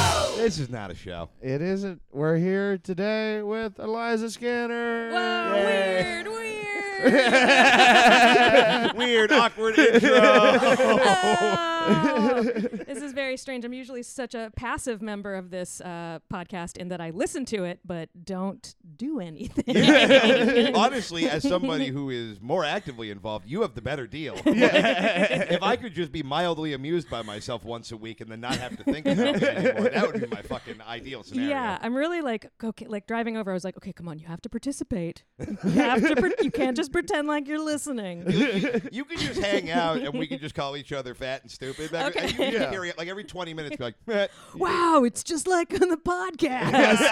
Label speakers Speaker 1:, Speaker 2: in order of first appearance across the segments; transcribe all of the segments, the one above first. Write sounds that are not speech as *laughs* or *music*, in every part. Speaker 1: not a
Speaker 2: *laughs*
Speaker 1: show.
Speaker 3: It isn't. We're here today with Eliza Skinner.
Speaker 2: Whoa,
Speaker 1: Yay.
Speaker 2: weird,
Speaker 3: *laughs*
Speaker 2: weird.
Speaker 1: Weird, awkward
Speaker 2: *laughs*
Speaker 1: intro.
Speaker 2: Oh. this is very strange. I'm usually such a passive member of this uh, podcast in that I listen to it but don't do anything.
Speaker 1: Honestly, as somebody who is more actively involved, you have the better
Speaker 2: *laughs*
Speaker 1: deal. if I could just be mildly amused by myself once a week and then not have to think
Speaker 2: *laughs*
Speaker 1: about it anymore, that would be my fucking ideal scenario.
Speaker 2: Yeah, I'm really like okay, like driving over. I was like, okay, come on, you have to participate. You have to. Pre- you can't just pretend like you're listening.
Speaker 1: You could just hang out and we could just call each other fat and stupid. Like,
Speaker 2: Okay.
Speaker 1: you could
Speaker 3: Yeah.
Speaker 1: carry it, like every 20 minutes, be
Speaker 2: *laughs*
Speaker 1: like, "Eh,
Speaker 2: Wow, it's just like on the podcast.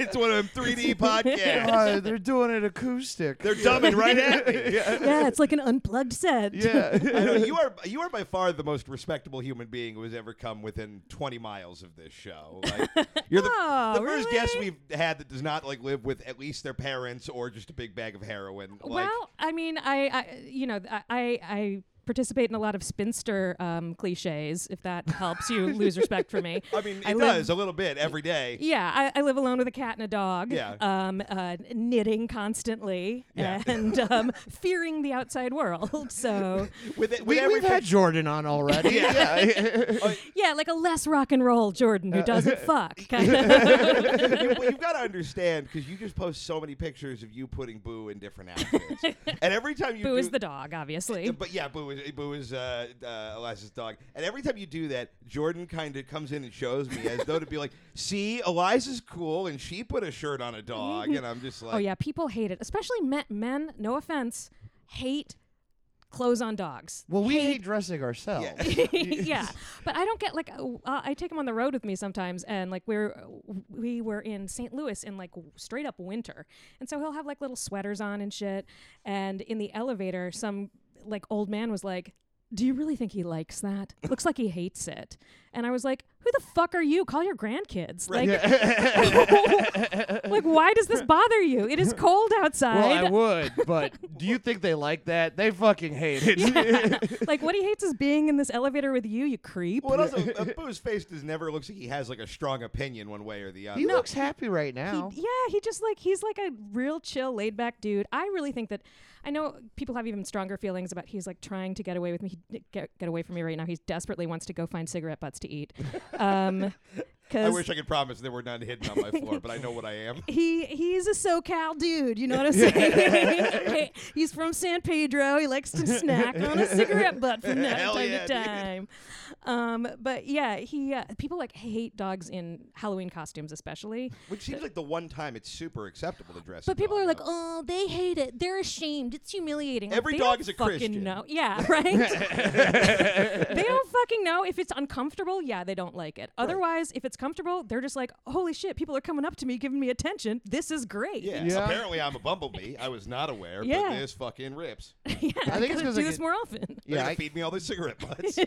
Speaker 1: *laughs* it's one of them
Speaker 2: *laughs*
Speaker 1: 3D podcasts.
Speaker 3: God, they're doing it acoustic.
Speaker 1: They're dumbing right
Speaker 2: *laughs*
Speaker 1: at me.
Speaker 2: yeah, it's like an unplugged set.
Speaker 1: *laughs* I
Speaker 3: yeah.
Speaker 1: know,
Speaker 2: *laughs*
Speaker 1: you are you are by far the most respectable human being who has ever come within 20 miles of this show.
Speaker 2: *laughs*
Speaker 1: Like, you're the,
Speaker 2: Oh,
Speaker 1: the first guest
Speaker 2: really?
Speaker 1: we've had that does not like live with at least their parents or just a big bag of heroin. Like,
Speaker 2: well, I mean, I, I you know, I, I I participate in a lot of spinster um, cliches. If
Speaker 1: *laughs*
Speaker 2: that helps you lose respect for me.
Speaker 1: I mean, it
Speaker 2: I live-
Speaker 1: does a little bit every day.
Speaker 2: Yeah, I, I live alone with a cat and a dog.
Speaker 1: Yeah.
Speaker 2: Um, uh, knitting constantly
Speaker 1: Yeah.
Speaker 2: and um, fearing the outside world. *laughs* So,
Speaker 1: With, it, with
Speaker 3: We,
Speaker 1: every
Speaker 3: we've had
Speaker 1: pic-
Speaker 3: Jordan on already.
Speaker 1: Yeah.
Speaker 2: *laughs*
Speaker 1: *laughs*
Speaker 2: yeah, like a less rock and roll Jordan
Speaker 1: Uh,
Speaker 2: who doesn't fuck.
Speaker 1: *laughs*
Speaker 2: Kind of.
Speaker 1: you, well, you've got to understand because you just post so many pictures of you putting Boo in different outfits,
Speaker 2: *laughs*
Speaker 1: and every time you
Speaker 2: Boo
Speaker 1: do,
Speaker 2: is the dog, obviously.
Speaker 1: But yeah, Boo is, Boo is uh, uh, Eliza's dog. And every time you do that, Jordan kind of comes in and shows me as though to be like, *laughs* see, Eliza's cool and she put a shirt on a dog. And I'm just like,
Speaker 2: Oh yeah, people hate it, especially men. Men, no offense, hate clothes on dogs.
Speaker 3: Well, we hate dressing ourselves.
Speaker 2: *laughs* yeah, but I don't get like uh, w- uh, I take him on the road with me sometimes, and like we're w- we were in St. Louis in like w- straight up winter, and so he'll have like little sweaters on and shit. And in the elevator, some like old man was like. Do you really think he likes that? Looks like he hates it. And I was like, "Who the fuck are you? Call your grandkids. Like, like *laughs* why does this bother you? It is cold outside.
Speaker 3: Well, I would,
Speaker 2: *laughs*
Speaker 3: but do you think they like that? They fucking hate it.
Speaker 2: like what he hates is bebeing in this elevator with you, you creep.
Speaker 1: Well, and also, uh, Boo's face does never looks like he has like a strong opinion one way or the other.
Speaker 3: He looks happy right
Speaker 2: He-
Speaker 3: now.
Speaker 2: yeah, he just like he's like a real chill, laid back dude. I really think that I know people have even stronger feelings about he's like trying to get away with me. He, get, get away from me right now. He desperately wants to go find cigarette butts to eat. Um,
Speaker 1: I
Speaker 2: cause
Speaker 1: wish I could promise there were none hidden on my floor, but I know what I
Speaker 2: *laughs*
Speaker 1: am.
Speaker 2: he he's a SoCal dude. You know what
Speaker 1: *laughs*
Speaker 2: I'm saying? he's from San Pedro. He likes to snack on a cigarette butt from time
Speaker 1: Hell
Speaker 2: time
Speaker 1: yeah,
Speaker 2: to
Speaker 1: dude.
Speaker 2: time. Um, but yeah, he uh, people like hate dogs in Halloween costumes, especially.
Speaker 1: Which seems like the one time it's super acceptable to dress. a
Speaker 2: But people
Speaker 1: dog
Speaker 2: are like,
Speaker 1: up.
Speaker 2: oh, they hate it. They're ashamed. It's humiliating. Like,
Speaker 1: Every
Speaker 2: they
Speaker 1: dog
Speaker 2: don't
Speaker 1: is a
Speaker 2: fucking
Speaker 1: Christian.
Speaker 2: Know.
Speaker 1: *laughs*
Speaker 2: Yeah,
Speaker 3: *laughs*
Speaker 2: right. they don't fucking know if it's uncomfortable. Yeah, they don't like it. Otherwise, if it's comfortable, they're just like, holy shit, people are coming up to me, giving me attention. This is great. *laughs*
Speaker 1: Yeah.
Speaker 3: Yeah.
Speaker 1: Apparently, I'm a bumblebee. I was not aware,
Speaker 2: Yeah.
Speaker 1: but this fucking rips.
Speaker 2: Yeah,
Speaker 3: I think it's
Speaker 2: gotta
Speaker 3: 'cause
Speaker 2: do
Speaker 3: I
Speaker 2: this
Speaker 3: get-
Speaker 1: *laughs*
Speaker 2: more often,
Speaker 1: They're
Speaker 3: Yeah,
Speaker 1: gonna
Speaker 3: I-
Speaker 1: feed me all these cigarette
Speaker 2: *laughs*
Speaker 1: butts.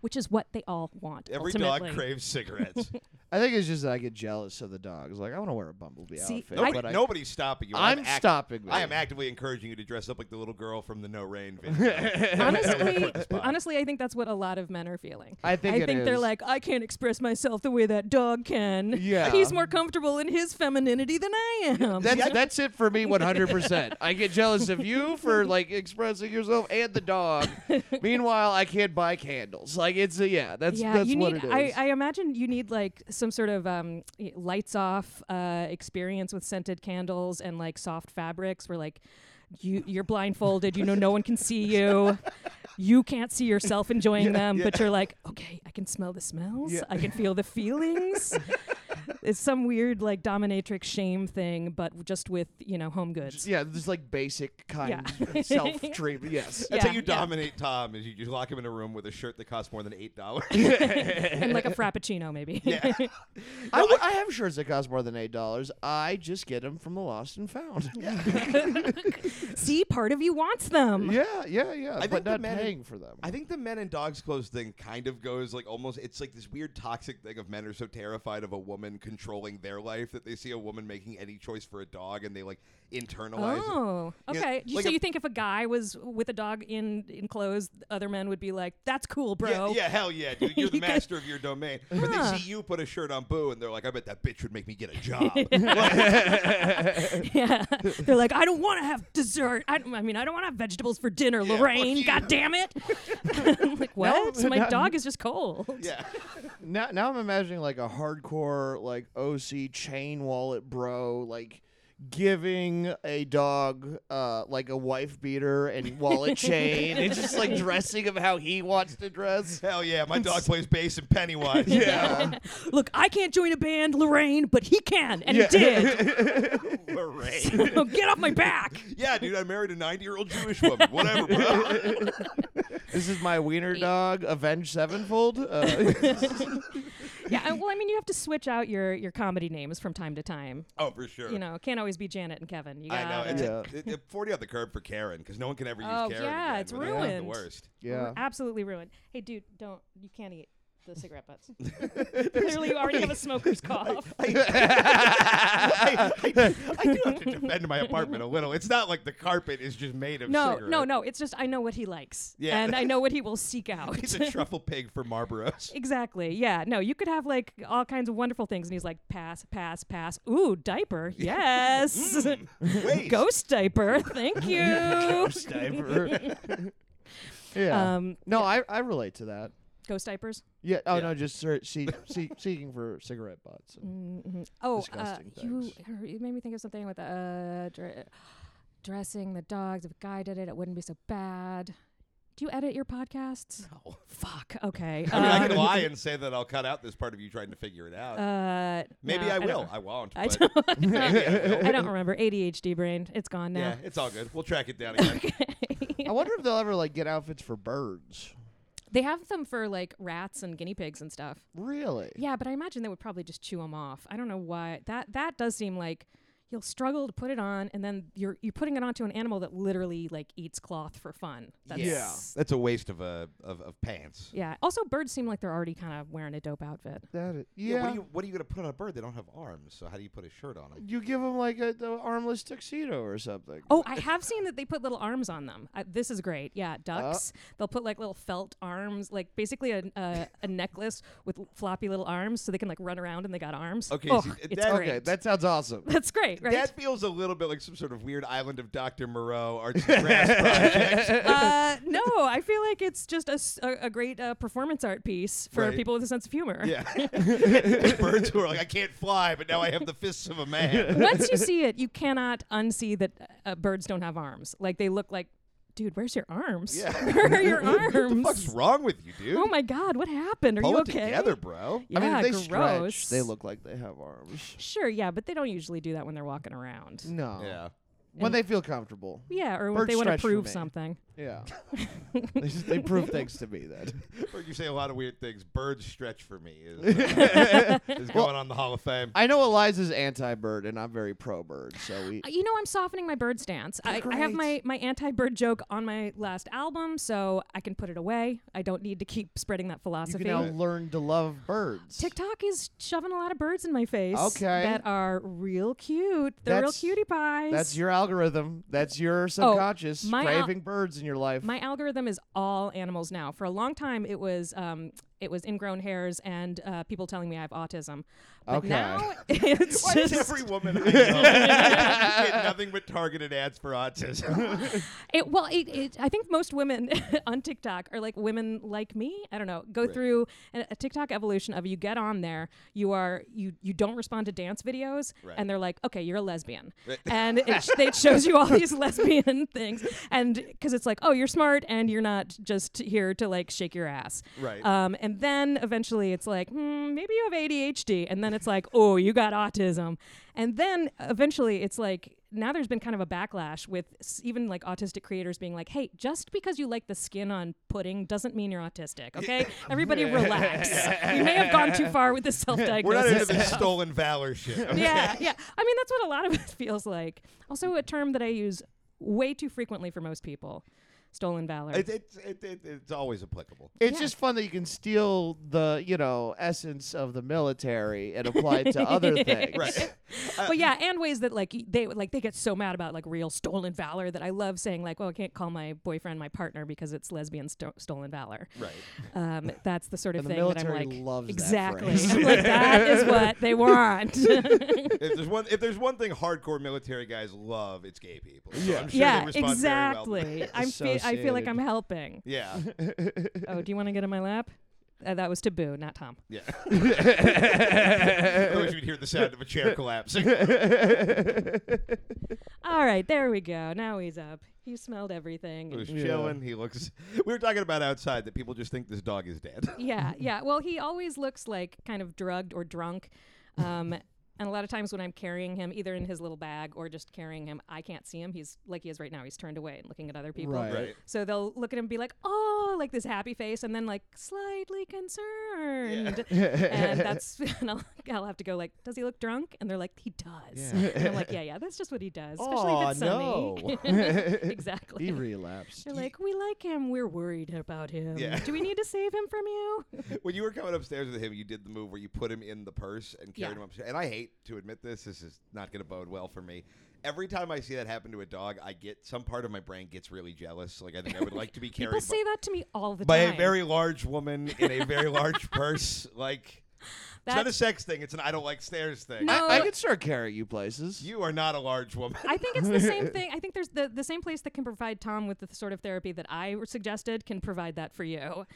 Speaker 2: which is what they all want.
Speaker 1: Every
Speaker 2: ultimately.
Speaker 1: dog craves cigarettes.
Speaker 3: I think it's just that I get jealous of the dogs. Like I want to wear a bumblebee
Speaker 2: See,
Speaker 3: outfit,
Speaker 1: Nobody,
Speaker 3: but I,
Speaker 1: nobody's stopping you.
Speaker 3: I'm
Speaker 1: act-
Speaker 3: stopping me.
Speaker 1: I am actively encouraging you to dress up like the little girl from the No
Speaker 2: *laughs*
Speaker 1: Rain video. *laughs*
Speaker 2: honestly, honestly, I think that's what a lot of men are feeling.
Speaker 3: I think
Speaker 2: I
Speaker 3: it
Speaker 2: think they're
Speaker 3: is.
Speaker 2: like, I can't express myself the way that dog can.
Speaker 3: Yeah.
Speaker 2: he's more comfortable in his femininity than I am.
Speaker 3: That's that's it for me
Speaker 2: *laughs*
Speaker 3: 100%. I get jealous of you for like expressing yourself and the
Speaker 2: *laughs*
Speaker 3: dog. Meanwhile, I can't buy candles. Like it's a, yeah, that's
Speaker 2: yeah,
Speaker 3: that's
Speaker 2: you
Speaker 3: what
Speaker 2: need.
Speaker 3: it
Speaker 2: I,
Speaker 3: is.
Speaker 2: I imagine you need like some sort of um, y- lights off uh, experience with scented candles and like soft fabrics, where like you you're blindfolded. You know, no one can see
Speaker 3: *laughs*
Speaker 2: you. You can't see yourself enjoying them, but you're like, okay, I can smell the smells.
Speaker 3: Yeah.
Speaker 2: I can feel
Speaker 3: *laughs*
Speaker 2: the feelings. it's some weird like dominatrix shame thing, but just with you know home goods.
Speaker 3: yeah, just like basic kind
Speaker 2: Yeah. *laughs*
Speaker 3: self treatment. Yes.
Speaker 1: That's
Speaker 2: Yeah,
Speaker 1: how you
Speaker 2: yeah.
Speaker 1: dominate Tom is you just lock him in a room with a shirt that costs more than eight
Speaker 2: *laughs*
Speaker 1: dollars.
Speaker 2: and like a frappuccino maybe.
Speaker 1: yeah.
Speaker 3: I, w- I have shirts that cost more than $8. I just get them from the lost and found. Yeah,
Speaker 2: *laughs* See, part of you wants them.
Speaker 3: *laughs* yeah, yeah. yeah,
Speaker 1: think
Speaker 3: but
Speaker 1: the
Speaker 3: not
Speaker 1: men-
Speaker 3: paying for them.
Speaker 1: I think the men in dogs clothes thing kind of goes like almost it's like this weird toxic thing of men are so terrified of a woman women controlling their life that they see a woman making any choice for a dog and they like internalize it.
Speaker 2: Oh,
Speaker 1: Yeah,
Speaker 2: okay. You-
Speaker 1: like
Speaker 2: so
Speaker 1: a-
Speaker 2: you think if a guy was with a dog in in clothes, other men would be like, "That's cool, bro."
Speaker 1: Yeah, yeah, hell yeah, dude.
Speaker 2: *laughs*
Speaker 1: You're the
Speaker 2: You could-
Speaker 1: master of your domain. But
Speaker 2: Huh.
Speaker 1: they see you put a shirt on Boo and they're like, I bet that bitch would make me get
Speaker 2: *laughs*
Speaker 1: a job.
Speaker 2: Yeah. They're like, I don't want to have dessert. I, don't, I mean, I don't want to have vegetables for dinner,
Speaker 1: fuck
Speaker 2: Lorraine.
Speaker 1: you.
Speaker 2: God
Speaker 1: *laughs*
Speaker 2: damn it. *laughs* I'm like, what?
Speaker 3: No,
Speaker 2: My
Speaker 3: no.
Speaker 2: dog is just cold.
Speaker 1: yeah.
Speaker 3: now now I'm imagining like a hardcore like OC chain wallet bro like giving a dog uh like a wife beater and
Speaker 2: *laughs*
Speaker 3: wallet chain and just like dressing of how he wants to dress.
Speaker 1: Hell *laughs* yeah, my dog plays bass in Pennywise.
Speaker 2: *laughs*
Speaker 3: Yeah.
Speaker 2: Look, I can't join a band, Lorraine, but he can, and
Speaker 3: Yeah.
Speaker 1: *laughs*
Speaker 2: he did.
Speaker 1: Lorraine.
Speaker 2: Oh, get off my back.
Speaker 1: *laughs* Yeah, dude, I married a 90 year old Jewish woman. Whatever,
Speaker 2: *laughs*
Speaker 1: bro.
Speaker 3: this is my wiener dog avenge sevenfold.
Speaker 2: *laughs*
Speaker 3: Uh,
Speaker 2: Yeah. I- Well, I mean, you have to switch out your your comedy names from time to time.
Speaker 1: Oh, for sure.
Speaker 2: You know, can't always be Janet and Kevin. You
Speaker 1: I
Speaker 2: got
Speaker 1: know. It's
Speaker 3: Yeah.
Speaker 1: it- it- 40 on the curb for Karen because no one can ever use
Speaker 2: Oh,
Speaker 1: Karen.
Speaker 2: yeah,
Speaker 1: again,
Speaker 2: it's
Speaker 1: but that's
Speaker 2: ruined.
Speaker 1: The
Speaker 2: *laughs*
Speaker 1: worst. *laughs*
Speaker 3: yeah.
Speaker 2: Absolutely ruined. Hey, dude, don't. You can't eat the cigarette
Speaker 1: *laughs*
Speaker 2: butts. Clearly, you already have a smoker's cough.
Speaker 1: I, I, I do have to defend my apartment a little. It's not like the carpet is just made of
Speaker 2: No,
Speaker 1: cigarette.
Speaker 2: no, no. It's just I know what he likes,
Speaker 1: Yeah.
Speaker 2: and I know what he will seek out.
Speaker 1: *laughs* He's a truffle pig for Marlboros.
Speaker 2: *laughs* exactly. Yeah. No, you could have like all kinds of wonderful things, and he's like, pass, pass, pass. Ooh,
Speaker 1: *laughs*
Speaker 2: diaper. Yes.
Speaker 1: Mm. Wait.
Speaker 2: *laughs* Ghost diaper.
Speaker 1: *laughs*
Speaker 2: Thank
Speaker 3: *laughs*
Speaker 2: you. *laughs*
Speaker 3: yeah.
Speaker 2: Um,
Speaker 3: no, I, I relate to that.
Speaker 2: Ghost diapers.
Speaker 3: Yeah. Oh
Speaker 1: Yeah.
Speaker 3: no, just ser- see, see, seeking for cigarette
Speaker 2: *laughs*
Speaker 3: butts.
Speaker 2: Oh, uh,
Speaker 3: Disgusting
Speaker 2: you.
Speaker 3: things.
Speaker 2: er, It made me think of something with uh, dre- dressing the dogs. If a guy did it, it wouldn't be so bad. Do you edit your podcasts? No. *laughs* Fuck. Okay.
Speaker 1: *laughs* I mean, I
Speaker 2: um,
Speaker 1: can lie and say that I'll cut out this part of you trying to figure it out.
Speaker 2: uh,
Speaker 1: Maybe
Speaker 2: no,
Speaker 1: I
Speaker 2: don't
Speaker 1: will.
Speaker 2: know.
Speaker 1: I won't.
Speaker 2: I
Speaker 1: but
Speaker 2: don't.
Speaker 1: maybe I *laughs* will.
Speaker 2: I don't remember. ADHD brain. It's gone now.
Speaker 1: Yeah, it's all good. We'll track it
Speaker 2: *laughs*
Speaker 1: down again.
Speaker 3: I wonder if they'll ever like get outfits for birds.
Speaker 2: They have them for like rats and guinea pigs and stuff.
Speaker 3: Really?
Speaker 2: Yeah, but I imagine they would probably just chew them off. I don't know why. That that does seem like you'll struggle to put it on, and then you're you're putting it onto an animal that literally like eats cloth for fun. That's,
Speaker 1: That's a waste of a of, of pants.
Speaker 2: Yeah. Also, birds seem like they're already kind of wearing a dope outfit.
Speaker 3: That i-
Speaker 1: Yeah,
Speaker 3: yeah.
Speaker 1: what, are
Speaker 3: you,
Speaker 1: you, what are you going to put on a bird? They don't have arms, so how do you put a shirt on them?
Speaker 3: give them like a, the armless tuxedo or something.
Speaker 2: Oh, I have seen that they put little arms on them. Uh, this is great. Yeah, ducks. They'll put like little felt arms, like basically a a, a necklace with l- floppy little arms, so they can like run around and they got arms.
Speaker 1: Okay,
Speaker 2: oh,
Speaker 1: see,
Speaker 2: it's
Speaker 1: that-
Speaker 2: great.
Speaker 3: okay, that sounds
Speaker 2: *laughs*
Speaker 3: awesome.
Speaker 2: That's great, right?
Speaker 1: That feels a little bit like some sort of weird island of Dr.
Speaker 2: *laughs*
Speaker 1: Moreau arts and crafts project. *laughs*
Speaker 2: uh, no, I feel like it's just a, s- a- a great uh, performance art piece for
Speaker 1: Right.
Speaker 2: people with a sense of humor.
Speaker 1: Yeah. Birds who are like, I can't fly, but now I have the fists of a man.
Speaker 2: *laughs* Once you see it, you cannot unsee that uh, birds don't have arms. Like they look like, dude, where's your arms?
Speaker 1: Yeah.
Speaker 2: *laughs* Where are
Speaker 1: *laughs*
Speaker 2: your
Speaker 1: What the
Speaker 2: arms?
Speaker 1: fuck's wrong with you, dude?
Speaker 2: oh my god, what happened? Are
Speaker 1: Pull
Speaker 2: you
Speaker 1: it
Speaker 2: okay?
Speaker 1: together, bro.
Speaker 2: Yeah,
Speaker 3: I mean, if they
Speaker 2: gross.
Speaker 3: stretch, they look like they have arms.
Speaker 2: Sure, yeah, but they don't usually do that when they're walking around.
Speaker 3: *laughs* No.
Speaker 1: Yeah.
Speaker 3: When they feel comfortable.
Speaker 2: Yeah, or when
Speaker 3: Mm. Birds
Speaker 2: they want to
Speaker 3: stretch for
Speaker 2: prove
Speaker 3: me.
Speaker 2: something.
Speaker 3: Yeah.
Speaker 2: *laughs*
Speaker 3: they, just, they prove things to me then. *laughs*
Speaker 1: Heard you say a lot of weird things. Birds stretch for me is,
Speaker 2: *laughs*
Speaker 1: uh, is going on the Hall of Fame.
Speaker 3: I know Eliza's anti-bird, and I'm very pro-bird, so
Speaker 2: *gasps*
Speaker 3: we.
Speaker 2: Uh, You know, I'm softening my bird stance. I, I have my, my anti bird joke on my last album, so I can put it away. I don't need to keep spreading that
Speaker 3: You
Speaker 2: philosophy.
Speaker 3: can now learn to love birds.
Speaker 2: TikTok is shoving a lot of birds in my face.
Speaker 3: Okay.
Speaker 2: That are real cute. They're real
Speaker 3: That's-
Speaker 2: cutie pies.
Speaker 3: That's your algorithm. That's your subconscious
Speaker 2: Oh, my al-
Speaker 3: craving birds in your life.
Speaker 2: my algorithm is all animals now. For a long time, it was um, it was ingrown hairs and uh, people telling me I have autism. But
Speaker 1: *laughs*
Speaker 3: Okay.
Speaker 2: now *laughs* it's
Speaker 1: Why does
Speaker 2: just
Speaker 1: every woman I
Speaker 2: *laughs*
Speaker 1: know get nothing but targeted ads for
Speaker 2: *laughs*
Speaker 1: autism?
Speaker 2: It, well, it, it, I think most women *laughs* on TikTok are like women like me. I don't know. Go through a, a TikTok evolution of you get on there, you are you you don't respond to dance videos,
Speaker 1: Right.
Speaker 2: and they're like, okay, you're
Speaker 1: *laughs*
Speaker 2: a lesbian, and it, sh- it shows you all these lesbian *laughs* things, and because it's like, oh, you're smart, and you're not just here to like shake your ass,
Speaker 1: Right.
Speaker 2: Um, and then eventually it's like, hmm, maybe you have ADHD, and then it's like, oh, you got autism, and then eventually it's like now there's been kind of a backlash with s- even like autistic creators being like, "Hey, just because you like the skin on pudding doesn't mean you're
Speaker 1: *laughs*
Speaker 2: autistic." Okay, everybody relax. We may have gone too far with this
Speaker 1: *laughs* We're not into
Speaker 2: self-diagnosis.
Speaker 1: this stolen valor shit. okay?
Speaker 2: yeah, yeah. I mean, that's what *laughs* a lot of it feels like. Also, a term that I use way too frequently for most people. stolen valor.
Speaker 1: It, it's it, it, it's always applicable.
Speaker 3: It's
Speaker 2: Yeah.
Speaker 3: just fun that you can steal the, you know, essence of the military
Speaker 2: *laughs*
Speaker 3: and apply it to other things.
Speaker 1: Right.
Speaker 2: but yeah, and ways that like y- they like they get so mad about like real stolen valor that I love saying like, well, I can't call my boyfriend my partner because it's lesbian sto- stolen valor.
Speaker 1: *laughs* Right.
Speaker 2: Um, that's the sort of
Speaker 3: And the
Speaker 2: thing that I'm
Speaker 3: military
Speaker 2: like,
Speaker 3: loves that
Speaker 2: exactly.
Speaker 3: phrase.
Speaker 2: I'm like that
Speaker 3: *laughs*
Speaker 2: is what they want.
Speaker 1: If there's one if there's one thing hardcore military guys love, it's gay people. So
Speaker 3: Yeah.
Speaker 1: I'm sure they
Speaker 2: *laughs* yeah,
Speaker 1: respond Very well. to that.
Speaker 3: *laughs*
Speaker 2: exactly. I'm fe- I feel like
Speaker 3: Associated.
Speaker 2: I'm helping.
Speaker 1: *laughs* Yeah.
Speaker 2: Oh, do you want to get in my lap? Uh, that was Taboo, not Tom.
Speaker 1: Yeah. *laughs* I wish we'd hear the sound of a chair collapsing.
Speaker 2: All right, there we go. Now he's up. He smelled everything.
Speaker 1: He was
Speaker 2: and-
Speaker 1: chilling. He looks. We were talking about outside that people just think this dog is dead.
Speaker 2: yeah, yeah. Well, he always looks like kind of drugged or drunk. Um,
Speaker 3: *laughs*
Speaker 2: and a lot of times when I'm carrying him, either in his little bag or just carrying him, I can't see him. He's like he is right now. He's turned away and looking at other people.
Speaker 3: Right.
Speaker 1: Right.
Speaker 2: So they'll look at him and be like, oh, like this happy face, and then like slightly concerned.
Speaker 3: *laughs*
Speaker 2: and that's, *laughs* and I'll, I'll have to go like, does he look drunk? And they're like, he does.
Speaker 1: Yeah.
Speaker 2: And
Speaker 3: *laughs*
Speaker 2: I'm like, yeah, yeah, that's just what he does. Especially if
Speaker 3: Aw,
Speaker 2: it's sunny.
Speaker 3: *laughs*
Speaker 2: *laughs* exactly.
Speaker 3: he relapsed.
Speaker 2: they're like, we like him. We're worried about him.
Speaker 1: Yeah.
Speaker 2: Do we need to save him from you?
Speaker 1: When you were coming upstairs with him, you did the move where you put him in the purse and carried
Speaker 2: Yeah.
Speaker 1: him upstairs. And I hate to admit this. This is not going to bode well for me. Every time I see that happen to a dog, I get some part of my brain gets really jealous. Like I think I would like to be carried
Speaker 2: *laughs* People say
Speaker 1: by,
Speaker 2: that to me all the
Speaker 1: by
Speaker 2: time.
Speaker 1: a very large woman in a
Speaker 2: *laughs*
Speaker 1: very large purse. Like it's not a
Speaker 2: That's-
Speaker 1: sex thing. It's an I don't like stairs thing.
Speaker 2: No.
Speaker 3: I, I could start carrying you places.
Speaker 1: You are not a large woman. *laughs*
Speaker 2: I think it's the same thing. I think there's the, the same place that can provide Tom with the sort of therapy that I suggested can provide that for you.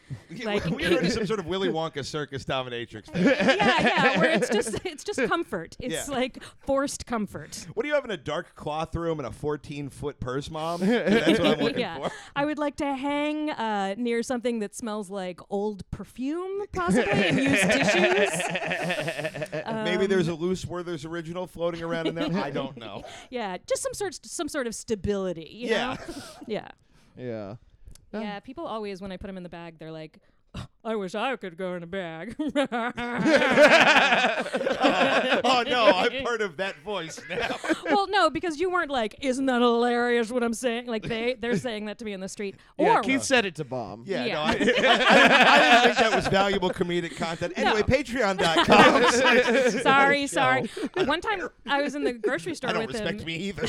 Speaker 2: Like,
Speaker 1: we are in some sort of
Speaker 2: *laughs*
Speaker 1: Willy Wonka circus dominatrix. thing.
Speaker 2: yeah, yeah, where it's just it's just comfort. It's
Speaker 1: Yeah.
Speaker 2: like forced comfort.
Speaker 1: What do you have in a dark cloth room and a 14 foot purse, mom? That's *laughs* what I'm looking
Speaker 2: yeah.
Speaker 1: for.
Speaker 2: I would like to hang uh, near something that smells like old perfume, possibly, and
Speaker 1: *laughs*
Speaker 2: used tissues. Um,
Speaker 1: Maybe there's a loose Werther's original floating around in there. I don't know.
Speaker 2: Yeah, just some sort some sort of stability. *laughs* you
Speaker 1: Yeah.
Speaker 2: know? yeah. *laughs*
Speaker 3: Yeah.
Speaker 2: Yeah.
Speaker 3: Yeah.
Speaker 2: people always when I put them in the bag, they're like, "I wish I could go in a bag." *laughs* well,
Speaker 1: *laughs* oh no, I'm part of that voice
Speaker 2: *laughs*
Speaker 1: now.
Speaker 2: no, because you weren't like, "Isn't that hilarious?" What I'm saying, like they they're saying that to me in the street.
Speaker 3: Yeah,
Speaker 2: or
Speaker 3: Keith said it to Bomb.
Speaker 1: Yeah,
Speaker 2: Yeah.
Speaker 1: no, I, I, I didn't, I didn't think that was valuable comedic content. Anyway,
Speaker 2: No. *laughs*
Speaker 1: Patreon.com.
Speaker 2: sorry, sorry. One time I was in the grocery store
Speaker 1: I don't
Speaker 2: with him.
Speaker 1: respect me *laughs* either.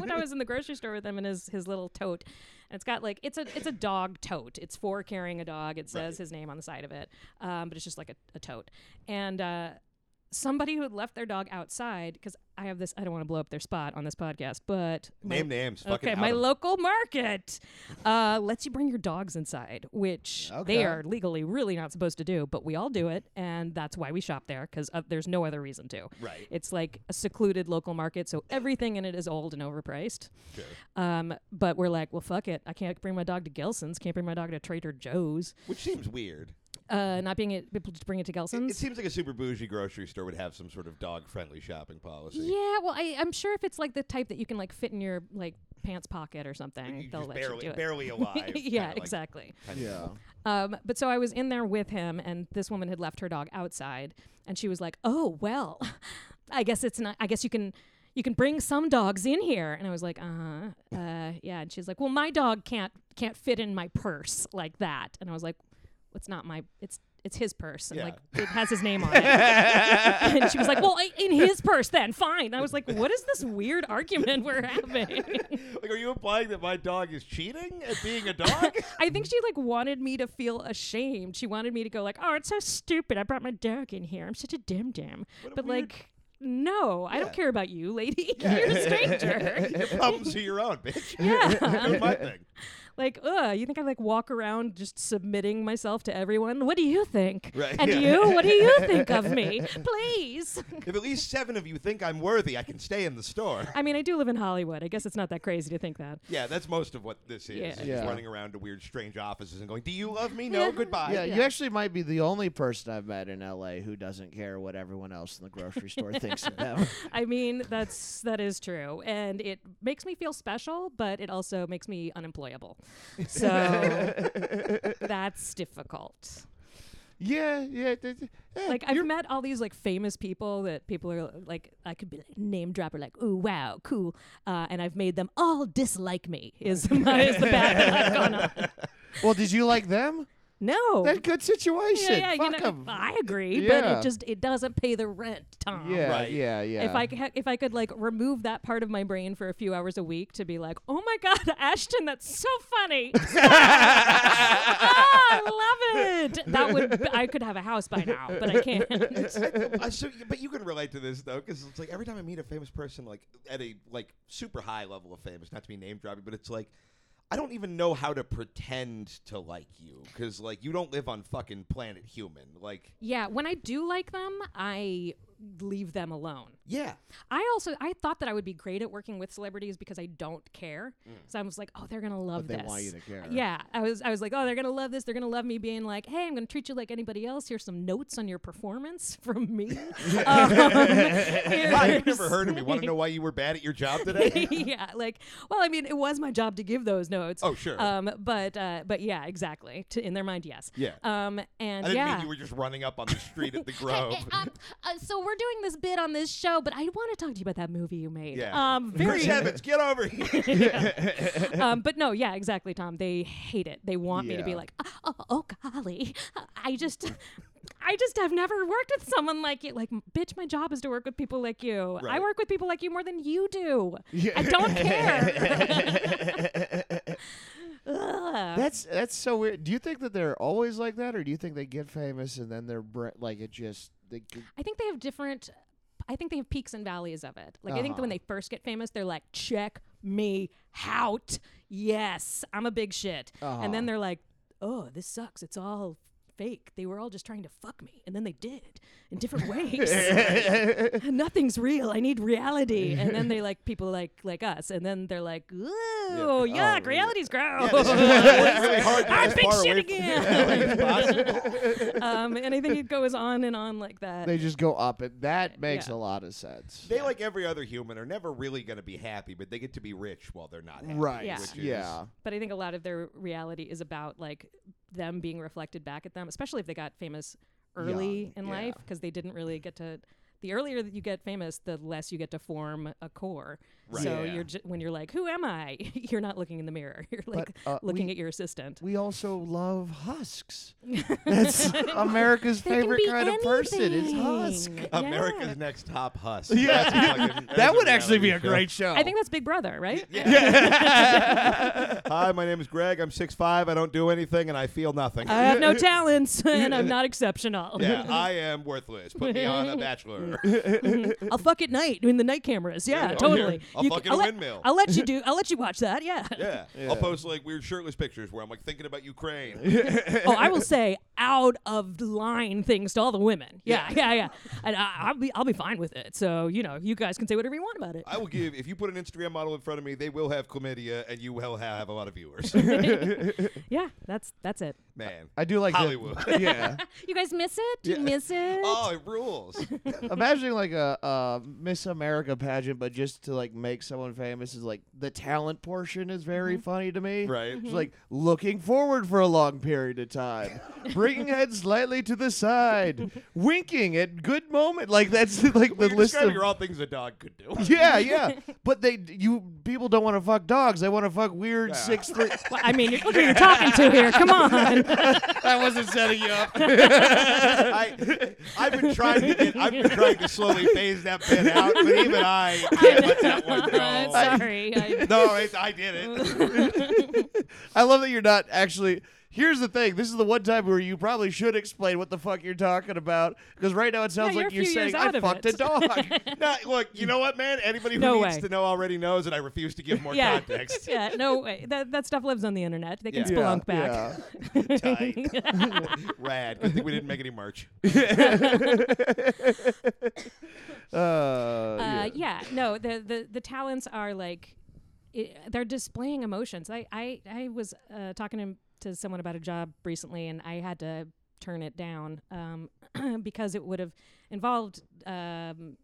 Speaker 2: when I was in the grocery store with him in his his little tote, and it's got like it's a it's a dog tote. It's for carrying a dog. It says
Speaker 1: Right.
Speaker 2: his name on the side of it, um, but it's just like a, a tote. And uh, somebody who had left their dog outside because I have this. I don't want to blow up their spot on this podcast, but *laughs* my-
Speaker 1: Name names. Fucking
Speaker 2: Okay,
Speaker 1: out
Speaker 2: my
Speaker 1: 'em.
Speaker 2: local market uh, lets you bring your dogs inside, which
Speaker 3: Okay.
Speaker 2: they are legally really not supposed to do, but we all do it, and that's why we shop there because uh, there's no other reason to.
Speaker 1: Right.
Speaker 2: It's like a secluded local market, so everything in it is old and overpriced. Um, but we're like, well, fuck it. I can't bring my dog to Gelson's. Can't bring my dog to Trader Joe's.
Speaker 1: Which seems weird.
Speaker 2: Uh, not being able to bring it to
Speaker 1: It,
Speaker 2: Gelson's.
Speaker 1: it seems like a super bougie grocery store would have some sort of dog friendly shopping policy.
Speaker 2: yeah, well, I, I'm sure if it's like the type that you can like fit in your like pants pocket or something,
Speaker 1: You
Speaker 2: they'll
Speaker 1: just
Speaker 2: let
Speaker 1: barely,
Speaker 2: you do it. *laughs*
Speaker 1: barely alive.
Speaker 2: yeah,
Speaker 1: kinda like-
Speaker 2: exactly.
Speaker 1: kinda-
Speaker 3: Yeah.
Speaker 2: Um, but so I was in there with him, and this woman had left her dog outside, and she was like, "Oh well, *laughs* I guess it's not. I guess you can." You can bring some dogs in here, and I was like, uh, uh, yeah. And she's like, well, my dog can't can't fit in my purse like that. And I was like, well, it's not my, it's it's his purse, and
Speaker 1: Yeah.
Speaker 2: like it has his name on it. and she was like, well, i- in his purse then, fine. And I was like, what is this weird argument we're having?
Speaker 1: *laughs* Like, are you implying that my dog is cheating at being a
Speaker 2: *laughs*
Speaker 1: dog?
Speaker 2: I think she like wanted me to feel ashamed. She wanted me to go like, "Oh, it's so stupid. I brought my dog in here. I'm such a dim dim."
Speaker 1: a
Speaker 2: But
Speaker 1: weird-
Speaker 2: like, no, I don't care about you, lady. *laughs* You're a stranger.
Speaker 1: *laughs* Your problems are your own, bitch. *laughs*
Speaker 2: Yeah.
Speaker 1: Do my thing.
Speaker 2: like, ugh, you think I like walk around just submitting myself to everyone? What do you think?
Speaker 1: Right.
Speaker 2: And
Speaker 1: Yeah.
Speaker 2: you, what do
Speaker 1: *laughs*
Speaker 2: you think of me? Please. *laughs*
Speaker 1: If at least seven of you think I'm worthy, I can stay in the store.
Speaker 2: I mean, I do live in Hollywood. I guess it's not that crazy to think that.
Speaker 1: Yeah, that's most of what this is.
Speaker 2: Yeah.
Speaker 1: is just
Speaker 3: Yeah.
Speaker 1: running around to weird, strange offices and going, "Do you love me? No, goodbye."
Speaker 3: Yeah, you actually might be the only person I've met in LA who doesn't care what everyone else in the grocery store thinks of
Speaker 2: *laughs*
Speaker 3: them.
Speaker 2: I mean, that's that is true, and it makes me feel special, but it also
Speaker 3: *laughs*
Speaker 2: makes me unemployable. So that's difficult.
Speaker 3: Yeah, yeah. th- th- eh,
Speaker 2: Like I've
Speaker 3: you're-
Speaker 2: met all these like famous people that people are like I could be like name dropper like ooh wow cool, uh, and I've made them all dislike me is *laughs* my, is the bad that
Speaker 3: *laughs*
Speaker 2: I've gone on.
Speaker 3: well, did you like them?
Speaker 2: No,
Speaker 3: That good situation.
Speaker 2: yeah, yeah,
Speaker 3: Fuck
Speaker 2: you know,
Speaker 3: 'em.
Speaker 2: I agree, but
Speaker 3: Yeah.
Speaker 2: it just it doesn't pay the rent, Tom.
Speaker 3: yeah,
Speaker 1: Right.
Speaker 3: yeah, yeah.
Speaker 2: If I ca- if I could like remove that part of my brain for a few hours a week to be like, oh my god, *laughs* Ashton, that's so funny. *laughs* Ah, I love it. That would I could have a house by now, but I can't. *laughs*
Speaker 1: I, so, but you can relate to this though, because it's like every time I meet a famous person, like at a like super high level of famous, not to be name dropping, but it's like I don't even know how to pretend to like you, because like you don't live on fucking planet human. Like,
Speaker 2: yeah, when I do like them, I leave them alone.
Speaker 1: yeah,
Speaker 2: I also I thought that I would be great at working with celebrities because I don't care. So I was like, oh, they're gonna love
Speaker 3: Mm. they
Speaker 2: this.
Speaker 3: want you to care.
Speaker 2: Yeah, I was I was like, oh, they're gonna love this. They're gonna love me being like, hey, I'm gonna treat you like anybody else. Here's some notes on your performance *laughs* from
Speaker 3: *laughs*
Speaker 1: *laughs*
Speaker 2: me. um,
Speaker 1: Hi, you've never heard of me. Want to know why you were bad at your job today?
Speaker 2: *laughs* yeah, like, well, I mean, it was my job to give those notes.
Speaker 1: Oh, sure.
Speaker 2: Um, but uh, but yeah, exactly. To, in their mind, yes.
Speaker 1: Yeah.
Speaker 2: Um, and
Speaker 1: I didn't
Speaker 2: yeah.
Speaker 1: mean you were just running up on the street
Speaker 2: *laughs*
Speaker 1: at the Grove.
Speaker 2: Eh, um, uh, so we're doing this bit on this show, but I want to talk to you about that movie you made.
Speaker 1: Yeah.
Speaker 2: Um, very
Speaker 1: Chris Evans, get over
Speaker 2: *laughs*
Speaker 1: here.
Speaker 2: um, but no, yeah, exactly, Tom. They hate it. They want me to be
Speaker 3: Yeah.
Speaker 2: like, oh, oh, golly, I just, I just have never worked with someone like you. Like, bitch, my job is to work with people like you. I
Speaker 1: Right.
Speaker 2: work with people like you more than you do. I don't
Speaker 3: *laughs*
Speaker 2: *laughs* care. Ugh.
Speaker 3: That's that's so weird. Do you think that they're always like that, or do you think they get famous and then they're bre- like it just they get,
Speaker 2: I think they have different. I think they have peaks and valleys of it. Like I think
Speaker 3: Uh-huh.
Speaker 2: when they first get famous, they're like, "Check me out, yes, I'm a big shit," and
Speaker 3: Uh-huh.
Speaker 2: then they're like, "Oh, this sucks. It's all fake. They were all just trying to fuck me, and then they did in
Speaker 1: *laughs*
Speaker 2: different ways. *laughs* Nothing's real. I need reality." And then they like people like like us, and then they're like, "Ooh,
Speaker 1: Oh,
Speaker 2: yuck,
Speaker 1: *laughs*
Speaker 2: reality's gross.
Speaker 1: this is really
Speaker 2: *laughs*
Speaker 1: hard to
Speaker 2: I'm
Speaker 1: get
Speaker 2: big
Speaker 1: far away
Speaker 2: shit
Speaker 1: from- *laughs*
Speaker 2: again."
Speaker 1: It's possible.
Speaker 2: *laughs* um, and I think it goes on and on like that.
Speaker 3: they just go up? And that makes
Speaker 2: Yeah.
Speaker 3: a lot of sense.
Speaker 1: They, like every other human, are never really going to be happy, but they get to be rich while they're not happy.
Speaker 3: right?
Speaker 2: Yeah.
Speaker 1: which is-
Speaker 3: yeah.
Speaker 2: but I think a lot of their reality is about like them being reflected back at them, especially if they got famous early
Speaker 3: Young,
Speaker 2: in
Speaker 3: yeah.
Speaker 2: life because they didn't really get to. The earlier that you get famous, the less you get to form a core.
Speaker 1: Right.
Speaker 2: So
Speaker 3: Yeah.
Speaker 2: you're ju- when you're like, "Who am I?" *laughs* you're not looking in the mirror. *laughs* You're like
Speaker 3: uh,
Speaker 2: looking
Speaker 3: we-
Speaker 2: at your assistant.
Speaker 3: We also love
Speaker 2: *laughs*
Speaker 3: husks. That's America's
Speaker 2: They can
Speaker 3: favorite
Speaker 2: be
Speaker 3: kind of person is
Speaker 2: anything.
Speaker 3: husk.
Speaker 1: America's
Speaker 2: Yeah.
Speaker 1: Next Top Husk.
Speaker 3: Yeah.
Speaker 1: That's a fucking- that's
Speaker 3: *laughs* That would actually be a
Speaker 1: reality
Speaker 3: great show.
Speaker 2: I think that's Big Brother, right?
Speaker 1: Yeah. Hi, my name is Greg. I'm 6'5". I don't do anything, and I feel nothing.
Speaker 3: *laughs*
Speaker 2: I have no talents *laughs* and I'm not exceptional.
Speaker 1: yeah, I am worthless. Put me on a bachelor.
Speaker 2: *laughs* I'll fuck at night in the night cameras. Yeah,
Speaker 1: Yeah.
Speaker 2: totally.
Speaker 1: I'll
Speaker 2: You
Speaker 1: fuck
Speaker 2: c-
Speaker 1: in a
Speaker 2: let-
Speaker 1: windmill.
Speaker 3: *laughs*
Speaker 2: I'll let you do. I'll let you watch that.
Speaker 1: Yeah.
Speaker 3: Yeah.
Speaker 1: I'll post like weird shirtless pictures where I'm like thinking about Ukraine.
Speaker 2: oh, I will say out of line things to all the women. Yeah, yeah, yeah. And I, I'll be I'll be fine with it. So you know, you guys can say whatever you want about it.
Speaker 1: I will give if you put an Instagram model in front of me, they will have chlamydia and you will have a lot of
Speaker 2: *laughs*
Speaker 1: viewers.
Speaker 2: yeah, that's that's it.
Speaker 1: Man.
Speaker 3: I do like that-
Speaker 1: Hollywood.
Speaker 3: *laughs* yeah.
Speaker 2: You guys miss it? You miss it?
Speaker 1: Oh, it rules.
Speaker 3: Imagining like a, a Miss America pageant, but just to like make someone famous is like the talent portion is very
Speaker 2: Mm-hmm.
Speaker 3: funny to me.
Speaker 1: Right.
Speaker 3: It's like looking forward for a long period of
Speaker 2: *laughs*
Speaker 3: time, bringing heads slightly to the side, winking at good moment. Like that's *laughs* like
Speaker 1: Well,
Speaker 3: the
Speaker 1: you're
Speaker 3: list of
Speaker 1: describing all things a dog could
Speaker 2: *laughs*
Speaker 1: do. *laughs*
Speaker 3: *laughs* yeah, yeah. But they you people don't want to fuck dogs. They want to fuck weird
Speaker 1: Yeah.
Speaker 3: six three.
Speaker 2: Well,
Speaker 3: *laughs*
Speaker 2: I mean, look who you're talking to here. Come on.
Speaker 3: I wasn't setting you up. *laughs*
Speaker 1: I, I've been trying to get, I've been trying to
Speaker 2: *laughs*
Speaker 1: slowly phase that bit out, but even I can't let that one
Speaker 2: I'm
Speaker 1: go.
Speaker 2: sorry. I,
Speaker 1: No, it's, I did
Speaker 2: *laughs*
Speaker 1: it.
Speaker 3: I love that you're not actually. Here's the thing. This is the one time where you probably should explain what the fuck you're talking about because right now it sounds
Speaker 2: Yeah,
Speaker 3: like
Speaker 2: you're
Speaker 3: you're
Speaker 2: a few years
Speaker 3: saying
Speaker 2: out
Speaker 3: I
Speaker 2: of
Speaker 3: fucked
Speaker 2: it."
Speaker 3: a
Speaker 2: *laughs*
Speaker 3: dog. *laughs*
Speaker 1: No, look, you know what, man? Anybody who
Speaker 2: No
Speaker 1: needs
Speaker 2: way.
Speaker 1: to know already knows, and I refuse to give more
Speaker 2: *laughs* yeah.
Speaker 1: context. *laughs*
Speaker 2: Yeah. No way. That that stuff lives on the internet. They can
Speaker 1: Yeah.
Speaker 2: spelunk back. *laughs*
Speaker 1: Tight. Rad. Good thing we didn't make any
Speaker 2: *laughs*
Speaker 1: merch.
Speaker 3: yeah. Uh,
Speaker 2: uh, yeah. no the, the the talents are like i they're displaying emotions i i, I was uh, talking to, to someone about a job recently and i had to turn it down um, *clears throat* because it would have involved um,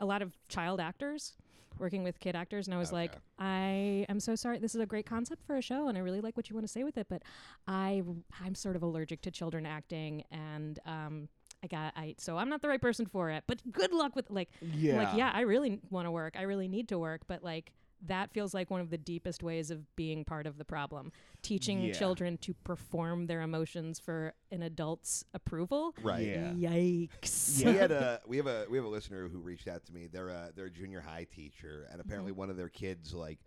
Speaker 2: a lot of child actors working with kid actors, and I was like,
Speaker 1: Okay.
Speaker 2: I am so sorry. This is a great concept for a show, and I really like what you want to say with it, but I I'm sort of allergic to children acting, and um, I got I so I'm not the right person for it. But good luck with like I'm
Speaker 3: Yeah.
Speaker 2: like yeah, I really want to work. I really need to work, but like. That feels like one of the deepest ways of being part of the problem. Teaching
Speaker 3: Yeah.
Speaker 2: children to perform their emotions for an adult's approval.
Speaker 1: Right.
Speaker 3: Yeah.
Speaker 2: Yikes.
Speaker 1: we had a we have a we have a listener who reached out to me. They're a they're a junior high teacher, and apparently one of their kids like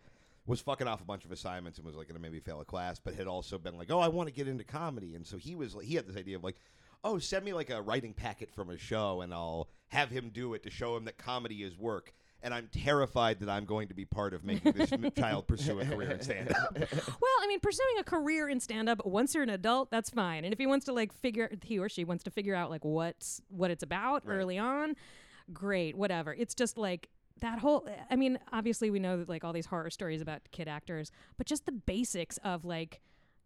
Speaker 1: was fucking off a bunch of assignments and was like going to maybe fail a class, but had also been like, oh, I want to get into comedy, and so he was like, he had this idea of like. Oh, send me like a writing packet from a show, and I'll have him do it to show him that comedy is work. And I'm terrified that I'm going to be part of making this m- child pursue a career in stand-up.
Speaker 2: Well, I mean, pursuing a career in stand up once you're an adult, that's fine. And if he wants to like figure he or she wants to figure out like what's what it's about
Speaker 1: Right.
Speaker 2: early on, great, whatever. It's just like that whole I mean, obviously we know that like all these horror stories about kid actors, but just the basics of like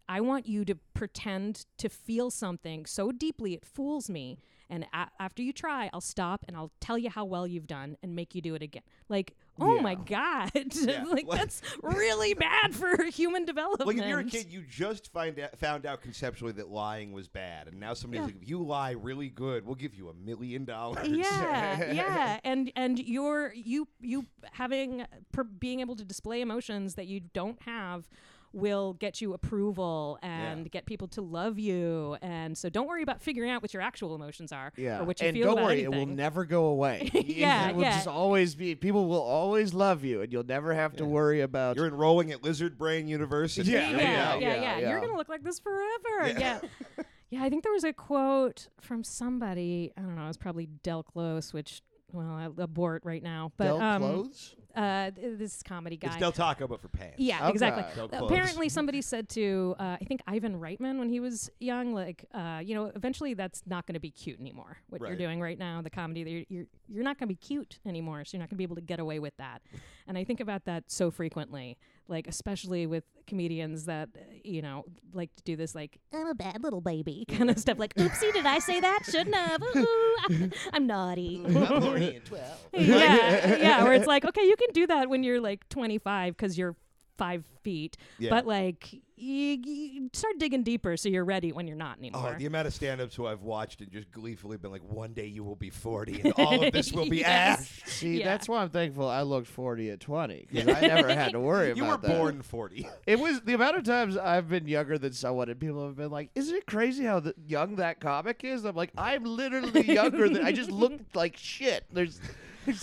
Speaker 2: I want you to pretend to feel something so deeply it fools me. And a- after you try, I'll stop and I'll tell you how well you've done and make you do it again. Like, oh my God. *laughs* like,
Speaker 1: Well-
Speaker 2: that's really bad for *laughs* human development.
Speaker 1: Like if you're a kid, you just find out, found out conceptually that lying was bad, and now somebody's like, "If you lie really good, we'll give you a million dollars."
Speaker 2: yeah, yeah, and and you're you you having per, being able to display emotions that you don't have will get you approval and
Speaker 1: Yeah.
Speaker 2: get people to love you, and so don't worry about figuring out what your actual emotions are
Speaker 3: Yeah.
Speaker 2: or what you
Speaker 3: and
Speaker 2: feel
Speaker 3: don't
Speaker 2: about
Speaker 3: worry,
Speaker 2: anything.
Speaker 3: it will never go
Speaker 2: *laughs*
Speaker 3: away.
Speaker 2: Yeah,
Speaker 3: It will
Speaker 2: yeah.
Speaker 3: just always be people will always love you and you'll never have to worry
Speaker 1: *laughs*
Speaker 3: about
Speaker 1: You're enrolling at Lizard Brain University.
Speaker 3: Yeah,
Speaker 1: Here we
Speaker 2: yeah,
Speaker 1: go.
Speaker 2: yeah,
Speaker 3: Yeah,
Speaker 2: yeah, You're
Speaker 3: yeah.
Speaker 2: gonna look like this forever. Yeah. yeah. I think there was a quote from somebody. I don't know. It was probably Del Close, which well, I abort right now. But
Speaker 3: Del
Speaker 2: um,
Speaker 3: clothes.
Speaker 2: uh, th- this comedy guy.
Speaker 1: It's Del Taco, but for pants.
Speaker 2: yeah, exactly.
Speaker 3: Okay.
Speaker 1: Del Close.
Speaker 2: Apparently, somebody said to uh, I think Ivan Reitman when he was young, like uh, you know, eventually that's not going to be cute anymore. What
Speaker 1: Right.
Speaker 2: you're doing right now, the comedy, that you're you're, you're not going to be cute anymore. So you're not going to be able to get away with that. and I think about that so frequently, like especially with comedians that uh, you know like to do this, like I'm a bad little baby kind of stuff. Like, oopsie, did I say that? Shouldn't have. Ooh, ah,
Speaker 1: *laughs*
Speaker 2: I'm naughty.
Speaker 3: I'm horny and twelve.
Speaker 2: yeah, yeah. Where it's like, okay, you can do that when you're like 25 because you're five feet,
Speaker 1: Yeah.
Speaker 2: but like you, you start digging deeper so you're ready when you're not
Speaker 1: Oh,
Speaker 2: anymore.
Speaker 1: the amount of stand-ups who I've watched and just gleefully been like, "One day you will be 40, and all of *laughs* this will be
Speaker 2: *laughs* Yes.
Speaker 1: ash."
Speaker 3: See,
Speaker 2: Yeah.
Speaker 3: that's why I'm thankful I looked 40 at 20 because
Speaker 2: *laughs*
Speaker 3: I never had to worry about
Speaker 1: You were
Speaker 3: that.
Speaker 1: born 40.
Speaker 3: It was the amount of times I've been younger than someone, and people have been like, "Isn't it crazy how th young that comic is?" I'm like, "I'm literally younger than I *laughs* just looked like shit." There's,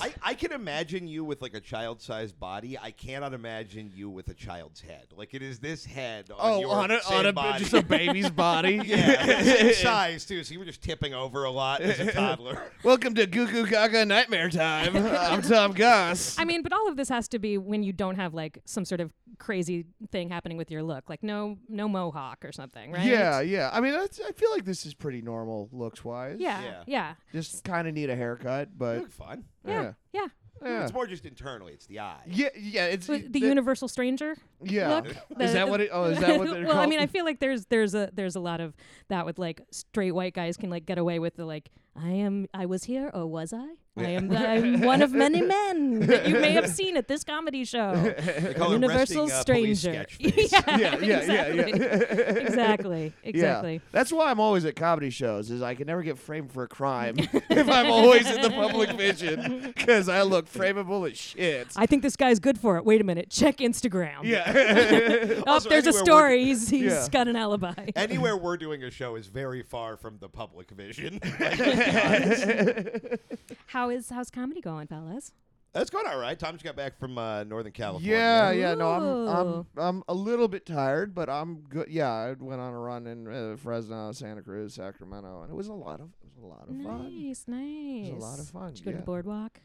Speaker 1: I, I can imagine you with like a child-sized body. I cannot imagine you with a child's head. Like it is this head on
Speaker 3: oh,
Speaker 1: your
Speaker 3: on a,
Speaker 1: thin
Speaker 3: on a
Speaker 1: body.
Speaker 3: just
Speaker 1: *laughs*
Speaker 3: a baby's body.
Speaker 1: Yeah, same
Speaker 3: *laughs*
Speaker 1: size too. So you were just tipping over a lot as a toddler.
Speaker 3: Welcome to Goo Goo Gaga Nightmare *laughs* Time. I'm Tom Goss.
Speaker 2: I mean, but all of this has to be when you don't have like some sort of crazy thing happening with your look, like no no mohawk or something, right?
Speaker 3: Yeah, yeah. I mean, that's, I feel like this is pretty normal looks wise.
Speaker 2: yeah,
Speaker 1: Yeah.
Speaker 2: yeah, yeah,
Speaker 3: Just kind of need a haircut,
Speaker 1: You
Speaker 3: but
Speaker 1: look fun.
Speaker 2: yeah.
Speaker 3: yeah, yeah,
Speaker 1: It's more just internally. It's the eye.
Speaker 3: *laughs* yeah. yeah, it's
Speaker 2: So The,
Speaker 3: it-
Speaker 2: universal stranger.
Speaker 3: Yeah.
Speaker 2: look,
Speaker 3: Is
Speaker 2: the-
Speaker 3: that what? It, oh, is *laughs* that what they're
Speaker 2: *laughs* well,
Speaker 3: called?
Speaker 2: I mean, I feel like there's there's a there's a lot of that with like straight white guys can like get away with the like I am I was here or was I? I am the, I'm one
Speaker 3: *laughs*
Speaker 2: of many men that you may have seen at this comedy show.
Speaker 1: They call it
Speaker 2: Universal
Speaker 1: resting, uh, police
Speaker 2: stranger.
Speaker 1: sketch
Speaker 2: *laughs*
Speaker 1: face.
Speaker 2: yeah,
Speaker 3: *laughs* yeah, yeah,
Speaker 2: exactly.
Speaker 3: yeah, yeah.
Speaker 2: exactly. Exactly.
Speaker 3: Yeah. That's why I'm always at comedy shows is I can never get framed for a crime *laughs* if I'm always in the public vision cuz I look frameable as shit.
Speaker 2: I think this guy's good for it. Wait a minute. Check Instagram.
Speaker 3: Yeah.
Speaker 2: *laughs* Oh,
Speaker 1: Also,
Speaker 2: there's a
Speaker 1: anywhere
Speaker 2: story. He's, he's
Speaker 3: Yeah.
Speaker 2: got an alibi.
Speaker 1: *laughs* Anywhere we're doing a show is very far from the public vision. *laughs* Like, let's be honest.
Speaker 2: *laughs* How is how's comedy going, fellas?
Speaker 1: That's going all right. Tom just got back from uh, Northern California.
Speaker 3: *laughs* yeah, yeah, no, I'm,
Speaker 2: Ooh.
Speaker 3: I'm I'm a little bit tired, but I'm good. Yeah, I went on a run in uh, Fresno, Santa Cruz, Sacramento, and it was a lot of it was a lot of fun.
Speaker 2: Nice, nice.
Speaker 3: It was a lot of fun.
Speaker 2: Did you go to
Speaker 3: yeah.
Speaker 2: the boardwalk?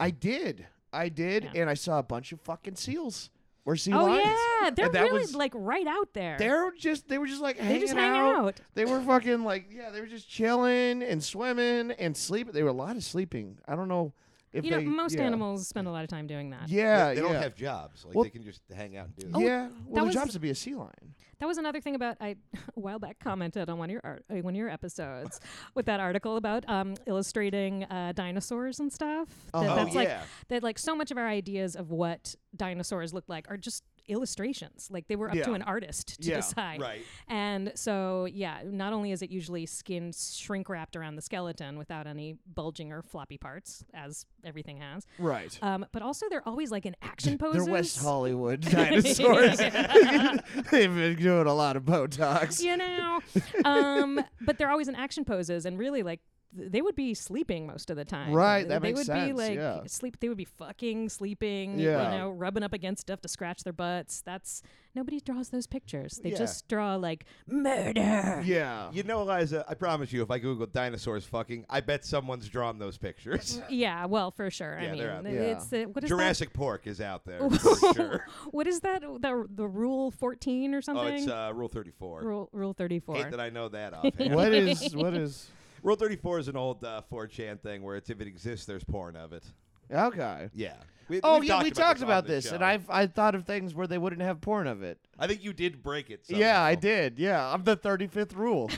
Speaker 3: I did. I did,
Speaker 2: Yeah.
Speaker 3: and I saw a bunch of fucking seals or sea
Speaker 2: oh
Speaker 3: lions.
Speaker 2: yeah,
Speaker 3: And
Speaker 2: they're
Speaker 3: that
Speaker 2: really
Speaker 3: was-
Speaker 2: like right out there.
Speaker 3: They're just they were just like
Speaker 2: they
Speaker 3: hanging
Speaker 2: just hang out.
Speaker 3: They were fucking like yeah, they were just chilling and swimming and sleeping. They were a lot of sleeping. I don't know. If
Speaker 2: you know,
Speaker 3: they-
Speaker 2: most
Speaker 3: yeah.
Speaker 2: animals spend a lot of time doing that.
Speaker 3: Yeah,
Speaker 1: they, they
Speaker 3: yeah.
Speaker 1: don't have jobs. Like
Speaker 3: Well-
Speaker 1: they can just hang out and do.
Speaker 3: Yeah,
Speaker 1: that.
Speaker 3: well,
Speaker 2: Oh, that
Speaker 3: their
Speaker 2: was-
Speaker 3: job's to be a sea lion.
Speaker 2: That was another thing about I *laughs* a while back commented on one of your art, uh, one of your episodes with that article about um, illustrating uh, dinosaurs and stuff. That,
Speaker 3: Uh-huh.
Speaker 2: that's like
Speaker 1: yeah.
Speaker 2: that like so much of our ideas of what dinosaurs look like are just illustrations. Like they were up
Speaker 3: Yeah.
Speaker 2: to an artist to
Speaker 3: Yeah,
Speaker 2: decide.
Speaker 1: right.
Speaker 2: And so yeah, not only is it usually skin shrink wrapped around the skeleton without any bulging or floppy parts, as everything has,
Speaker 3: Right.
Speaker 2: um, but also they're always like in action
Speaker 3: *laughs* They're
Speaker 2: poses.
Speaker 3: West
Speaker 2: *laughs*
Speaker 3: Hollywood dinosaurs. *laughs* They've been doing a lot of Botox.
Speaker 2: you know.
Speaker 3: *laughs*
Speaker 2: um, but they're always in action poses, and really, like th- they would be sleeping most of the time.
Speaker 3: Right,
Speaker 2: Th-
Speaker 3: that
Speaker 2: they
Speaker 3: makes
Speaker 2: would be
Speaker 3: sense,
Speaker 2: like
Speaker 3: yeah.
Speaker 2: sleep. They would be fucking sleeping.
Speaker 3: Yeah.
Speaker 2: you know, rubbing up against stuff to scratch their butts. That's nobody draws those pictures. They
Speaker 1: Yeah.
Speaker 2: just draw like murder.
Speaker 3: Yeah.
Speaker 1: You know, Eliza, I promise you, if I Google dinosaurs fucking, I bet someone's drawn those pictures.
Speaker 2: Yeah, well, for sure. I
Speaker 1: Yeah,
Speaker 2: mean,
Speaker 1: they're out
Speaker 2: th-
Speaker 3: there. Yeah.
Speaker 2: it's the, what is
Speaker 1: Jurassic Pork is out
Speaker 2: *laughs*
Speaker 1: there for sure.
Speaker 2: that? What is that? The, the rule fourteen or
Speaker 1: Oh,
Speaker 2: something?
Speaker 1: it's uh, Rule 34.
Speaker 2: rule Rule thirty four.
Speaker 1: Hate that I know
Speaker 3: *laughs*
Speaker 1: that offhand.
Speaker 3: What is what is
Speaker 1: Rule 34 is an old uh, 4chan thing where it's if it exists, there's porn of it.
Speaker 3: okay?
Speaker 1: Yeah. We,
Speaker 3: Oh
Speaker 1: we've
Speaker 3: yeah, we talked
Speaker 1: on
Speaker 3: about
Speaker 1: this
Speaker 3: this, and
Speaker 1: show.
Speaker 3: I've I thought of things where they wouldn't have porn of it.
Speaker 1: I think you did break it.
Speaker 3: Yeah, I
Speaker 1: somehow. *laughs*
Speaker 3: did. Yeah, I'm the 35th rule.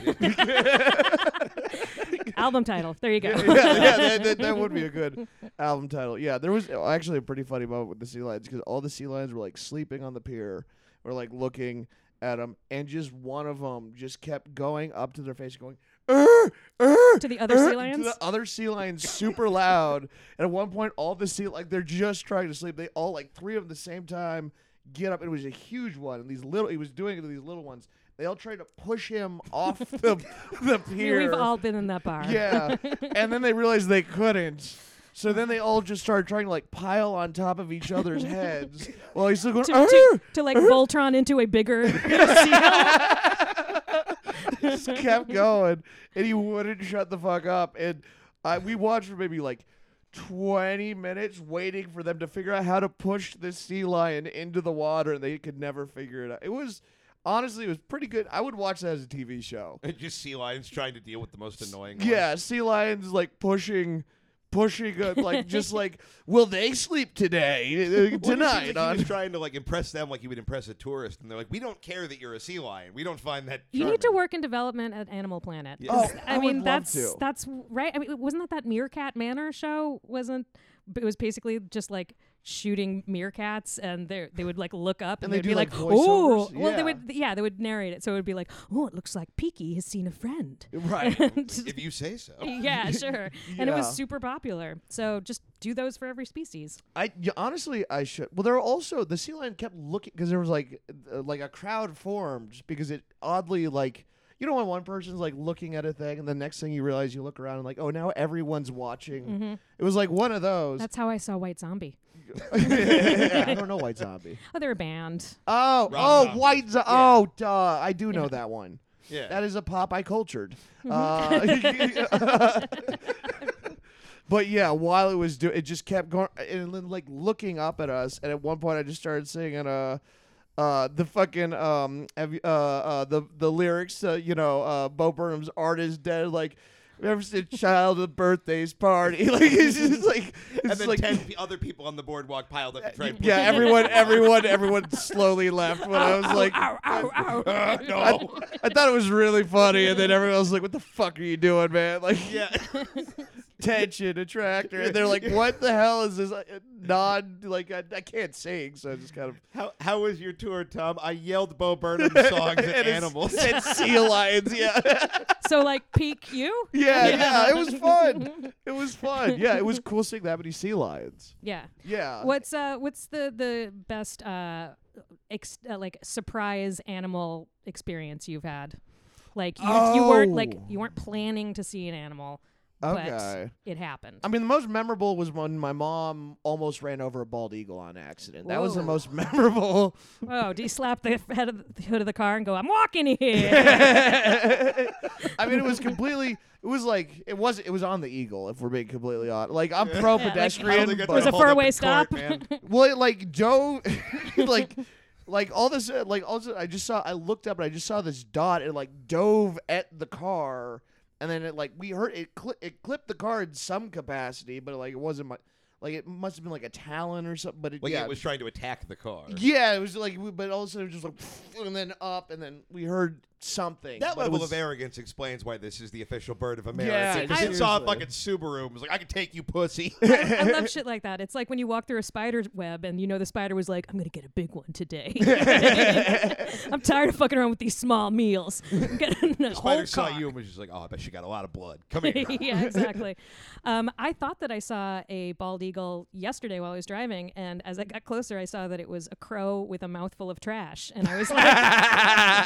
Speaker 2: Album title. There you
Speaker 1: *laughs*
Speaker 3: *laughs*
Speaker 2: go.
Speaker 3: yeah, yeah, that, that,
Speaker 2: *laughs*
Speaker 3: that would be a good album title. Yeah, there was actually a pretty funny moment with the sea lions because all the sea lions were like sleeping on the pier or like looking at them, and just one of them just kept going up to their face, and going "Err, err,
Speaker 2: To the other
Speaker 3: err,"
Speaker 2: sea
Speaker 3: to
Speaker 2: lions?
Speaker 3: the other sea lions, super loud. And at one point, all the sea like they're just trying to sleep. They all like three of them at the same time get up. It was a huge one, and these little he was doing it to these little ones. They all tried to push him off
Speaker 2: *laughs*
Speaker 3: the the pier.
Speaker 2: We've all been in that bar. *laughs*
Speaker 3: Yeah. and then they realized they couldn't. So then they all just started trying to like pile on top of each other's
Speaker 2: *laughs*
Speaker 3: heads while he's still going.
Speaker 2: to,
Speaker 3: "Arr!"
Speaker 2: to, to like Voltron into a bigger seal.
Speaker 3: just kept going, and he wouldn't shut the fuck up. And I, we watched for maybe like twenty minutes, waiting for them to figure out how to push this sea lion into the water, and they could never figure it out. It was honestly, it was pretty good. I would watch that as a TV show.
Speaker 1: Just sea lions trying to deal with the most annoying ones.
Speaker 3: Yeah, sea lions like pushing, pushing, *laughs* uh, like just like, will they sleep *laughs* today, Uh,
Speaker 1: Well, it just seems
Speaker 3: tonight?
Speaker 1: like he
Speaker 3: on *laughs*
Speaker 1: was trying to like impress them like he would impress a tourist, and they're like, "We don't care that you're a sea lion. We don't find that."
Speaker 2: *laughs* You need to
Speaker 1: charming."
Speaker 2: work in development at Animal Planet.
Speaker 1: Yeah.
Speaker 2: 'Cause,
Speaker 3: Oh,
Speaker 2: I,
Speaker 3: I would
Speaker 2: mean
Speaker 3: love
Speaker 2: that's
Speaker 3: to.
Speaker 2: that's right. I mean, wasn't that that Meerkat Manor show? Wasn't but it was basically just like shooting meerkats and they they would like look up
Speaker 3: And
Speaker 2: and,
Speaker 3: they
Speaker 2: they'd
Speaker 3: do,
Speaker 2: be
Speaker 3: like,
Speaker 2: like, oh
Speaker 3: voiceovers?
Speaker 2: well
Speaker 3: Yeah.
Speaker 2: they would yeah they would narrate it so it would be like oh it looks like Peaky has seen
Speaker 3: *laughs*
Speaker 2: a friend *laughs*
Speaker 3: right.
Speaker 1: *laughs* if you say so.
Speaker 2: yeah sure and it
Speaker 3: Yeah.
Speaker 2: was super popular so just do those for every species
Speaker 3: I y- honestly, I should. Well, there were also the sea lion kept looking because there was like, uh, like a crowd formed because it oddly like. You know when one person's like looking at a thing, and the next thing you realize, you look around and like, oh, now everyone's watching. It was like one of those. *laughs*
Speaker 2: Mm-hmm. that's how I saw White Zombie
Speaker 3: I don't know White Zombie.
Speaker 2: oh they're a band
Speaker 3: Oh,
Speaker 1: Rob
Speaker 3: oh,
Speaker 1: Zombie.
Speaker 3: White Zombie. Oh, duh, I do know that one.
Speaker 1: Yeah.
Speaker 3: That is a pop I cultured. Uh, *laughs* but yeah, while it was doing, it just kept going and then like looking up at us. And at one point, I just started singing uh, uh, the fucking um, have you- uh, uh, the the lyrics. Uh, you know, uh, Bo Burnham's art is dead. Like. Ever since childhood birthdays party, *laughs* like it's just like it's
Speaker 1: and then *laughs*
Speaker 3: like
Speaker 1: ten p- other people on the boardwalk piled up to
Speaker 3: *laughs*
Speaker 1: try. and
Speaker 3: yeah,
Speaker 1: push it. *laughs*
Speaker 3: everyone, everyone, everyone slowly left when I was like,
Speaker 1: Uh,
Speaker 3: *laughs* I,
Speaker 1: no.
Speaker 3: I thought it was really funny, and then everyone was like, "What the fuck are you doing, man?" *laughs* Like
Speaker 1: yeah.
Speaker 3: tension attractor, and they're like, "What the hell is this?" Like, Non, like I, I can't sing, so I just kind of
Speaker 1: How how was your tour, Tom? I yelled Bo Burnham *laughs* songs at
Speaker 3: And
Speaker 1: *laughs*
Speaker 3: it's-
Speaker 1: animals.
Speaker 3: said
Speaker 1: *laughs*
Speaker 3: sea lions. Yeah,
Speaker 2: *laughs* so like peak you
Speaker 3: yeah, yeah. It was fun. It was fun. Yeah, it was cool seeing that many sea lions.
Speaker 2: yeah
Speaker 3: Yeah.
Speaker 2: What's uh what's the the best uh, ex- uh like surprise animal experience you've had? Like you, you weren't like
Speaker 3: Oh.
Speaker 2: you weren't planning to see an animal,
Speaker 3: Okay.
Speaker 2: but it happened.
Speaker 3: I mean, the most memorable was when my mom almost ran over a bald eagle on accident. That was the
Speaker 2: Whoa.
Speaker 3: most *laughs* memorable.
Speaker 2: oh, do you slap
Speaker 3: *laughs*
Speaker 2: the f- head of the hood of the car and go, "I'm walking *laughs* here"?
Speaker 3: I mean, it was completely. It was like it was. It was on the eagle. If we're being completely honest, like I'm pro
Speaker 2: like-
Speaker 1: I don't
Speaker 3: pedestrian.
Speaker 1: think that's
Speaker 3: but-
Speaker 2: was
Speaker 1: gonna
Speaker 2: a
Speaker 1: hold up
Speaker 2: four-way
Speaker 1: in court, *laughs*
Speaker 2: stop.
Speaker 1: man.
Speaker 3: well, it, like Joe, *laughs* like, like all this, uh, like also, I just saw. I looked up and I just saw this dot. and It like dove at the car, and then it like we heard it. Cli- it clipped the car in some capacity, but like it wasn't my. like it must have been like a Talon or something. But it,
Speaker 1: Like
Speaker 3: yeah,
Speaker 1: it was trying to attack the car.
Speaker 3: yeah, it was like, we- but all of a sudden it was just like, and then up, and then we heard something.
Speaker 1: That
Speaker 3: but it
Speaker 1: level
Speaker 3: was-
Speaker 1: of arrogance explains why this is the official bird of
Speaker 3: Yeah,
Speaker 1: America. Because
Speaker 3: I-
Speaker 1: it saw a
Speaker 3: seriously.
Speaker 1: fucking Subaru and was like, I can take you, pussy.
Speaker 2: I, I
Speaker 1: *laughs*
Speaker 2: love shit like that. It's like when you walk through a spider web and you know the spider was like, I'm going to get a big one
Speaker 1: *laughs*
Speaker 2: today. I'm tired of fucking around with these
Speaker 1: *laughs*
Speaker 2: small meals. *laughs* I'm gonna-
Speaker 1: The
Speaker 2: whole
Speaker 1: spider saw
Speaker 2: cock.
Speaker 1: you and was just like, oh, I bet she got a lot of blood. Come here.
Speaker 2: *laughs* yeah, exactly. Um, I thought that I saw a bald eagle yesterday while I was driving, and as I got closer, I saw that it was a crow with a mouthful of trash, and
Speaker 1: *laughs*
Speaker 2: I was like,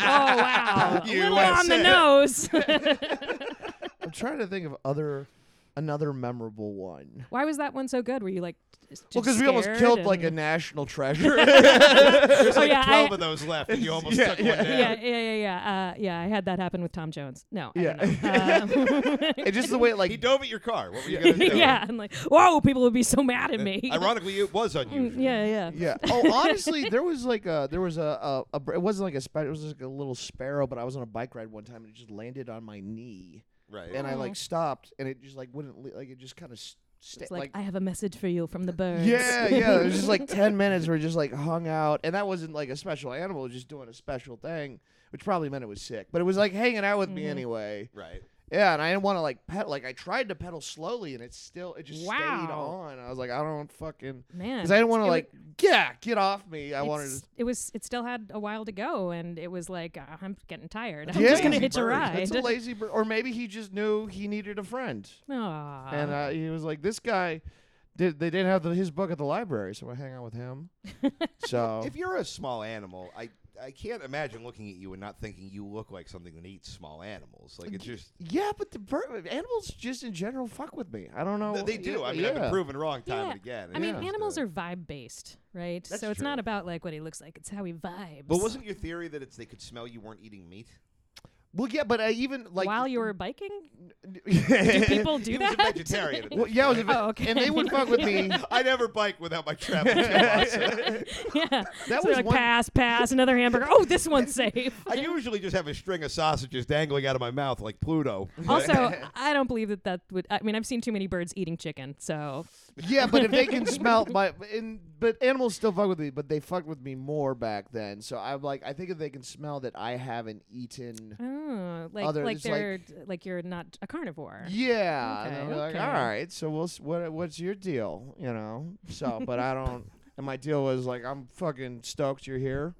Speaker 2: "Oh wow, a
Speaker 1: You
Speaker 2: little
Speaker 1: are
Speaker 2: on the
Speaker 1: sick. *laughs*
Speaker 2: nose."
Speaker 3: I'm trying to think of other another memorable one.
Speaker 2: Why was that one so good? Were you like, just
Speaker 3: Well, because we almost
Speaker 2: scared
Speaker 3: killed like a
Speaker 2: and-
Speaker 3: national
Speaker 2: *laughs*
Speaker 3: treasure. *laughs*
Speaker 1: There's
Speaker 2: Oh,
Speaker 1: like
Speaker 2: yeah,
Speaker 1: 12
Speaker 2: I-
Speaker 1: of those left and you almost took one
Speaker 3: *laughs*
Speaker 1: down.
Speaker 2: yeah, yeah, yeah, yeah, uh, yeah. I had that happen with Tom Jones. No, I Um,
Speaker 3: Yeah. *laughs*
Speaker 2: don't know.
Speaker 3: it's just the way it
Speaker 1: He
Speaker 3: like
Speaker 1: dove at your car. What were you
Speaker 2: *laughs*
Speaker 1: going to
Speaker 2: Um,
Speaker 1: do?
Speaker 2: yeah, I'm like, whoa, people would be so mad at me.
Speaker 1: Ironically, it was unusual.
Speaker 2: *laughs* yeah, yeah.
Speaker 3: *laughs*
Speaker 2: *laughs*
Speaker 3: yeah. Oh, honestly, there was like a there was a, a, a it wasn't like a spider. It was like a little sparrow. But I was on a bike ride one time and it just landed on my knee,
Speaker 1: Right.
Speaker 3: and I
Speaker 2: Oh.
Speaker 3: like stopped, and it just like wouldn't le- like it just kind of st-
Speaker 2: It's like, I have a message for you from the *laughs*
Speaker 3: *laughs*
Speaker 2: birds.
Speaker 3: Yeah, yeah. It was just like ten minutes where it just like hung out, and that wasn't like a special animal. It was just doing a special thing, which probably meant it was sick. But it was like hanging out with
Speaker 2: Mm-hmm.
Speaker 3: me anyway.
Speaker 1: right.
Speaker 3: Yeah, and I didn't want to like pedal. Like I tried to pedal slowly, and it still it just stayed
Speaker 2: Wow.
Speaker 3: on. I was like, I don't fucking
Speaker 2: man.
Speaker 3: because I didn't want
Speaker 2: It
Speaker 3: to
Speaker 2: would-
Speaker 3: like yeah get off me. I wanted
Speaker 2: it's-
Speaker 3: to.
Speaker 2: It was. It still had a while to go, and it was like uh, I'm getting tired. I'm
Speaker 3: Yeah.
Speaker 2: just gonna
Speaker 3: Lazy
Speaker 2: hitch a
Speaker 1: bird.
Speaker 2: ride.
Speaker 3: That's a lazy bird, or maybe he just knew he needed a friend,
Speaker 2: *laughs* Aw.
Speaker 3: and uh, he was like, "This guy, did they didn't have the, his book at the library, so I hang out with
Speaker 2: *laughs*
Speaker 3: him." so
Speaker 1: If you're a small animal, I I can't imagine looking at you and not thinking you look like something that eats small animals. Like it's just
Speaker 3: yeah, but the bird, animals just in general fuck with me. I don't know.
Speaker 1: they do. I mean, I've been
Speaker 3: yeah.
Speaker 1: proven wrong time
Speaker 2: Yeah.
Speaker 1: and again.
Speaker 2: I mean,
Speaker 3: Yeah.
Speaker 2: animals are vibe based, right?
Speaker 1: That's
Speaker 2: so it's
Speaker 1: true.
Speaker 2: not about like what he looks like; it's how he vibes.
Speaker 1: But wasn't your theory that it's they could smell you weren't eating meat?
Speaker 3: Well, yeah, but I even like
Speaker 2: while you
Speaker 3: *laughs*
Speaker 2: were biking, do
Speaker 3: do
Speaker 2: *laughs* people
Speaker 1: *laughs*
Speaker 2: do
Speaker 1: he
Speaker 2: that?
Speaker 1: was a vegetarian. at
Speaker 3: *laughs* Well,
Speaker 1: this
Speaker 3: yeah, I
Speaker 1: *laughs*
Speaker 3: was a
Speaker 1: point.
Speaker 3: ve-
Speaker 2: *laughs* Oh, okay.
Speaker 3: and they would fuck with
Speaker 2: *laughs*
Speaker 3: me.
Speaker 1: I never bike without my *laughs* travel toolbox.
Speaker 2: yeah, that
Speaker 3: was
Speaker 2: like
Speaker 3: one-
Speaker 2: pass, pass, another hamburger. Oh, this one's safe.
Speaker 1: I usually just have a string of sausages dangling out of my mouth like *laughs* Pluto.
Speaker 2: *laughs* also, I don't believe that that would. I mean, I've seen too many birds eating chicken, so
Speaker 3: Yeah, but if they
Speaker 2: *laughs*
Speaker 3: can smell my and but animals still fuck with me, but they fucked with me more back then. So I'm like, I think if they can smell that I haven't eaten,
Speaker 2: oh, like
Speaker 3: Other-
Speaker 2: like
Speaker 3: it's like-
Speaker 2: they're like, you're not a carnivore.
Speaker 3: yeah, and
Speaker 2: Okay,
Speaker 3: I'm like,
Speaker 2: okay.
Speaker 3: all right. So we'll s- what what's your deal? You know. So, but I don't. And my deal was like, I'm fucking stoked you're here.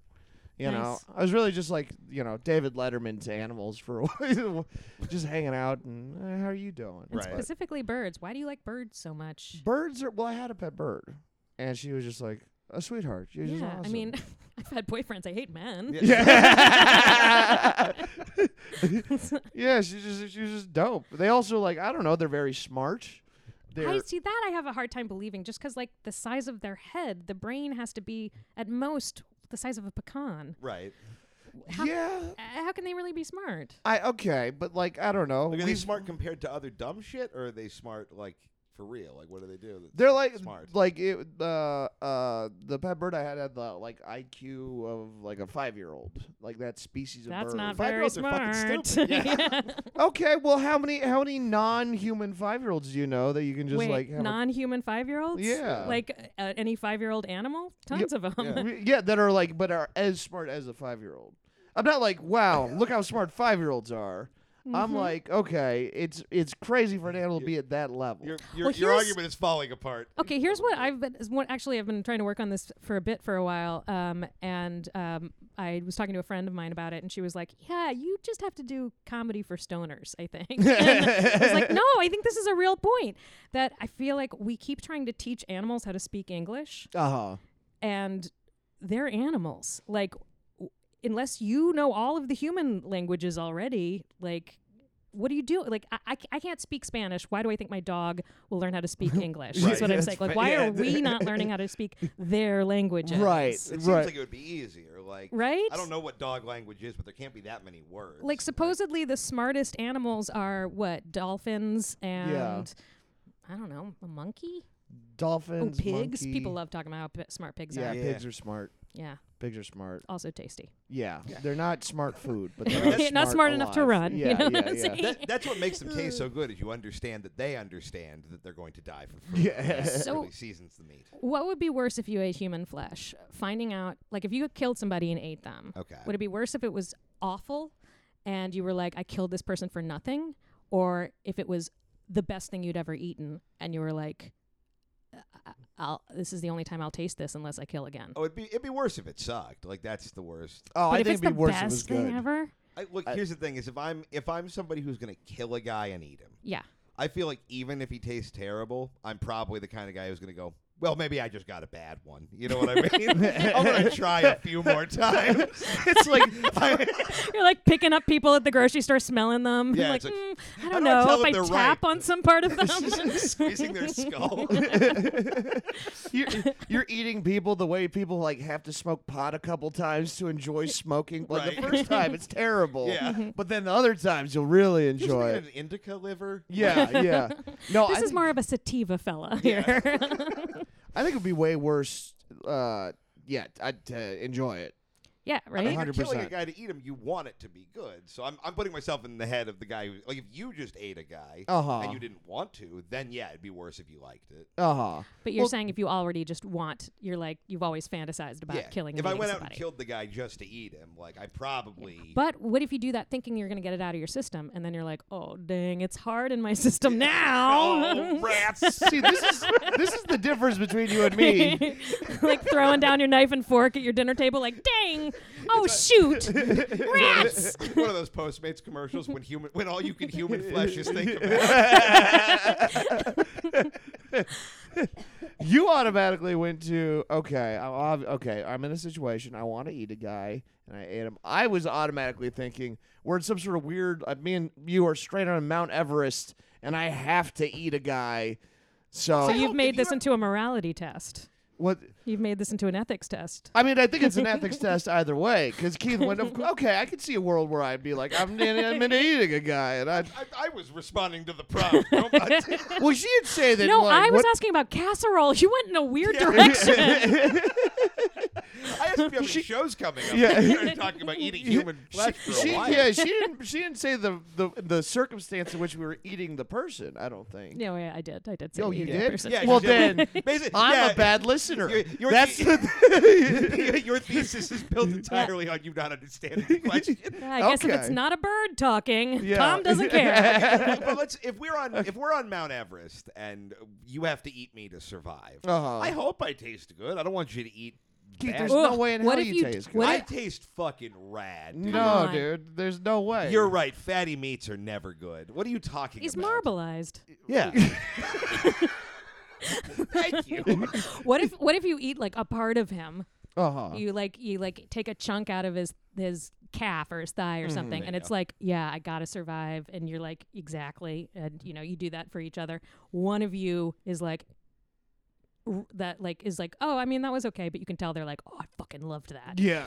Speaker 3: You know,
Speaker 2: Nice.
Speaker 3: I was really just like, you know, David Letterman to animals for a *laughs* while, just hanging out and eh, how are you doing?
Speaker 1: Right.
Speaker 3: But-
Speaker 2: Specifically, birds. Why do you like birds so much?
Speaker 3: Birds are well. I had a pet bird, and she was just like a sweetheart. She was just
Speaker 2: yeah,
Speaker 3: awesome.
Speaker 2: I mean, *laughs* I've had boyfriends. I hate men. *laughs*
Speaker 3: yeah, yeah. She just she was just dope. They also like I don't know. They're very smart. They're
Speaker 2: I see that. I have a hard time believing just because, like, the size of their head, the brain has to be at most the size of a pecan.
Speaker 1: right.
Speaker 2: How,
Speaker 3: yeah.
Speaker 2: uh, how can they really be smart?
Speaker 3: I okay, but like I don't know.
Speaker 1: Like, are they
Speaker 3: We've-
Speaker 1: smart compared to other dumb shit, or are they smart like for real? Like, what do they do? that's
Speaker 3: They're like
Speaker 1: smart.
Speaker 3: like it. Uh, uh, the pet bird I had had the like IQ of like a five year old. Like that species of
Speaker 2: That's
Speaker 3: bird.
Speaker 2: not
Speaker 1: Five
Speaker 2: very
Speaker 1: year-olds are fucking
Speaker 2: smart. *laughs*
Speaker 1: stupid.
Speaker 2: Yeah.
Speaker 3: okay. Well, how many how many non human five year olds do you know that you can just
Speaker 2: Wait,
Speaker 3: like have a
Speaker 2: non-human five-year-olds?
Speaker 3: Yeah.
Speaker 2: like uh, any five-year-old animal? Tons of 'em. of
Speaker 3: *laughs*
Speaker 2: them. *laughs*
Speaker 3: Re- yeah, that are like, but are as smart as a five year old. I'm not like,
Speaker 2: *laughs*
Speaker 3: wow, look how smart five year olds are.
Speaker 2: Mm-hmm.
Speaker 3: I'm like, okay, it's it's crazy for an animal to be at that level. *laughs*
Speaker 1: Your your,
Speaker 2: Well,
Speaker 1: your
Speaker 2: here's-
Speaker 1: argument is falling apart.
Speaker 2: Okay, here's what I've been. is What actually, I've been trying to work on this for a bit for a while, um, and um, I was talking to a friend of mine about it, and she was like, "Yeah, you just have to do comedy for stoners." I think. *laughs* And I
Speaker 3: *laughs*
Speaker 2: was like, "No, I think this is a real point that I feel like we keep trying to teach animals how to speak English,
Speaker 3: Uh huh.
Speaker 2: and they're animals. Like, w- unless you know all of the human languages already, like." What do you do? Like, I, I, c- I can't speak Spanish. Why do I think my dog will learn how
Speaker 3: *laughs*
Speaker 2: to speak English? Is
Speaker 1: Right.
Speaker 2: what I'm
Speaker 3: That's
Speaker 2: saying. Like,
Speaker 3: fa-
Speaker 2: why
Speaker 3: yeah.
Speaker 2: are we
Speaker 3: *laughs*
Speaker 2: not learning how to speak their languages?
Speaker 3: Right.
Speaker 1: It seems
Speaker 3: Right.
Speaker 1: like it would be easier. Like,
Speaker 2: Right?
Speaker 1: I don't know what dog language is, but there can't be that many words.
Speaker 2: Like, supposedly the smartest animals are what? Dolphins and. I don't know, a monkey?
Speaker 3: Dolphins,
Speaker 2: oh, pigs.
Speaker 3: monkey.
Speaker 2: People love talking about how p- smart pigs
Speaker 3: Yeah,
Speaker 2: are.
Speaker 1: Yeah.
Speaker 3: pigs are smart.
Speaker 2: Yeah.
Speaker 3: Pigs are smart.
Speaker 2: Also tasty.
Speaker 3: Yeah, they're not smart food,
Speaker 2: *laughs*
Speaker 3: but they're
Speaker 1: That's
Speaker 2: not smart enough to
Speaker 3: alive.
Speaker 2: run, you
Speaker 3: Yeah,
Speaker 2: know
Speaker 3: yeah,
Speaker 2: what I'm
Speaker 3: yeah.
Speaker 2: saying?
Speaker 1: That, that's what makes them taste so good is you understand that they understand that they're going to die for food.
Speaker 3: Yeah.
Speaker 1: That
Speaker 2: So-
Speaker 1: really seasons the meat.
Speaker 2: What would be worse if you ate human flesh? Finding out, like, if you killed somebody and ate them,
Speaker 1: Okay.
Speaker 2: would it be worse if it was awful and you were like, I killed this person for nothing? Or if it was the best thing you'd ever eaten and you were like, "I- I'll, this is the only time I'll taste this unless I kill again?
Speaker 1: Oh, it'd be it'd be worse if it sucked. Like that's the worst.
Speaker 3: Oh,
Speaker 2: but
Speaker 3: I
Speaker 2: if
Speaker 3: think it'd
Speaker 2: it's
Speaker 3: be
Speaker 2: the
Speaker 3: worse if it was
Speaker 2: best thing
Speaker 3: good.
Speaker 2: ever,
Speaker 1: I, look,
Speaker 3: I-
Speaker 1: here's the thing: is if I'm if I'm somebody who's going to kill a guy and eat him,
Speaker 2: yeah.
Speaker 1: I feel like even if he tastes terrible, I'm probably the kind of guy who's going to go. Well, maybe I just got a bad one. You know what I
Speaker 3: *laughs*
Speaker 1: mean? *laughs* I'm going to try a few more times. It's like I, *laughs*
Speaker 2: You're like picking up people at the grocery store, smelling them.
Speaker 1: Yeah,
Speaker 2: like,
Speaker 1: it's like,
Speaker 2: "Mm, I
Speaker 1: do
Speaker 2: don't
Speaker 1: I tell
Speaker 2: know
Speaker 1: if
Speaker 2: if
Speaker 1: they're
Speaker 2: I tap
Speaker 1: ripe?"
Speaker 2: on some
Speaker 3: *laughs*
Speaker 2: part of them. *laughs*
Speaker 3: Oh,
Speaker 1: squeezing their skull.
Speaker 2: *laughs*
Speaker 3: you're, you're eating people the way people like have to smoke pot a couple times to enjoy smoking. Like the
Speaker 1: Right. *laughs*
Speaker 3: first time, it's terrible.
Speaker 1: Yeah.
Speaker 2: Mm-hmm.
Speaker 1: Mhm.
Speaker 3: But then the other times, you'll really
Speaker 1: Isn't
Speaker 3: enjoy
Speaker 1: it
Speaker 3: it.
Speaker 1: an indica liver?
Speaker 3: *laughs* Yeah, yeah. No,
Speaker 2: this
Speaker 3: I
Speaker 2: is
Speaker 3: think,
Speaker 2: more of a sativa fella here. *laughs*
Speaker 3: I think it'd be way worse. Uh, yeah, I'd uh, enjoy it.
Speaker 2: yeah, right?
Speaker 1: If you're killing a
Speaker 3: 100%.
Speaker 1: guy to eat him, you want it to be good. So I'm, I'm putting myself in the head of the guy who, like, if you just ate a guy
Speaker 3: Uh-huh.
Speaker 1: and you didn't want to, then yeah, it'd be worse if you liked it.
Speaker 3: Uh huh.
Speaker 2: *laughs* But you're
Speaker 3: Well-
Speaker 2: saying if you already just want, you're like you've always fantasized about
Speaker 1: yeah,
Speaker 2: killing.
Speaker 1: If
Speaker 2: and
Speaker 1: I
Speaker 2: eating
Speaker 1: went out
Speaker 2: somebody.
Speaker 1: and killed the guy just to eat him, like I probably.
Speaker 2: But what if you do that thinking you're going to get it out of your system, and then you're like, oh dang, it's hard in my *laughs* system now. *laughs*
Speaker 1: Oh, rats!
Speaker 3: See, this is this is the difference between you and me.
Speaker 2: *laughs* like throwing down your knife and fork at your dinner table, like
Speaker 1: *laughs*
Speaker 2: dang, oh shoot, rats.
Speaker 1: One of those Postmates commercials when human, when all you can human flesh is think about.
Speaker 3: *laughs* you automatically went to okay I'm ob- okay i'm in a situation i want to eat a guy and i ate him i was automatically thinking we're in some sort of weird uh, me and you are straight on mount everest and i have to eat a guy so,
Speaker 2: So you've
Speaker 1: if
Speaker 2: made this
Speaker 1: Oh, you-
Speaker 2: into a morality test.
Speaker 3: what
Speaker 2: You've made this into an ethics test.
Speaker 3: I mean, I think it's an ethics test either way. Because Keith went, of- okay, I could see a world where I'd be like, I'm, in- I'm into eating a guy, and I.
Speaker 1: I, I was responding to the
Speaker 3: *laughs*
Speaker 1: prompt. No, I-
Speaker 3: Well, she did say that.
Speaker 2: No,
Speaker 3: like,
Speaker 2: I was
Speaker 3: what-
Speaker 2: asking about casserole. You went in a
Speaker 1: *laughs*
Speaker 2: weird direction.
Speaker 1: I asked if you have any shows coming up.
Speaker 3: Yeah.
Speaker 1: Yeah, you started talking about eating human flesh for
Speaker 3: she,
Speaker 1: a while.
Speaker 3: yeah, she didn't. She didn't say the, the the circumstance in which we were eating the person. I don't think.
Speaker 2: no, yeah, I did. I did. Say
Speaker 3: Oh,
Speaker 2: we
Speaker 3: you
Speaker 2: did.
Speaker 3: did?
Speaker 2: person.
Speaker 1: Yeah,
Speaker 3: Well,
Speaker 1: she did.
Speaker 3: then, *laughs*
Speaker 1: Basically,
Speaker 3: I'm
Speaker 1: yeah,
Speaker 3: a bad listener.
Speaker 1: You're- you're
Speaker 3: That's
Speaker 1: the-
Speaker 3: *laughs*
Speaker 1: *laughs* Your thesis is built entirely on you not understanding
Speaker 3: *laughs*
Speaker 1: the question.
Speaker 2: I guess if it's
Speaker 3: Okay.
Speaker 2: not a bird talking,
Speaker 3: Yeah.
Speaker 2: Tom
Speaker 3: *laughs*
Speaker 2: doesn't care.
Speaker 1: but let's if we're on if we're on Mount Everest and you have to eat me to survive.
Speaker 3: Uh-huh.
Speaker 1: I hope I taste good. I don't want you to eat.
Speaker 3: Keith,
Speaker 1: bad.
Speaker 3: there's
Speaker 2: Ugh,
Speaker 3: no way in
Speaker 2: what
Speaker 3: hell
Speaker 2: if
Speaker 3: you
Speaker 2: you d-
Speaker 3: taste good.
Speaker 2: what
Speaker 1: I
Speaker 2: if-
Speaker 1: taste fucking rad. dude.
Speaker 3: no,
Speaker 2: on.
Speaker 3: dude, there's no way.
Speaker 1: You're right. Fatty meats are never good. What are you talking
Speaker 2: He's
Speaker 1: about?
Speaker 2: marbleized.
Speaker 3: yeah.
Speaker 1: *laughs*
Speaker 2: *laughs*
Speaker 1: Thank you.
Speaker 2: What if what if you eat like a part of him?
Speaker 3: Uh huh.
Speaker 2: You like you like take a chunk out of his his calf or his thigh
Speaker 3: Mm,
Speaker 2: or something, and it's like, yeah, I gotta survive. And you're like, exactly. And you know, you do that for each other. One of you is like. r- That like is like oh I mean that was okay but you can tell they're like oh I fucking loved
Speaker 3: *laughs*
Speaker 2: that
Speaker 3: Yeah.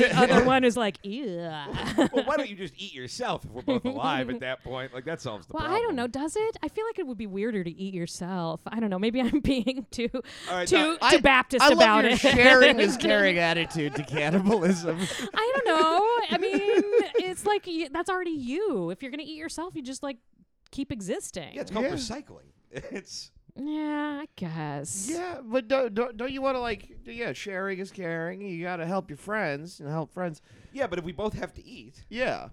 Speaker 3: *laughs*
Speaker 2: the other one is like yeah
Speaker 1: well, why don't you just eat yourself if we're both alive at that point? Like that solves the
Speaker 2: well
Speaker 1: problem.
Speaker 2: I don't know does it I feel like it would be weirder to eat yourself I don't know maybe I'm *laughs* being too
Speaker 1: All right,
Speaker 2: too,
Speaker 1: now-
Speaker 2: too Baptist
Speaker 3: I love
Speaker 2: about
Speaker 3: your
Speaker 2: it *laughs*
Speaker 3: sharing is caring attitude to cannibalism. *laughs*
Speaker 2: I don't know. I mean, it's like y- that's already you. If you're gonna eat yourself, you just like keep existing.
Speaker 1: Yeah, it's called
Speaker 3: Yeah.
Speaker 1: recycling. *laughs* It's
Speaker 2: Yeah, I guess.
Speaker 3: yeah, but don't, don't, don't you want to like? Yeah, sharing is caring. You got to help your friends and help friends.
Speaker 1: yeah, but if we both have to eat,
Speaker 3: Yeah.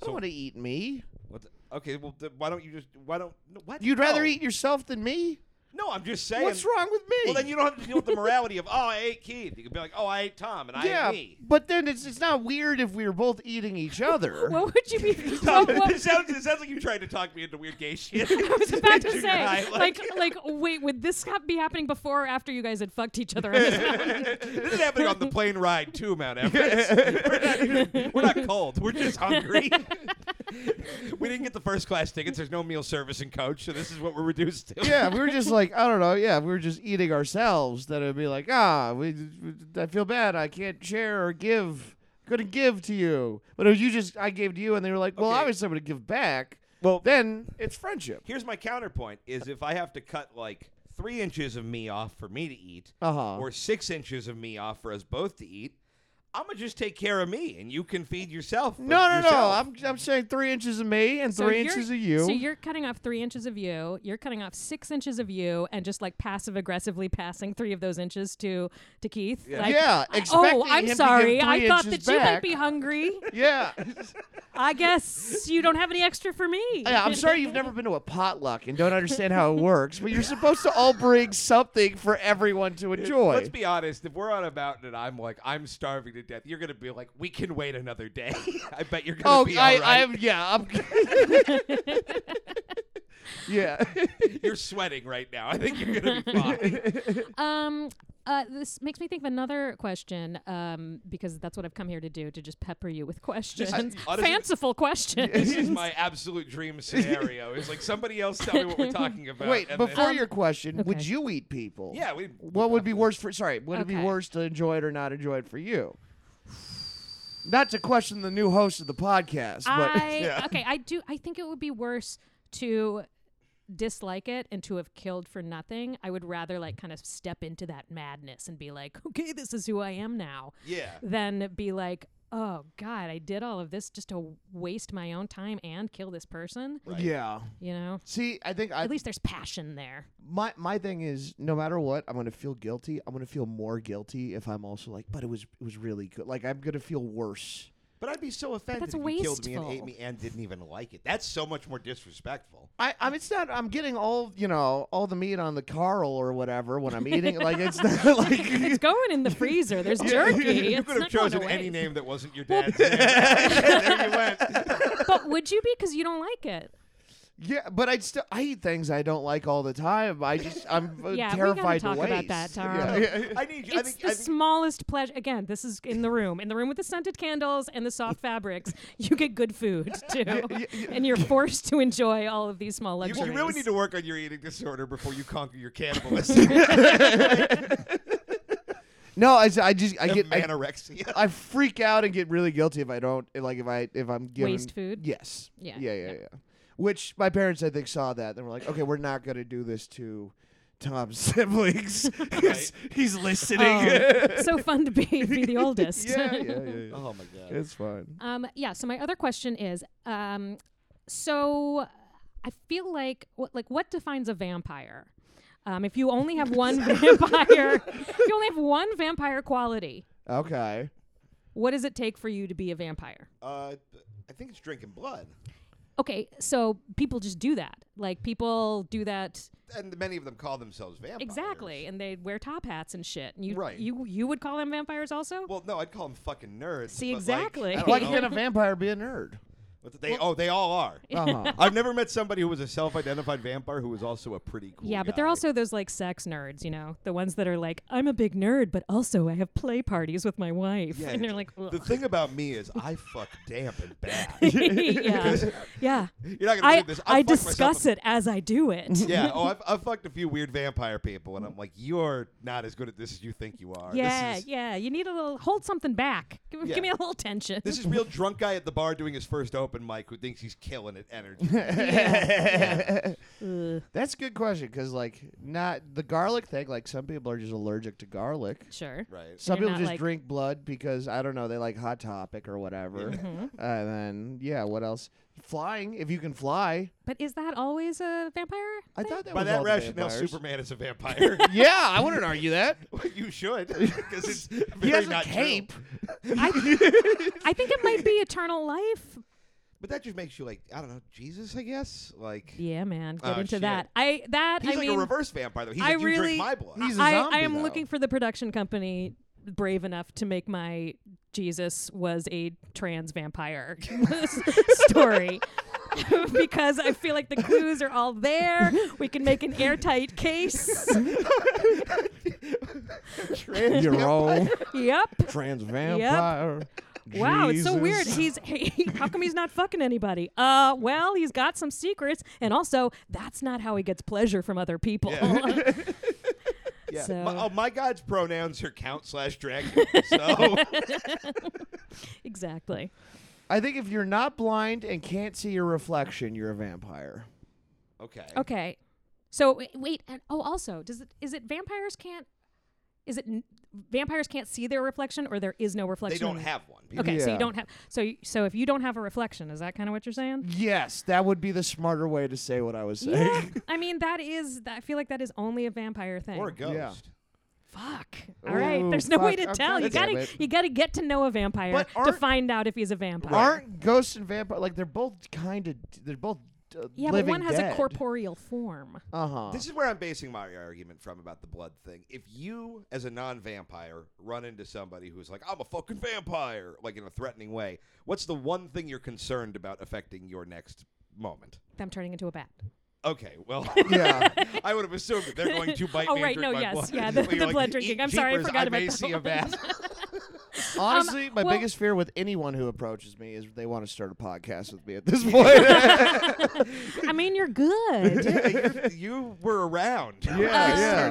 Speaker 3: I
Speaker 1: So-
Speaker 3: don't want to eat me.
Speaker 1: what the, okay, well, th- why don't you just why don't no, what?
Speaker 3: You'd rather
Speaker 1: No.
Speaker 3: eat yourself than me?
Speaker 1: No, I'm just saying.
Speaker 3: What's wrong with me?
Speaker 1: Well, then you don't have to deal with the morality of oh, I ate Keith. You could be like, oh, I ate Tom, and I
Speaker 3: yeah,
Speaker 1: ate
Speaker 3: *laughs*
Speaker 1: me.
Speaker 3: but then it's it's not weird if we were both eating each
Speaker 2: *laughs*
Speaker 3: other.
Speaker 1: *laughs*
Speaker 2: What would
Speaker 3: *laughs*
Speaker 2: you be?
Speaker 1: Tom,
Speaker 2: what, what-
Speaker 1: it, sounds, it sounds like you tried to talk me into weird gay shit. *laughs*
Speaker 2: *laughs* I was about to
Speaker 1: You're
Speaker 2: say,
Speaker 1: right,
Speaker 2: like,
Speaker 3: *laughs*
Speaker 2: like, wait, would this hap- be happening before or after you guys had fucked
Speaker 3: *laughs*
Speaker 2: each other? on this mountain?
Speaker 1: this is happening on the plane ride to Mount
Speaker 3: *laughs*
Speaker 1: Everest. we're, not, we're not cold. We're just hungry. *laughs* we didn't get the first class tickets. There's no meal service and coach, so this is what we're reduced to.
Speaker 3: yeah, we were just like I don't know. Yeah, we were just eating ourselves. Then it'd be like ah, we, I feel bad. I can't share or give. Couldn't give to you, but it was you just I gave to you, and they were like, well,
Speaker 1: Okay.
Speaker 3: obviously I'm gonna give back.
Speaker 1: Well-
Speaker 3: then it's friendship.
Speaker 1: Here's my counterpoint: is if I have to cut like three inches of me off for me to eat,
Speaker 3: Uh-huh.
Speaker 1: or six inches of me off for us both to eat, I'm gonna just take care of me, and you can feed yourself. with
Speaker 3: No, no, no.
Speaker 1: yourself.
Speaker 3: I'm, I'm saying three inches of me and
Speaker 2: So
Speaker 3: three
Speaker 2: you're-
Speaker 3: inches of you.
Speaker 2: So you're cutting off three inches of you. You're cutting off six inches of you, and just like passive aggressively passing three of those inches to to Keith. Yeah. Like,
Speaker 3: Yeah,
Speaker 2: I-
Speaker 3: expecting
Speaker 2: Oh, I'm
Speaker 3: him to give
Speaker 2: sorry. I
Speaker 3: three
Speaker 2: thought that
Speaker 3: inches
Speaker 2: you might
Speaker 3: back." *laughs*
Speaker 2: be hungry.
Speaker 3: yeah.
Speaker 2: I guess you don't have any extra for me.
Speaker 3: yeah. I'm sorry you've never been to a potluck and don't understand how it works, but you're supposed to all bring something for everyone to enjoy.
Speaker 1: Let's be honest. If we're on a mountain and I'm like, I'm starving to death, you're gonna be like, we can wait another day. *laughs* I bet you're gonna
Speaker 3: oh,
Speaker 1: be
Speaker 3: I,
Speaker 1: all
Speaker 3: I
Speaker 1: right.
Speaker 3: am. Yeah, I'm. *laughs* yeah.
Speaker 1: You're sweating right now. I think you're
Speaker 3: *laughs*
Speaker 1: gonna be fine.
Speaker 2: Um, uh, this makes me think of another question um, because that's what I've come here to do to just pepper you with questions,
Speaker 1: honestly-
Speaker 2: fanciful questions.
Speaker 1: this is my absolute dream scenario. It's like somebody else tell me what we're
Speaker 3: *laughs*
Speaker 1: talking about.
Speaker 3: Wait,
Speaker 1: and then-
Speaker 3: before your question, would
Speaker 2: okay.
Speaker 3: you eat people?
Speaker 1: yeah, we.
Speaker 3: What would be worse for? Sorry, would it be
Speaker 2: Okay.
Speaker 3: worse to enjoy it or not enjoy it for you? Not to question the new host of the podcast,
Speaker 1: *laughs*
Speaker 3: but *laughs*
Speaker 2: I okay. I do. I think it would be worse to dislike it and to have killed for nothing. I would rather like kind of step into that madness and be like, *laughs* okay, this is who I am now,
Speaker 1: Yeah.
Speaker 2: than be like. Oh God! I did all of this just to waste my own time and kill this person.
Speaker 1: Right.
Speaker 3: yeah.
Speaker 2: You know,
Speaker 3: See, I think I,
Speaker 2: at least there's passion there.
Speaker 3: my my thing is no matter what, I'm gonna feel guilty. I'm gonna feel more guilty if I'm also like, but it was it was really good. Like I'm gonna feel worse.
Speaker 1: But I'd be so offended
Speaker 2: that's
Speaker 1: if you killed me and ate
Speaker 2: wasteful.
Speaker 1: me and didn't even like it. That's so much more disrespectful.
Speaker 3: I, I mean, it's not. I'm getting all you know, all the meat on the Carl or whatever when I'm eating.
Speaker 2: *laughs*
Speaker 3: like it's not *laughs* like
Speaker 2: It's going
Speaker 1: *laughs*
Speaker 2: in the freezer. There's jerky.
Speaker 1: You
Speaker 2: It's
Speaker 1: could have
Speaker 2: not going
Speaker 1: chosen any
Speaker 2: away.
Speaker 1: name that wasn't your *laughs* dad's name. there you went.
Speaker 2: *laughs* But would you be? Because you don't like it.
Speaker 3: yeah. But I still I eat things I don't like all the time. I just
Speaker 2: *laughs*
Speaker 3: I'm uh,
Speaker 2: Yeah, we gotta
Speaker 3: terrified
Speaker 2: talk
Speaker 3: to
Speaker 2: about
Speaker 3: waste.
Speaker 2: that,
Speaker 3: Yeah.
Speaker 2: Tom.
Speaker 1: I need you. I
Speaker 2: It's
Speaker 1: think,
Speaker 2: the
Speaker 1: I think
Speaker 2: smallest pleasure. Again, this is in the room, in the room with the scented candles and the soft fabrics. *laughs* You get
Speaker 1: *laughs*
Speaker 2: good food too, and you're forced to enjoy all of these small
Speaker 1: you,
Speaker 2: luxuries.
Speaker 1: you really
Speaker 2: *laughs*
Speaker 1: need to work on your eating disorder before you conquer your *laughs* cannibalism
Speaker 3: No, I, I just I
Speaker 1: and
Speaker 3: get I,
Speaker 1: anorexia.
Speaker 3: I freak out and get really guilty if I don't like if I if I'm given
Speaker 2: Waste food?
Speaker 3: Yes.
Speaker 2: Yeah.
Speaker 3: Yeah. Yeah.
Speaker 2: Yeah.
Speaker 3: Yeah. Which my parents I think saw that and were like, okay, we're not gonna do this to Tom's *laughs* siblings. 'Cause He's listening.
Speaker 2: Oh, so
Speaker 1: *laughs*
Speaker 2: fun to be be the
Speaker 3: *laughs*
Speaker 2: oldest.
Speaker 3: yeah, yeah. Yeah. yeah.
Speaker 1: Oh my god.
Speaker 3: It's fine.
Speaker 2: Um, yeah. So my other question is, um, so I feel like what like what defines a vampire? Um, if you only have
Speaker 1: *laughs*
Speaker 2: one vampire, if you only have one vampire quality,
Speaker 3: Okay.
Speaker 2: what does it take for you to be a vampire?
Speaker 1: *laughs* Uh, I think it's drinking blood,
Speaker 2: Okay, so people just do that. Like people do that
Speaker 1: and many of them call themselves vampires.
Speaker 2: exactly, and they wear top hats and shit. And you,
Speaker 1: Right.
Speaker 2: you, you would call them vampires also?
Speaker 1: Well, oh no, I'd call them fucking nerds.
Speaker 2: See,
Speaker 1: but, like,
Speaker 2: exactly.
Speaker 1: I don't
Speaker 3: Why
Speaker 1: know.
Speaker 3: can't a vampire be a
Speaker 2: *laughs*
Speaker 3: nerd?
Speaker 1: But they oh they all are.
Speaker 3: Uh-huh.
Speaker 1: I've never met somebody who was a self-identified vampire who was also a pretty cool.
Speaker 2: yeah, but they're
Speaker 1: guy.
Speaker 2: also those like sex nerds, you know, the ones that are like, I'm a big nerd, but also I have play parties with my wife,
Speaker 1: Yeah,
Speaker 2: *laughs* and they're like,
Speaker 1: The
Speaker 2: "Ugh."
Speaker 1: thing about me is I fuck damp and
Speaker 2: *laughs*
Speaker 1: bad. *laughs*
Speaker 2: yeah, yeah.
Speaker 1: You're not gonna
Speaker 2: I
Speaker 1: believe this.
Speaker 2: I
Speaker 1: fucked myself
Speaker 2: discuss
Speaker 1: up-
Speaker 2: it as I do it.
Speaker 1: *laughs*
Speaker 2: *laughs*
Speaker 1: Yeah. Oh, I've, I've fucked a few weird vampire people, and I'm like, you're not as good at this as you think you are.
Speaker 2: yeah,
Speaker 1: This is,
Speaker 2: yeah. You need a little hold something back. Give,
Speaker 1: Yeah.
Speaker 2: give me a little tension.
Speaker 1: This is real drunk guy at the bar doing his first open mic who thinks he's killing it
Speaker 2: *laughs*
Speaker 1: energy.
Speaker 2: Ugh,
Speaker 3: That's a good question because, like, not the garlic thing. Like, some people are just allergic to garlic.
Speaker 2: *laughs* sure.
Speaker 1: right.
Speaker 3: Some
Speaker 2: You're
Speaker 3: people
Speaker 2: not,
Speaker 3: just
Speaker 2: like-
Speaker 3: drink blood because I don't know they like Hot Topic or whatever.
Speaker 1: Mm-hmm.
Speaker 3: And then yeah, what else? Flying if you can fly.
Speaker 2: But is that always a vampire?
Speaker 3: I
Speaker 2: thing?
Speaker 3: thought that
Speaker 1: By
Speaker 3: was all
Speaker 1: that
Speaker 3: the
Speaker 1: rationale,
Speaker 3: vampires.
Speaker 1: Superman is a vampire.
Speaker 3: *laughs*
Speaker 2: *laughs*
Speaker 1: *laughs*
Speaker 3: yeah, I wouldn't argue that.
Speaker 1: you should, because it's very
Speaker 3: He has a
Speaker 1: not true. *laughs*
Speaker 3: cape.
Speaker 2: I, I think it might be eternal life.
Speaker 1: But that just makes you like I don't know Jesus, I guess. Like
Speaker 2: Yeah, man, get
Speaker 1: Oh,
Speaker 2: into
Speaker 1: shit.
Speaker 2: that. I that
Speaker 1: he's
Speaker 2: I
Speaker 1: like
Speaker 2: mean,
Speaker 1: a reverse vampire though. He's
Speaker 2: I
Speaker 1: like you
Speaker 2: really,
Speaker 1: drink my blood.
Speaker 3: He's a
Speaker 2: I,
Speaker 3: zombie,
Speaker 2: I am
Speaker 3: though.
Speaker 2: looking for the production company brave enough to make my Jesus was a trans vampire *laughs* story. *laughs* because I feel like the clues are all there. We can make an airtight case.
Speaker 1: Trans-
Speaker 3: You're all *laughs*
Speaker 2: yep.
Speaker 3: trans vampire.
Speaker 2: Wow, it's so weird.
Speaker 3: Jesus.
Speaker 2: He's he, how come he's not fucking anybody? Uh, well, he's got some secrets, and also that's not how he gets pleasure from other people.
Speaker 1: *laughs* Yeah. yeah.
Speaker 2: So-
Speaker 1: My, oh, my God's pronouns are count slash
Speaker 2: *laughs*
Speaker 1: dragon. So
Speaker 2: exactly.
Speaker 3: I think if you're not blind and can't see your reflection, you're a vampire.
Speaker 1: okay.
Speaker 2: Okay. So wait, wait, and oh, also, does it is it vampires can't is it n- vampires can't see their reflection or there is no
Speaker 1: They
Speaker 2: reflection?
Speaker 1: don't
Speaker 2: in-
Speaker 1: have one. people.
Speaker 2: Okay, so
Speaker 3: Yeah.
Speaker 2: you don't have so you, so if you don't have a reflection, is that kind of what you're saying?
Speaker 3: Yes, that would be the smarter way to say what I was saying.
Speaker 2: Yeah, I mean that is that I feel like that is only a vampire thing.
Speaker 1: Or a ghost.
Speaker 3: Yeah.
Speaker 2: fuck. All right,
Speaker 3: Ooh,
Speaker 2: there's no way
Speaker 3: fuck.
Speaker 2: to
Speaker 3: Oh,
Speaker 2: tell. You
Speaker 3: God damn
Speaker 2: gotta
Speaker 3: it.
Speaker 2: you gotta get to know a vampire
Speaker 3: But
Speaker 2: to
Speaker 3: aren't-
Speaker 2: find out if he's a
Speaker 3: *laughs*
Speaker 2: vampire.
Speaker 3: Aren't ghosts and vampire like they're both kind of they're both uh,
Speaker 2: yeah, but
Speaker 3: living
Speaker 2: one has
Speaker 3: dead.
Speaker 2: a corporeal form.
Speaker 3: Uh huh.
Speaker 1: This is where I'm basing my argument from about the blood thing. If you, as a non-vampire, run into somebody who's like, "I'm a fucking vampire," like in a threatening way, what's the one thing you're concerned about affecting your next moment?
Speaker 2: Them turning into a bat.
Speaker 1: Okay,
Speaker 2: *laughs*
Speaker 1: well,
Speaker 3: *laughs*
Speaker 2: Um,
Speaker 3: Yeah.
Speaker 1: *laughs* I would have assumed that they're going to bite
Speaker 2: Oh,
Speaker 1: me.
Speaker 2: right,
Speaker 1: and
Speaker 2: no,
Speaker 1: drink my
Speaker 2: yes,
Speaker 1: blood.
Speaker 2: yeah, the-
Speaker 1: You're *laughs*
Speaker 2: the
Speaker 1: like,
Speaker 2: blood drinking.
Speaker 1: "Eat
Speaker 2: I'm sorry, I
Speaker 1: jeepers,
Speaker 2: forgot
Speaker 1: I
Speaker 2: about
Speaker 1: may
Speaker 2: that
Speaker 1: see a
Speaker 2: one."
Speaker 1: bat.
Speaker 2: *laughs*
Speaker 1: *laughs*
Speaker 3: Honestly, my
Speaker 2: well-
Speaker 3: biggest fear with anyone who approaches me is they want to start a podcast with me at
Speaker 2: *laughs*
Speaker 3: this point. *laughs*
Speaker 2: I mean, you're
Speaker 1: *laughs*
Speaker 2: good.
Speaker 1: Yeah, you- you were around. Yeah,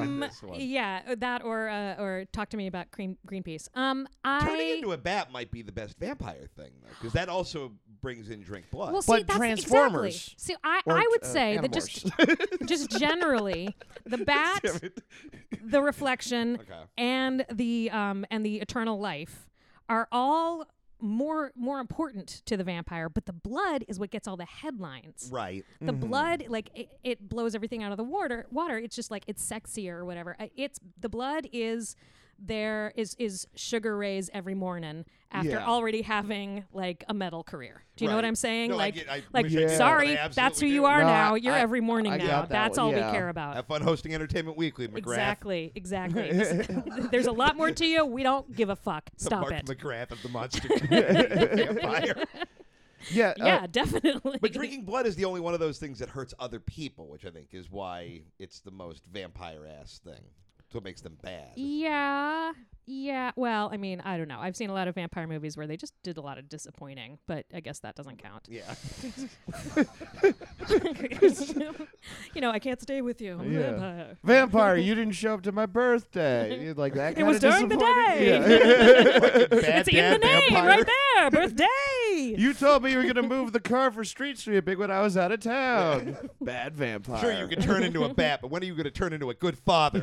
Speaker 3: yeah.
Speaker 2: Um, yeah, uh, that or uh, or talk to me about cream, Greenpeace. Um, I
Speaker 1: Turning into a bat might be the best vampire thing, though, because that also brings in drink blood.
Speaker 2: well, see,
Speaker 3: But
Speaker 2: that's
Speaker 3: Transformers
Speaker 2: Exactly. See, I,
Speaker 3: Or,
Speaker 2: I would
Speaker 3: uh,
Speaker 2: say that just just generally
Speaker 1: *laughs*
Speaker 2: the bat, the reflection,
Speaker 1: Okay.
Speaker 2: and the um and the eternal life are all more more important to the vampire, but the blood is what gets all the headlines.
Speaker 1: right.
Speaker 2: The blood, like it, it blows everything out of the water. Water. It's just like it's sexier or whatever. I- It's the blood is there is is sugar rays every morning after
Speaker 3: Yeah.
Speaker 2: already having like a metal career. Do you know what
Speaker 1: Right.
Speaker 2: I'm saying?
Speaker 1: No, I
Speaker 2: like
Speaker 1: get- I
Speaker 2: like
Speaker 1: wish I did, but I
Speaker 2: sorry, that's who
Speaker 1: absolutely
Speaker 2: you
Speaker 1: do.
Speaker 2: are
Speaker 3: No,
Speaker 2: now.
Speaker 3: I-
Speaker 2: You're
Speaker 3: I-
Speaker 2: every morning
Speaker 3: I got
Speaker 2: now.
Speaker 3: that
Speaker 2: That's
Speaker 3: one,
Speaker 2: all
Speaker 3: yeah.
Speaker 2: we care about.
Speaker 1: Have fun hosting Entertainment Weekly, McGrath.
Speaker 2: Uh, Exactly, exactly. This- There's a lot more to you. We don't give a fuck.
Speaker 1: *laughs* The
Speaker 2: Stop
Speaker 1: Mark
Speaker 2: it.
Speaker 1: McGrath of the
Speaker 2: *laughs*
Speaker 1: monster community, vampire.
Speaker 3: yeah. uh,
Speaker 2: yeah, definitely. *laughs*
Speaker 1: But drinking blood is the only one of those things that hurts other people, which I think is why it's the most vampire ass thing. It's what makes them bad.
Speaker 2: Yeah. Yeah. Well, I mean, I don't know. I've seen a lot of vampire movies where they just did a lot of disappointing, but I guess that doesn't
Speaker 3: *laughs*
Speaker 2: count. *laughs*
Speaker 1: Yeah.
Speaker 2: you know, I can't stay with you. I'm a
Speaker 3: Yeah.
Speaker 2: vampire.
Speaker 3: Vampire, you didn't show up to my
Speaker 2: *laughs*
Speaker 3: birthday. You're like that.
Speaker 2: It was
Speaker 3: kinda
Speaker 2: during the
Speaker 3: disappointing.
Speaker 2: *laughs* day.
Speaker 3: Yeah. *laughs*
Speaker 1: Bad
Speaker 2: *laughs* It's in the
Speaker 1: dad
Speaker 2: name
Speaker 1: vampire.
Speaker 2: right there. Birthday.
Speaker 3: *laughs* you told me you were gonna move the car for Street Sweeping when I was out of
Speaker 2: *laughs*
Speaker 3: town. Bad vampire.
Speaker 1: Sure, you can turn into a bat, but when are you going to turn into a good
Speaker 2: *laughs*
Speaker 1: father?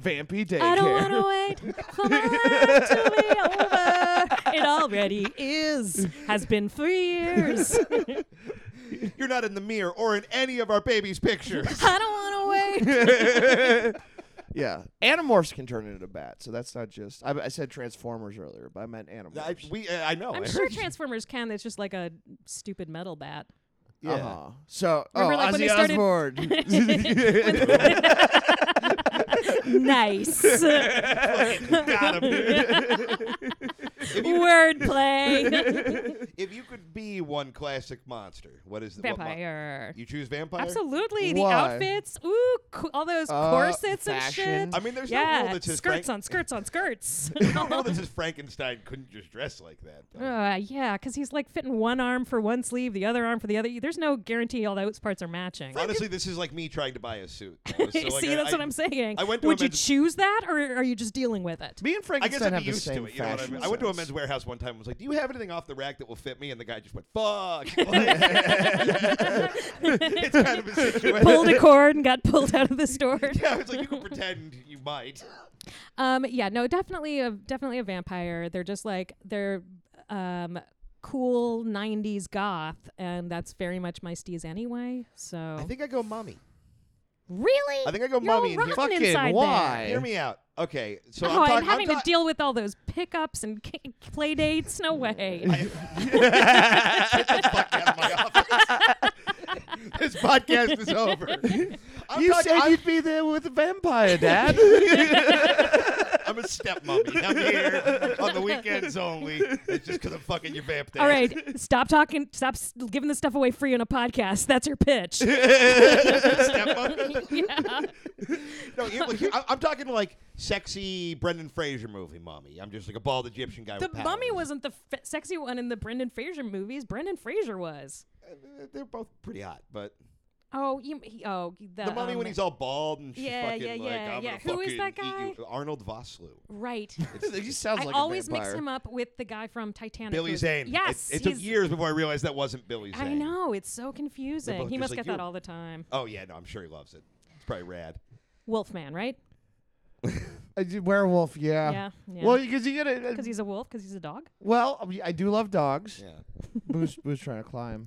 Speaker 3: Vampy daycare.
Speaker 2: I don't want to wait for my life to be over. It already is. Has been
Speaker 3: *laughs*
Speaker 2: for years.
Speaker 1: You're not in the mirror or in any of our baby's
Speaker 2: *laughs*
Speaker 1: pictures.
Speaker 2: I don't want to wait.
Speaker 3: yeah, Animorphs can turn into a bat, so that's not just. I, I said Transformers earlier, but I meant Animorphs.
Speaker 1: I, we, uh, I know.
Speaker 2: I'm
Speaker 1: I
Speaker 2: sure
Speaker 1: heard you.
Speaker 2: Transformers can. It's just like a stupid metal bat.
Speaker 1: Yeah.
Speaker 3: Uh-huh. So,
Speaker 2: Remember,
Speaker 3: oh,
Speaker 2: like, when
Speaker 3: Ozzy
Speaker 2: they started- *laughs*
Speaker 3: Osbourne.
Speaker 2: Nice.
Speaker 1: *laughs* Got him. if, you could,
Speaker 2: Wordplay.
Speaker 1: if you could be one classic monster, what is the what mon-
Speaker 2: Vampire.
Speaker 1: you choose vampire?
Speaker 2: Absolutely. The
Speaker 3: Why?
Speaker 2: outfits. Ooh, co- all those
Speaker 3: Uh,
Speaker 2: corsets
Speaker 3: fashion.
Speaker 2: and
Speaker 1: I
Speaker 2: shit.
Speaker 1: mean, there's no
Speaker 2: yeah.
Speaker 1: rule that says *laughs*
Speaker 2: skirts
Speaker 1: Frank-
Speaker 2: on skirts
Speaker 1: *laughs*
Speaker 2: on skirts.
Speaker 1: no rule
Speaker 2: *laughs*
Speaker 1: that says Frankenstein couldn't just dress like that. though.
Speaker 2: Uh, yeah, because he's like fitting one arm for one sleeve, the other arm for the other. There's no guarantee all those parts are matching. *laughs*
Speaker 1: Honestly, this is like me trying to buy a suit. though. So, like,
Speaker 2: See,
Speaker 1: I-
Speaker 2: that's
Speaker 1: I-
Speaker 2: what I'm saying.
Speaker 1: I went to a
Speaker 2: Would you
Speaker 1: men's-
Speaker 2: choose that, or are you just dealing
Speaker 1: *laughs*
Speaker 2: with
Speaker 3: *laughs*
Speaker 2: it?
Speaker 3: Me and
Speaker 1: I guess I'd
Speaker 3: Frankenstein have
Speaker 1: be
Speaker 3: the
Speaker 1: used
Speaker 3: same
Speaker 1: to it. You know what I
Speaker 3: fashion
Speaker 1: mean? I went to a
Speaker 3: sense.
Speaker 1: men's warehouse one time. and was like, "Do you have anything off the rack that will fit me?" And the guy just went,
Speaker 3: *laughs*
Speaker 1: "Fuck." *laughs* Like, it's kind of a situation.
Speaker 2: Pulled a cord and got pulled out of the store.
Speaker 1: *laughs* Yeah, it's like you can pretend you might.
Speaker 2: Um, yeah, no, definitely a definitely a vampire. They're just like they're um cool '90s goth, and that's very much my steez anyway. So
Speaker 1: I think I go mummy.
Speaker 2: really,
Speaker 1: I think I go
Speaker 2: You're all
Speaker 1: mummy in here.
Speaker 2: rotten
Speaker 3: Fucking
Speaker 2: inside there.
Speaker 3: why?
Speaker 1: Hear me out. Okay, so
Speaker 2: oh,
Speaker 1: I'm, talk-
Speaker 2: and having
Speaker 1: I'm
Speaker 2: to deal with all those pickups and k- play
Speaker 1: *laughs*
Speaker 2: dates. No way.
Speaker 1: This podcast is over. *laughs* I'm,
Speaker 3: You
Speaker 1: talk-
Speaker 3: said
Speaker 1: I'm,
Speaker 3: you'd be there with a vampire,
Speaker 1: *laughs*
Speaker 3: Dad. *laughs*
Speaker 1: I'm a stepmommy. I'm here on the weekends only. It's just because I'm fucking your vamp dad.
Speaker 2: all
Speaker 1: *laughs*
Speaker 2: right, stop talking. Stop s- giving this stuff away free on a podcast. That's your pitch.
Speaker 1: Stepmom.
Speaker 2: yeah.
Speaker 1: No, you- look, you- I- I'm talking like sexy Brendan Fraser movie mommy. I'm just like a bald Egyptian guy.
Speaker 2: The
Speaker 1: with
Speaker 2: mummy
Speaker 1: powers.
Speaker 2: wasn't the f- sexy one in the Brendan Fraser movies. Brendan Fraser was.
Speaker 1: Uh, They're both pretty hot, but
Speaker 2: Oh, you. He, oh, the,
Speaker 1: The mummy
Speaker 2: um,
Speaker 1: when he's all bald and
Speaker 2: yeah,
Speaker 1: fucking
Speaker 2: yeah,
Speaker 1: like,
Speaker 2: yeah,
Speaker 1: I'm
Speaker 2: yeah.
Speaker 1: gonna
Speaker 2: Who is that
Speaker 1: fucking eat
Speaker 2: guy?
Speaker 1: you. Arnold
Speaker 3: *laughs*
Speaker 1: Vosloo.
Speaker 2: right.
Speaker 3: he sounds
Speaker 2: I
Speaker 3: like
Speaker 2: always
Speaker 3: a vampire.
Speaker 2: mix him up with the guy from Titanic.
Speaker 1: Billy
Speaker 2: who's-
Speaker 1: Zane. It-
Speaker 2: Yes,
Speaker 1: It, took
Speaker 2: he's-
Speaker 1: years before I realized that wasn't Billy Zane.
Speaker 2: I know it's so
Speaker 1: They're
Speaker 2: confusing.
Speaker 1: both
Speaker 2: He
Speaker 1: just
Speaker 2: must
Speaker 1: like
Speaker 2: get
Speaker 1: you.
Speaker 2: that all the time.
Speaker 1: Oh yeah, no, I'm sure he loves it. It's probably rad.
Speaker 2: Wolfman, right?
Speaker 3: I did- werewolf, yeah.
Speaker 2: Yeah, yeah.
Speaker 3: Well, because you get
Speaker 2: Because
Speaker 3: it.
Speaker 2: he's a wolf. Because he's a dog.
Speaker 3: Well, I mean, I do love dogs.
Speaker 1: Yeah.
Speaker 3: Boo's, Boo's trying to
Speaker 2: *laughs*
Speaker 3: climb.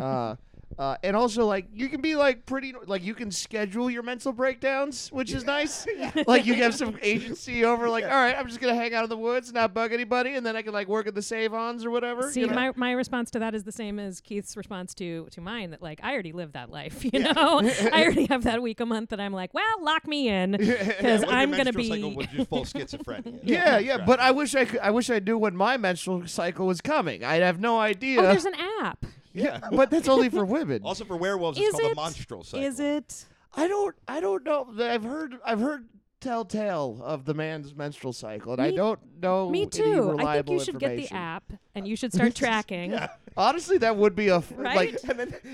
Speaker 3: Uh, uh, and also, like, you can be like pretty, like, you can schedule your mental breakdowns, which is
Speaker 2: *laughs*
Speaker 3: nice. *laughs* Like, you have some agency over, like, all right, I'm just gonna hang out in the woods, not bug anybody, and then I can like work at the save-ons or whatever.
Speaker 2: See,
Speaker 3: you know?
Speaker 2: my, my response to that is the same as Keith's response to to mine. That like I already live that life, *laughs*
Speaker 1: *laughs*
Speaker 2: you know. I already have that week a month that I'm like, well, lock me in because
Speaker 1: What if your
Speaker 2: I'm gonna
Speaker 1: menstrual cycle
Speaker 2: be.
Speaker 1: was just full schizophrenia.
Speaker 3: Yeah,
Speaker 1: That's
Speaker 3: yeah,
Speaker 1: right.
Speaker 3: but I wish I could. I wish I knew when my menstrual cycle was coming. I'd have no idea.
Speaker 2: *laughs* Oh, there's an app.
Speaker 1: yeah.
Speaker 3: but that's only for women.
Speaker 1: *laughs* Also for werewolves,
Speaker 2: Is
Speaker 1: it's called
Speaker 2: it?
Speaker 1: the monstral cycle. *laughs*
Speaker 2: Is it?
Speaker 3: I don't. I don't know. I've heard. I've heard telltale of the man's menstrual cycle, and I
Speaker 2: Me-
Speaker 3: don't know.
Speaker 2: Me
Speaker 3: any
Speaker 2: too. I think
Speaker 3: reliable
Speaker 2: you should get the
Speaker 3: information.
Speaker 2: app and you
Speaker 1: *laughs*
Speaker 2: should start tracking.
Speaker 3: Honestly, that would be a f-
Speaker 2: Right? *laughs*
Speaker 3: like.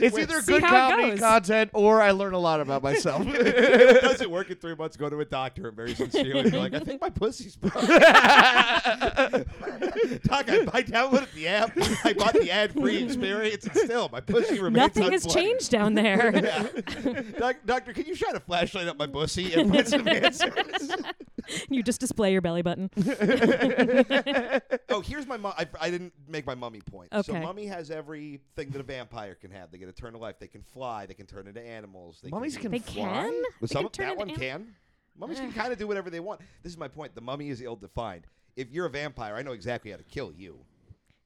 Speaker 3: It's either
Speaker 2: see
Speaker 3: good
Speaker 2: how it
Speaker 3: comedy
Speaker 2: goes.
Speaker 3: content or I learn a lot about
Speaker 2: *laughs*
Speaker 3: myself.
Speaker 1: if it doesn't work in three months, go to a doctor and very sincerely be like, I think my pussy's *laughs* broke. Doc, I, I downloaded the app. I bought the ad-free experience, and still my pussy remains
Speaker 2: Nothing has
Speaker 1: unplugged.
Speaker 2: changed
Speaker 1: *laughs*
Speaker 2: down there. *laughs*
Speaker 1: Yeah. Doc, doctor, can you shine a flashlight up my pussy and find
Speaker 2: *laughs*
Speaker 1: some answers?
Speaker 2: you just display your belly button.
Speaker 1: *laughs* oh, here's my mom. I, I didn't make my mummy point. So
Speaker 2: Okay.
Speaker 1: mummy has everything that a vampire can have. They get eternal life. They can fly. They can turn into animals. They
Speaker 3: Mummies
Speaker 1: do-
Speaker 3: can
Speaker 2: They
Speaker 3: fly?
Speaker 2: can.
Speaker 1: Well,
Speaker 2: They
Speaker 1: some
Speaker 2: can
Speaker 1: of-
Speaker 2: turn
Speaker 1: that
Speaker 2: into
Speaker 1: one
Speaker 2: anim-
Speaker 1: can. Mummies can kind of do whatever they want. This is my point. The mummy is ill-defined. If you're a vampire, I know exactly how to kill you.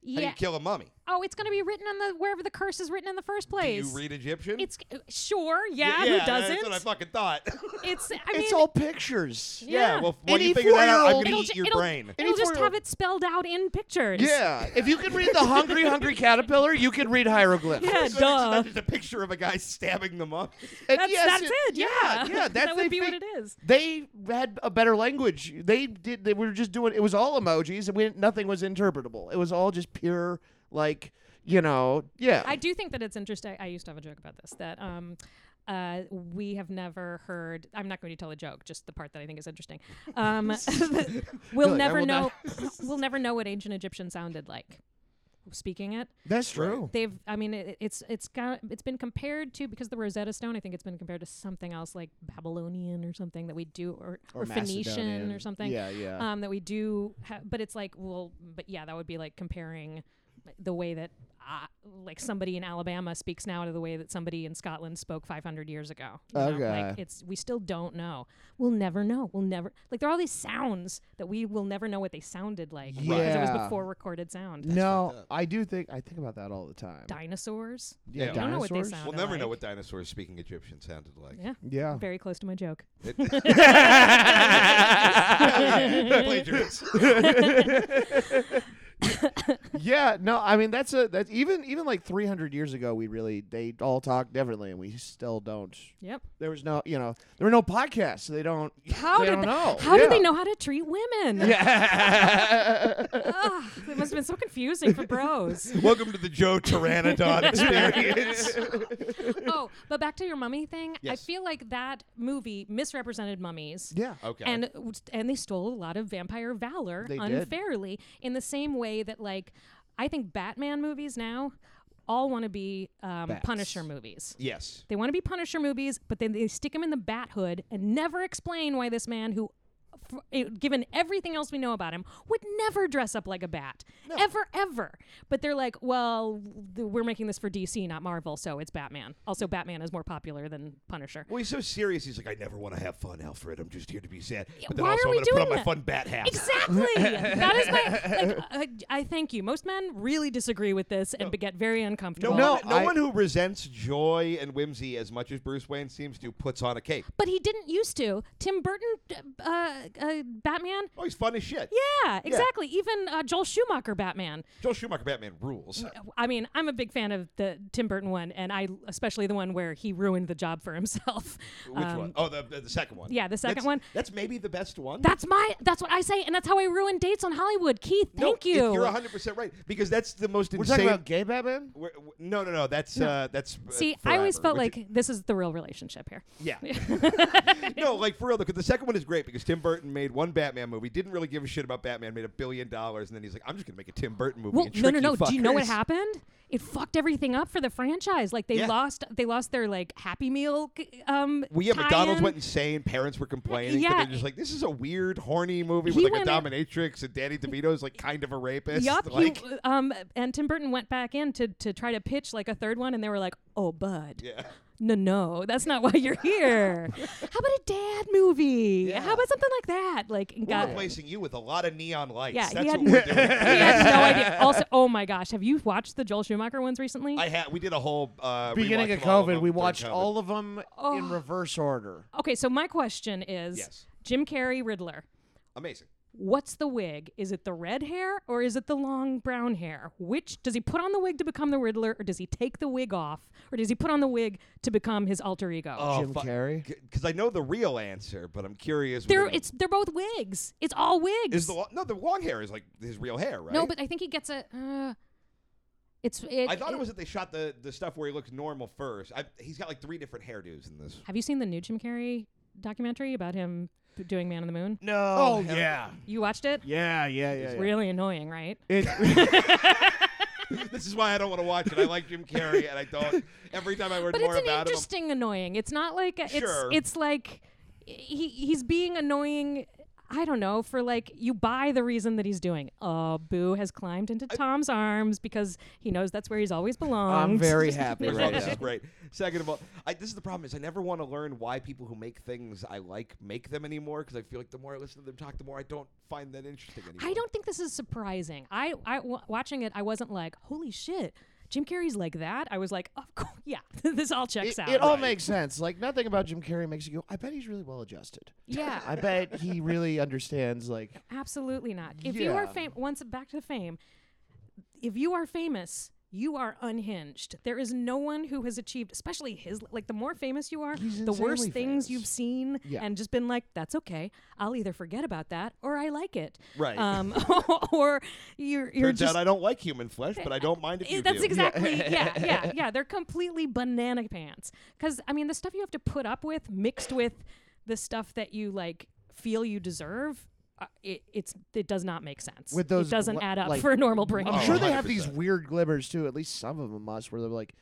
Speaker 1: How do
Speaker 2: Yeah.
Speaker 1: you kill a mummy?
Speaker 2: oh, it's going to be written on the wherever the curse is written in the first
Speaker 1: Do
Speaker 2: place.
Speaker 1: you read Egyptian?
Speaker 2: It's uh, sure, yeah.
Speaker 1: Y-
Speaker 2: who
Speaker 1: That's
Speaker 2: doesn't?
Speaker 1: what I fucking thought. *laughs*
Speaker 2: it's. I
Speaker 3: *laughs*
Speaker 2: mean,
Speaker 3: it's all pictures.
Speaker 1: yeah.
Speaker 2: Yeah.
Speaker 1: Well, when
Speaker 3: Any
Speaker 1: you figure that out, I'm
Speaker 3: four-year-old-
Speaker 1: gonna
Speaker 2: it'll
Speaker 1: eat
Speaker 2: ju-
Speaker 1: your
Speaker 2: it'll-
Speaker 1: brain.
Speaker 2: It'll just
Speaker 3: Anywhere-
Speaker 2: have it spelled out in pictures.
Speaker 3: Yeah. If you can read the Hungry Hungry Caterpillar, you can read hieroglyphs.
Speaker 2: *laughs*
Speaker 1: *laughs*
Speaker 2: Yeah,
Speaker 1: So *laughs* it's
Speaker 2: duh.
Speaker 1: not just a picture of a guy *laughs* stabbing the mummy.
Speaker 3: And
Speaker 2: That's,
Speaker 3: yes,
Speaker 2: that's it. Yeah.
Speaker 3: Yeah.
Speaker 2: *laughs*
Speaker 3: yeah that's
Speaker 2: that would
Speaker 3: they
Speaker 2: be what
Speaker 3: fig-
Speaker 2: it is.
Speaker 3: They had a better language. They did. They were just doing. It was all emojis, and we didn't, nothing was interpretable. It was all just pure, like you know, yeah.
Speaker 2: I do think that it's interesting. I used to have a joke about this that um, uh, we have never heard. I'm not going to tell a joke, just the part that I think is interesting.
Speaker 1: *laughs*
Speaker 2: Um, *laughs* we'll
Speaker 3: Good, I
Speaker 2: never
Speaker 3: will
Speaker 2: know.
Speaker 3: not-
Speaker 2: we'll never know what ancient Egyptian sounded like. Speaking it,
Speaker 3: that's true.
Speaker 2: they've. I mean, it, it's it's got it's been compared to because the Rosetta Stone. I think it's been compared to something else like Babylonian or something that we do, or or, Phoenician or something
Speaker 3: Yeah, yeah.
Speaker 2: um, that we do ha- but it's like well but yeah that would be like comparing the way that uh, like somebody in alabama speaks now to the way that somebody in scotland spoke 500 years ago you know? like
Speaker 3: Okay.
Speaker 2: it's we still don't know we'll never know we'll never like there are all these sounds that we will never know what they sounded like because it was
Speaker 3: Yeah.
Speaker 2: before recorded sound
Speaker 3: no, I do think I think about that all the time.
Speaker 2: dinosaurs
Speaker 3: yeah,
Speaker 1: Yeah. I
Speaker 2: don't know what they
Speaker 3: dinosaurs.
Speaker 2: sound-
Speaker 1: We'll never know
Speaker 2: like-
Speaker 1: what dinosaurs speaking Egyptian sounded like.
Speaker 2: yeah
Speaker 3: Yeah. *laughs*
Speaker 2: very close to my joke
Speaker 1: Plagiarist.
Speaker 3: *laughs* yeah, no, I mean that's a that's even even like 300 years ago we really they all talked differently and we still don't.
Speaker 2: yep
Speaker 3: There was no, you know, there were no podcasts, so they don't
Speaker 2: how
Speaker 3: they
Speaker 2: did
Speaker 3: don't
Speaker 2: they,
Speaker 3: know.
Speaker 2: how
Speaker 3: yeah.
Speaker 2: did they know how to treat *laughs* women
Speaker 3: Yeah.
Speaker 2: Ugh, it must have been so confusing for bros
Speaker 1: Welcome to the Joe
Speaker 2: *laughs*
Speaker 1: Pteranodon experience.
Speaker 2: oh, but back to your mummy thing. I
Speaker 1: Yes.
Speaker 2: feel like that movie misrepresented mummies.
Speaker 3: *laughs* yeah.
Speaker 1: okay.
Speaker 2: And and they stole a lot of vampire valor
Speaker 3: They did.
Speaker 2: unfairly in the same way that like I think Batman movies now all want to be um,
Speaker 3: Bats.
Speaker 2: Punisher movies.
Speaker 1: yes.
Speaker 2: They want to be Punisher movies, but then they stick him in the bat hood and never explain why this man who f- eh, given everything else we know about him would never dress up like a bat ever ever but they're like well th- we're making this for dc not marvel so it's batman also batman is more popular than punisher
Speaker 1: Well, he's so serious. He's like, I never want to have fun, Alfred. I'm just here to be sad. But then
Speaker 2: why
Speaker 1: also, I'm
Speaker 2: are we
Speaker 1: going to put
Speaker 2: doing
Speaker 1: on my
Speaker 2: that?
Speaker 1: fun bat hat.
Speaker 2: Exactly. that is my. Like, uh, I thank you. Most men really disagree with this and get very
Speaker 1: No,
Speaker 2: uncomfortable.
Speaker 3: No,
Speaker 1: one, no
Speaker 3: I-
Speaker 1: one who resents joy and whimsy as much as Bruce Wayne seems to puts on a cape.
Speaker 2: but he didn't used to. Tim Burton uh, uh, uh, Batman.
Speaker 1: Oh, he's fun as shit.
Speaker 2: Yeah, exactly. Even uh, Joel Schumacher Batman.
Speaker 1: Joel Schumacher Batman rules.
Speaker 2: I mean, I'm a big fan of the Tim Burton one, and I especially the one where he ruined the job for himself.
Speaker 1: *laughs* Which
Speaker 2: Um,
Speaker 1: one? Oh, the, the the second one.
Speaker 2: yeah, the second
Speaker 1: That's-
Speaker 2: one.
Speaker 1: That's maybe the best one.
Speaker 2: That's my. That's what I say, and that's how I ruin dates on Hollywood. Keith,
Speaker 1: No,
Speaker 2: thank you.
Speaker 1: if You're 100 percent right because that's the most
Speaker 3: We're
Speaker 1: insane.
Speaker 3: talking about gay Batman.
Speaker 1: We're- w- no, no, no. That's uh, that's. uh,
Speaker 2: See, I always
Speaker 1: forever,
Speaker 2: felt
Speaker 1: which
Speaker 2: like
Speaker 1: is-
Speaker 2: this is the real relationship here.
Speaker 1: yeah.
Speaker 2: *laughs*
Speaker 1: *laughs* no, like for real though, because the second one is great because Tim Burton made one Batman movie, didn't really give a shit about Batman, made a billion dollars, and then he's like, I'm just gonna make a Tim Burton movie.
Speaker 2: Well,
Speaker 1: and
Speaker 2: no,
Speaker 1: trick
Speaker 2: no, no.
Speaker 1: you
Speaker 2: Do you know what
Speaker 1: fuckers."
Speaker 2: happened? It fucked everything up for the franchise. Like they
Speaker 1: Yeah.
Speaker 2: lost, they lost their like Happy Meal. c- Um,
Speaker 1: Well, yeah, McDonald's
Speaker 2: tie-in.
Speaker 1: went insane. Parents were complaining. Yeah.
Speaker 2: yeah.
Speaker 1: They're just like, this is a weird, horny movie
Speaker 2: He
Speaker 1: with like a
Speaker 2: went in-
Speaker 1: dominatrix, and Danny DeVito's like kind of a rapist.
Speaker 2: Yup. he-
Speaker 1: Like,
Speaker 2: um, and Tim Burton went back in to, to try to pitch like a third one, and they were like, "Oh, bud,
Speaker 1: *laughs* yeah.
Speaker 2: no, no, that's not why you're
Speaker 1: *laughs*
Speaker 2: here. How about a dad movie? How about something like that? Like, and
Speaker 1: We're
Speaker 2: got
Speaker 1: replacing you with a lot of neon lights.
Speaker 2: Yeah, he
Speaker 1: That's
Speaker 2: had-
Speaker 1: what we're doing.
Speaker 2: *laughs* he *laughs* had
Speaker 1: *laughs*
Speaker 2: no idea. Also, oh my gosh, have you watched the Joel Schumacher ones recently?
Speaker 1: I had. We did a whole uh,
Speaker 3: Beginning
Speaker 1: rewatch
Speaker 3: of
Speaker 1: all
Speaker 3: COVID,
Speaker 1: them
Speaker 3: we
Speaker 1: during
Speaker 3: watched
Speaker 1: COVID.
Speaker 3: all of them
Speaker 2: Oh.
Speaker 3: in reverse order.
Speaker 2: okay, so my question is:
Speaker 1: Yes.
Speaker 2: Jim Carrey, Riddler.
Speaker 1: Amazing.
Speaker 2: What's the wig? Is it the red hair or is it the long brown hair? Which does he put on the wig to become the Riddler, or does he take the wig off, or does he put on the wig to become his alter ego?
Speaker 1: Oh,
Speaker 3: Jim Carrey?
Speaker 1: Because I know the real answer, but I'm curious.
Speaker 2: they're
Speaker 1: whether-
Speaker 2: it's they're both wigs. It's all wigs.
Speaker 1: is the lo- no the long hair is like his real hair, right?
Speaker 2: No, but I think he gets a. Uh, it's. It,
Speaker 1: I thought it was that they shot the, the stuff where he looks normal first. I, he's got like three different hairdos in this. *laughs*
Speaker 2: Have you seen the new Jim Carrey documentary about him p- doing Man on the Moon?
Speaker 3: No.
Speaker 1: Oh,
Speaker 3: hell-
Speaker 1: yeah.
Speaker 2: You watched it?
Speaker 3: Yeah, yeah, yeah.
Speaker 2: It's
Speaker 3: yeah.
Speaker 2: really annoying, right?
Speaker 3: It-
Speaker 2: *laughs*
Speaker 1: this is why I don't want to watch it. I like Jim Carrey, and I don't. Every time I learn
Speaker 2: But
Speaker 1: more
Speaker 2: it's an
Speaker 1: about him, I'm-
Speaker 2: interesting annoying. It's not like a, it's
Speaker 1: Sure.
Speaker 2: it's like he he's being annoying. I don't know for like you buy the reason that he's doing. Oh, Boo has climbed into Tom's arms because he knows that's where he's always belonged. *laughs*
Speaker 3: I'm very happy
Speaker 1: First of all,
Speaker 3: right
Speaker 1: "Oh, this
Speaker 3: now.
Speaker 1: is great. Second of all, I, this is the problem: is I never want to learn why people who make things I like make them anymore because I feel like the more I listen to them talk, the more I don't find that interesting anymore.
Speaker 2: I don't think this is surprising. I I w- watching it, I wasn't like, holy shit, Jim Carrey's like that. I was like, of course, *laughs* yeah, this all checks
Speaker 3: It, *laughs*
Speaker 2: out.
Speaker 3: it all makes sense. Like nothing about Jim Carrey makes you go, I bet he's really well adjusted.
Speaker 2: yeah,
Speaker 3: I bet he really understands like
Speaker 2: Absolutely not. If you are
Speaker 3: Yeah.
Speaker 2: fam- once back to the fame, if you are famous, you are unhinged. There is no one who has achieved, especially his. Like the more famous you are,
Speaker 3: He's
Speaker 2: the worse
Speaker 3: insanely
Speaker 2: things
Speaker 3: famous.
Speaker 2: you've seen,
Speaker 3: Yeah.
Speaker 2: and just been like, "That's okay. I'll either forget about that or I like it."
Speaker 1: Right.
Speaker 3: *laughs*
Speaker 2: Um, *laughs* or you're you're
Speaker 1: Turns
Speaker 2: just. Eh,
Speaker 1: out I don't like human flesh, but I don't mind if you
Speaker 2: that's
Speaker 1: do.
Speaker 2: exactly yeah
Speaker 3: *laughs*
Speaker 2: yeah yeah they're completely banana pants because i mean the stuff you have to put up with mixed with the stuff that you like feel you deserve uh, it, it's it does not make sense
Speaker 3: With those
Speaker 2: it doesn't
Speaker 3: gla-
Speaker 2: add up
Speaker 3: like-
Speaker 2: for a normal brain
Speaker 3: I'm
Speaker 2: *laughs*
Speaker 1: Oh,
Speaker 3: sure they have these
Speaker 1: 100%.
Speaker 3: weird glimmers too, at least some of them must, where they're like,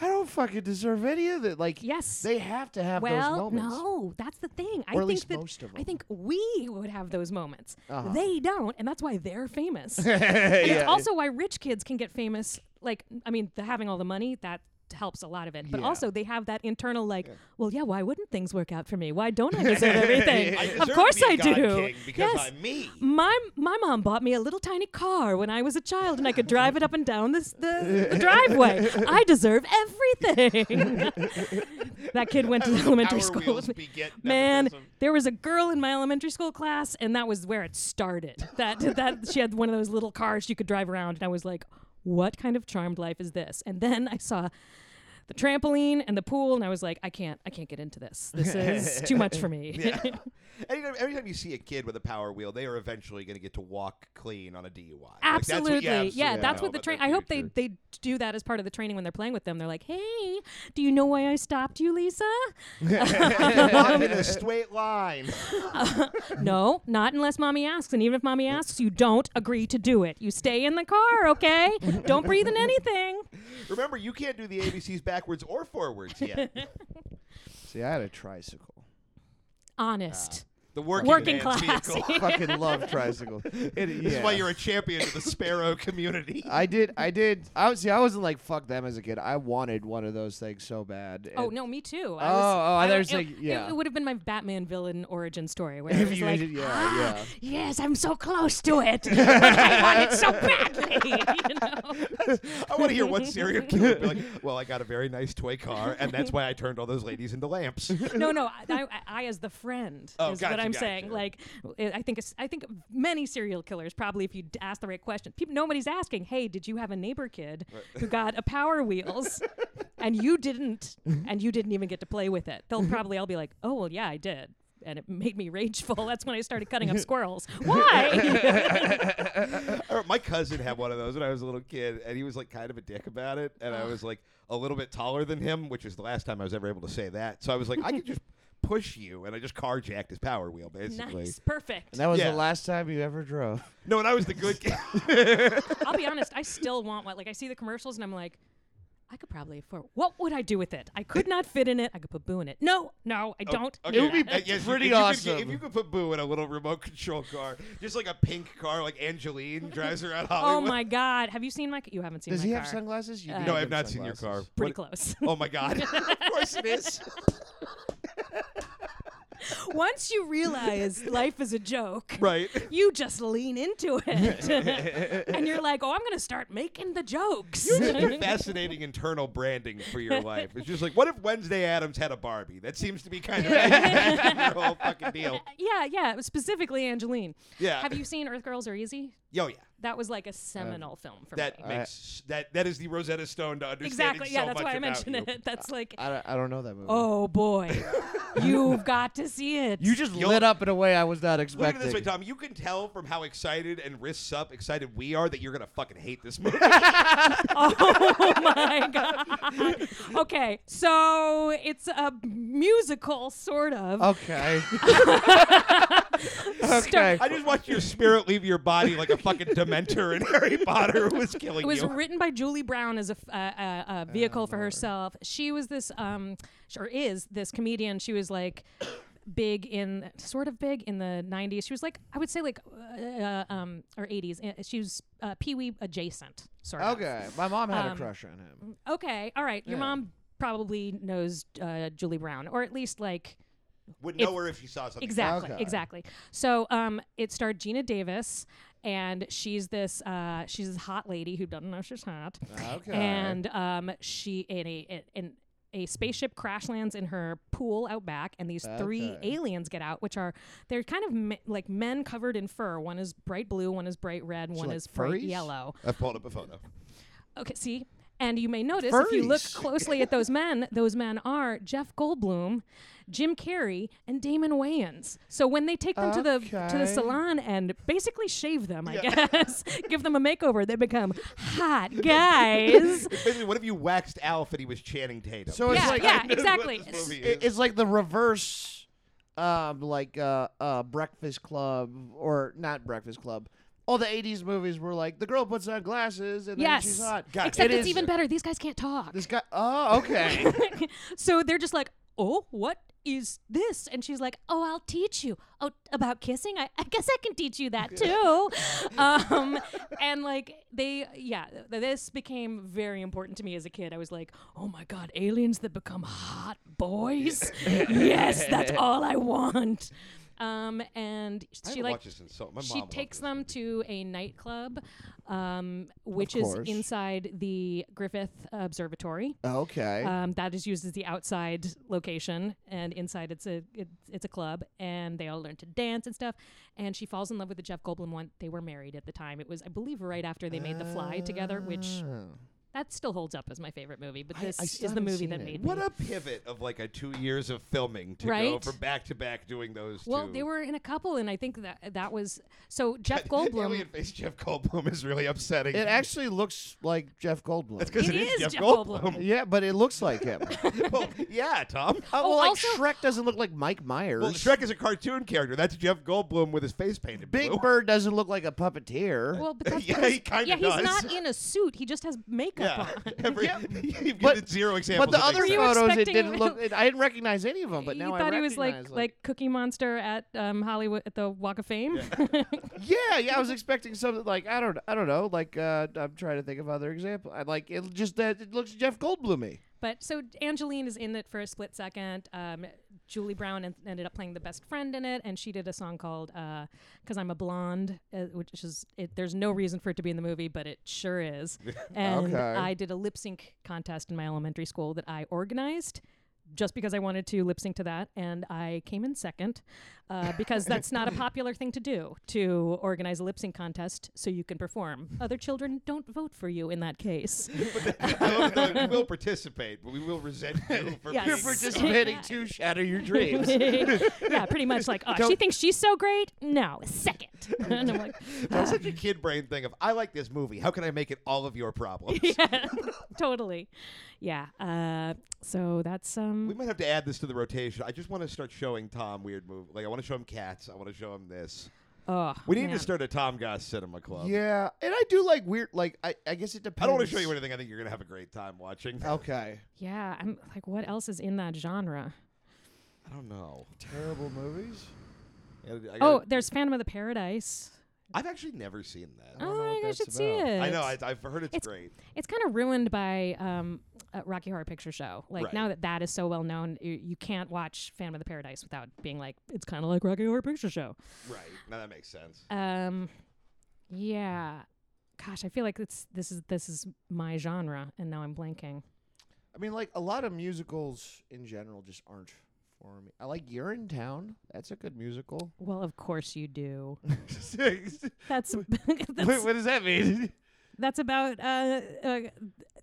Speaker 3: I don't fucking deserve any of it. Like
Speaker 2: Yes.
Speaker 3: they have to have those
Speaker 2: well
Speaker 3: moments.
Speaker 2: no that's the thing i
Speaker 3: Or at
Speaker 2: think
Speaker 3: least
Speaker 2: that
Speaker 3: most of
Speaker 2: i
Speaker 3: them.
Speaker 2: think we would have those moments
Speaker 3: Uh-huh.
Speaker 2: they don't and that's why
Speaker 3: *laughs*
Speaker 2: they're famous And it's also why rich kids can get famous. Like, I mean, the, having all the money that helps a lot of it. But
Speaker 3: Yeah.
Speaker 2: also, they have that internal like, well, yeah, why wouldn't things work out for me?
Speaker 1: *laughs*
Speaker 2: Why don't I deserve everything?
Speaker 1: I
Speaker 2: of
Speaker 1: deserve
Speaker 2: course
Speaker 1: to be
Speaker 2: I
Speaker 1: a God
Speaker 2: do.
Speaker 1: King because
Speaker 2: yes.
Speaker 1: I'm me.
Speaker 2: my my mom bought me a little tiny car when I was a child, and I could drive it up and down this, the, the driveway. I deserve
Speaker 1: *laughs*
Speaker 2: everything. that kid went to elementary
Speaker 1: Power
Speaker 2: school
Speaker 1: wheels
Speaker 2: with me.
Speaker 1: beget
Speaker 2: *laughs* Man,
Speaker 1: nepotism.
Speaker 2: there was a girl in my elementary school class, and that was where it started. *laughs* That that she had one of those little cars she could drive around, and I was like, "What kind of charmed life is this?" And then I saw the trampoline and the pool, and I was like, "I can't, I can't get into this. This is
Speaker 1: *laughs*
Speaker 2: too much for me." *laughs*
Speaker 1: Anytime, every time you see a kid with a power wheel, they are eventually going to get to walk clean on a DUI. Like, that's
Speaker 2: Absolutely.
Speaker 1: what you absolutely
Speaker 2: yeah, that's
Speaker 1: know
Speaker 2: what the
Speaker 1: about
Speaker 2: train.
Speaker 1: their
Speaker 2: I hope they,
Speaker 1: future.
Speaker 2: they do that as part of the training when they're playing with them. They're like, hey, do you know why I stopped you, Lisa?
Speaker 1: *laughs* walk in a straight line.
Speaker 2: no, not unless mommy asks. And even if mommy asks, you don't agree to do it. You stay in the
Speaker 3: *laughs*
Speaker 2: car, okay? don't breathe in anything.
Speaker 1: Remember, you can't do the ABCs backwards or forwards yet.
Speaker 3: See, I had a tricycle.
Speaker 2: Honest.
Speaker 3: Ah,
Speaker 1: The working,
Speaker 2: *laughs* Working
Speaker 1: man's
Speaker 2: class.
Speaker 1: vehicle.
Speaker 2: *laughs*
Speaker 3: fucking love tricycle. It,
Speaker 1: *laughs* This
Speaker 3: yeah.
Speaker 1: is why you're a champion of the Sparrow
Speaker 2: *laughs*
Speaker 1: community.
Speaker 3: I did. I did. I was. See, I wasn't like fuck them as a kid. I wanted one of those things so bad.
Speaker 2: Oh
Speaker 3: and-
Speaker 2: no, me too.
Speaker 3: Oh, oh, I was
Speaker 2: it-
Speaker 3: like,
Speaker 2: it-
Speaker 3: yeah.
Speaker 2: It, would have been my Batman villain origin
Speaker 3: *laughs*
Speaker 2: story where
Speaker 3: *laughs*
Speaker 2: it
Speaker 3: If
Speaker 2: was
Speaker 3: you
Speaker 2: like,
Speaker 3: did- yeah,
Speaker 2: "Ah,
Speaker 3: yeah.
Speaker 2: yes, I'm so close
Speaker 3: *laughs*
Speaker 2: to it. I want it so badly. *laughs* You
Speaker 3: *laughs*
Speaker 2: know?
Speaker 1: I want to hear what serial killer would be
Speaker 2: *laughs*
Speaker 1: like. Well, I got a very nice toy car, and that's why I turned all those ladies into lamps.
Speaker 2: no, no. I, I, I as the friend
Speaker 1: Oh,
Speaker 2: is
Speaker 1: gotcha,
Speaker 2: what I I'm
Speaker 1: Gotcha.
Speaker 2: saying. Like, eh, I I think it's- I think many serial killers probably, if you d- ask the right question, people nobody's asking. Hey, did you have a neighbor kid who got a
Speaker 1: *laughs*
Speaker 2: Power Wheels, and you didn't, and you didn't even get to play with it?
Speaker 1: Mm-hmm.
Speaker 2: They'll probably all be like, Oh well, yeah, I did. And it made me rageful. That's when I started
Speaker 1: *laughs*
Speaker 2: cutting up squirrels. Why?
Speaker 1: I remember my cousin had one of those when I was a little kid, and he was like kind of a dick about it. And I was like a little bit taller than him, which was the last time I was ever able to say that. So I was like, I could just push you, and I just carjacked his power wheel, basically.
Speaker 2: nice, perfect.
Speaker 3: And that was
Speaker 1: Yeah.
Speaker 3: the last time you ever drove.
Speaker 1: No, and I was the
Speaker 2: *laughs*
Speaker 1: good kid.
Speaker 2: I'll be honest, I still want one. Like I see the commercials and I'm like, I could probably afford. What would I do with it? I could not fit in it. I could put boo in it. No, no, I don't.
Speaker 1: Oh, Okay.
Speaker 3: It
Speaker 2: do
Speaker 3: would be
Speaker 2: that.
Speaker 1: yes,
Speaker 3: pretty
Speaker 1: if you could get-
Speaker 3: awesome.
Speaker 1: if you could put Boo in a little remote control car, just like a pink car, like Angeline drives around
Speaker 2: Oh
Speaker 1: Hollywood.
Speaker 2: my God! Have you seen my? c- You haven't seen
Speaker 3: Does
Speaker 2: my
Speaker 3: he
Speaker 2: car.
Speaker 3: have sunglasses? You
Speaker 2: Uh,
Speaker 3: do
Speaker 1: No,
Speaker 3: have
Speaker 1: I have not seen your
Speaker 3: sunglasses. *laughs*
Speaker 1: car.
Speaker 2: Pretty
Speaker 1: What-
Speaker 2: close.
Speaker 1: Oh my
Speaker 2: *laughs*
Speaker 1: god! of course it is.
Speaker 2: *laughs* Once you realize life is a joke,
Speaker 1: Right.
Speaker 2: you just lean into it, and you're like, "Oh, I'm gonna start making the jokes."
Speaker 1: You just
Speaker 2: *laughs*
Speaker 1: do *laughs* fascinating internal branding for your life. It's just like, what if Wednesday Adams had a Barbie? That seems to be kind of your whole fucking deal.
Speaker 2: yeah, yeah. it was Specifically, Angeline.
Speaker 1: Yeah.
Speaker 2: Have you seen Earth Girls Are Easy?
Speaker 1: Yo, yeah.
Speaker 2: That was like a seminal film for
Speaker 1: That
Speaker 2: me.
Speaker 1: makes that that is the Rosetta Stone to understanding
Speaker 2: Exactly. Yeah,
Speaker 1: so
Speaker 2: that's
Speaker 1: much
Speaker 2: why I
Speaker 1: about
Speaker 2: mentioned
Speaker 1: you.
Speaker 2: it. That's like,
Speaker 3: I don't, I don't know that movie.
Speaker 2: oh boy, you've got to see it.
Speaker 3: You just
Speaker 1: You'll-
Speaker 3: lit up in a way I was
Speaker 1: Look at
Speaker 3: not
Speaker 1: it
Speaker 3: expecting.
Speaker 1: this way, Tom. You can tell from how excited and wrists up excited we are that you're gonna fucking hate this
Speaker 2: *laughs*
Speaker 1: movie.
Speaker 2: *laughs* oh my god. Okay, so it's a musical sort of.
Speaker 1: *laughs*
Speaker 3: Okay. Oh, okay.
Speaker 1: I just watched your spirit leave your body like a fucking dementor in
Speaker 2: *laughs*
Speaker 1: Harry Potter was killing
Speaker 2: It was
Speaker 1: you.
Speaker 2: written by Julie Brown as a, f- uh,
Speaker 3: Oh,
Speaker 2: uh, uh, vehicle for herself. She was this, um, sh- or is this comedian. She was like big in, sort of big in the 90s. She was like, I would say like, uh, uh, um, or 80s. Uh, She was uh, Pee Wee adjacent, sort of.
Speaker 3: Okay. My mom had
Speaker 2: Um,
Speaker 3: a crush on
Speaker 1: Mm,
Speaker 3: him.
Speaker 2: Okay, all right. Your
Speaker 3: Yeah.
Speaker 2: mom probably knows uh, Julie Brown, or at least like
Speaker 1: Would know her if she saw something.
Speaker 2: exactly,
Speaker 3: Okay.
Speaker 2: exactly. So um, it starred Gina Davis, and she's this uh, she's this hot lady who doesn't know she's hot,
Speaker 3: Okay.
Speaker 2: and um, she in a in a spaceship crash lands in her pool out back, and these three
Speaker 3: Okay.
Speaker 2: aliens get out, which are they're kind of me- like men covered in fur. One is bright blue, one is bright red, one
Speaker 3: like
Speaker 2: is bright
Speaker 3: furries?
Speaker 2: yellow.
Speaker 1: I've pulled up a photo.
Speaker 2: Okay, see? And you may notice if you look
Speaker 3: Furries.
Speaker 2: closely at those men, those men are Jeff Goldblum, Jim Carrey, and Damon Wayans. So when they take them to the to the
Speaker 3: Okay.
Speaker 2: salon and basically shave them, I guess, *laughs* give them a makeover, they become hot
Speaker 3: *laughs*
Speaker 2: guys.
Speaker 1: Basically, what if you waxed Alf and he was Channing Tatum?
Speaker 3: So it's
Speaker 2: yeah,
Speaker 3: like-
Speaker 2: yeah,
Speaker 1: Kind of what
Speaker 2: exactly.
Speaker 1: this movie
Speaker 3: It-
Speaker 1: is.
Speaker 3: it's like the reverse, um, like uh, uh, Breakfast Club or not Breakfast Club. All the '80s movies were like the girl puts on glasses and then she's
Speaker 2: Yes.
Speaker 3: hot.
Speaker 1: Got it.
Speaker 2: Except
Speaker 3: It
Speaker 2: it's
Speaker 3: is-
Speaker 2: even better. These guys can't talk.
Speaker 3: This guy. Oh, okay.
Speaker 2: *laughs* so they're just like, oh, what is this? And she's like, oh, I'll teach you. Oh, about kissing? I, I guess I can teach you
Speaker 1: *laughs*
Speaker 2: that too. um, and like, they, yeah, th- this became very important to me as a kid. I was like, oh my God, aliens that become hot boys? yes,
Speaker 1: *laughs*
Speaker 2: that's all I want. Um, and
Speaker 1: I
Speaker 2: she
Speaker 1: haven't
Speaker 2: like
Speaker 1: watched this in so. My mom
Speaker 2: she
Speaker 1: loved
Speaker 2: takes
Speaker 1: this.
Speaker 2: them to a nightclub, um, which is
Speaker 3: course.
Speaker 2: inside the Griffith Observatory.
Speaker 3: okay.
Speaker 2: Um, that is used as the outside location, and inside it's a it's, it's a club, and they all learn to dance and stuff. And she falls in love with the Jeff Goldblum one. They were married at the time. It was, I believe, right after they made The Fly together, which
Speaker 3: Oh.
Speaker 2: that still holds up as my favorite movie. But
Speaker 3: I- I
Speaker 2: this
Speaker 3: still
Speaker 2: is the
Speaker 3: haven't
Speaker 2: movie
Speaker 3: seen
Speaker 2: that
Speaker 3: it.
Speaker 2: made
Speaker 1: What
Speaker 2: me.
Speaker 1: a pivot of like a two years of filming to go
Speaker 2: Right?
Speaker 1: from back to back doing those.
Speaker 2: Well,
Speaker 1: two. *laughs*
Speaker 2: they were in a couple, and I think that that was
Speaker 3: *laughs*
Speaker 2: so. Jeff Goldblum.
Speaker 1: Alien face Jeff Goldblum is really upsetting.
Speaker 3: It actually looks like Jeff
Speaker 1: That's
Speaker 3: Goldblum.
Speaker 1: because
Speaker 2: It
Speaker 1: it is,
Speaker 2: is
Speaker 1: Jeff
Speaker 2: Jeff Goldblum.
Speaker 3: Yeah, but it looks like him. Uh,
Speaker 1: *laughs* well, yeah,
Speaker 2: *laughs*
Speaker 1: Tom.
Speaker 3: well, like
Speaker 2: Oh, also-
Speaker 3: Shrek doesn't look like Mike Myers.
Speaker 1: Well, Shrek is a cartoon character. That's Jeff Goldblum with his face painted
Speaker 3: Big
Speaker 1: blue.
Speaker 3: Bird doesn't look like a puppeteer. *laughs*
Speaker 2: Well, but
Speaker 1: *laughs*
Speaker 2: that's
Speaker 1: Yeah,
Speaker 2: because-
Speaker 1: he kinda
Speaker 2: yeah,
Speaker 1: does. *laughs*
Speaker 2: he's not in a suit. He just has
Speaker 1: Yeah.
Speaker 2: makeup on.
Speaker 1: Every, *laughs* You've
Speaker 3: But-
Speaker 1: given zero examples.
Speaker 3: but the
Speaker 1: that make
Speaker 3: other
Speaker 1: sense. *laughs*
Speaker 2: were
Speaker 3: photos, it
Speaker 2: expecting-
Speaker 3: didn't look.
Speaker 2: *laughs*
Speaker 3: It, I didn't recognize any of them, *laughs* but now
Speaker 2: you
Speaker 3: I
Speaker 2: thought he was like,
Speaker 3: recognize,
Speaker 2: like Cookie Monster at um, Hollywood at the Walk of Fame.
Speaker 3: *laughs* Yeah, yeah. I was expecting something like I don't, I don't know. Like uh, I'm trying to think of other examples. I like it. Just that it looks Jeff Goldblumy.
Speaker 2: But so Angeline is in it for a split second. Um, Julie Brown en- ended up playing the best friend in it, and she did a song called "Because I'm a Blonde," uh, which is it, there's no reason for it to be in the movie, but it sure is. And
Speaker 3: Okay.
Speaker 2: I did a lip sync contest in my elementary school that I organized. just because I wanted to lip sync to that, and I came in second uh, because that's not a popular thing to do to organize a lip sync contest so you can perform. Other children don't vote for you in that case.
Speaker 1: No, no, you will participate, but we will resent
Speaker 2: *laughs*
Speaker 1: you for
Speaker 2: Yes.
Speaker 1: being
Speaker 3: You're
Speaker 2: *laughs*
Speaker 3: participating to shatter your dreams.
Speaker 2: yeah, pretty much like, oh, she thinks she's so great. No, second. *laughs* and I'm like,
Speaker 1: That's
Speaker 2: *sighs*
Speaker 1: such a kid brain thing of I like this movie. How can I make it all of your problems?
Speaker 2: yeah, totally. Yeah. Uh, so that's um.
Speaker 1: We might have to add this to the rotation. I just want to start showing Tom weird movies. Like I want to show him cats. I want to show him this.
Speaker 2: oh,
Speaker 1: We need
Speaker 2: man.
Speaker 1: to start a Tom Goss Cinema Club.
Speaker 3: yeah, and I do like weird. Like I, I guess it depends.
Speaker 1: I don't want to show you anything. I think you're gonna have a great time watching.
Speaker 3: Okay,
Speaker 2: Yeah, I'm like, what else is in that genre?
Speaker 1: I don't know.
Speaker 3: terrible movies.
Speaker 1: I gotta- I
Speaker 2: Oh,
Speaker 1: gotta-
Speaker 2: there's Phantom of the Paradise.
Speaker 1: I've actually never seen that.
Speaker 3: don't know
Speaker 2: Oh,
Speaker 3: what
Speaker 2: you guys
Speaker 3: that's
Speaker 2: should see
Speaker 3: about.
Speaker 2: it.
Speaker 1: I know. I, I've heard it's,
Speaker 2: It's-
Speaker 1: great.
Speaker 2: it's kind of ruined by um, uh, Rocky Horror Picture Show. Like
Speaker 1: Right.
Speaker 2: now that that is so well known, you, you can't watch Phantom of the Paradise without being like, it's kind of like Rocky Horror Picture Show.
Speaker 1: Right. Now that makes sense.
Speaker 2: Um, yeah. Gosh, I feel like it's this is this is my genre, and now I'm blanking.
Speaker 3: I mean, like a lot of musicals in general just aren't for me. I like You're in Town. That's a good *laughs* musical.
Speaker 2: Well, of course you do.
Speaker 3: what,
Speaker 2: *laughs* That's *laughs* that's,
Speaker 3: what does that mean?
Speaker 2: that's about uh, uh,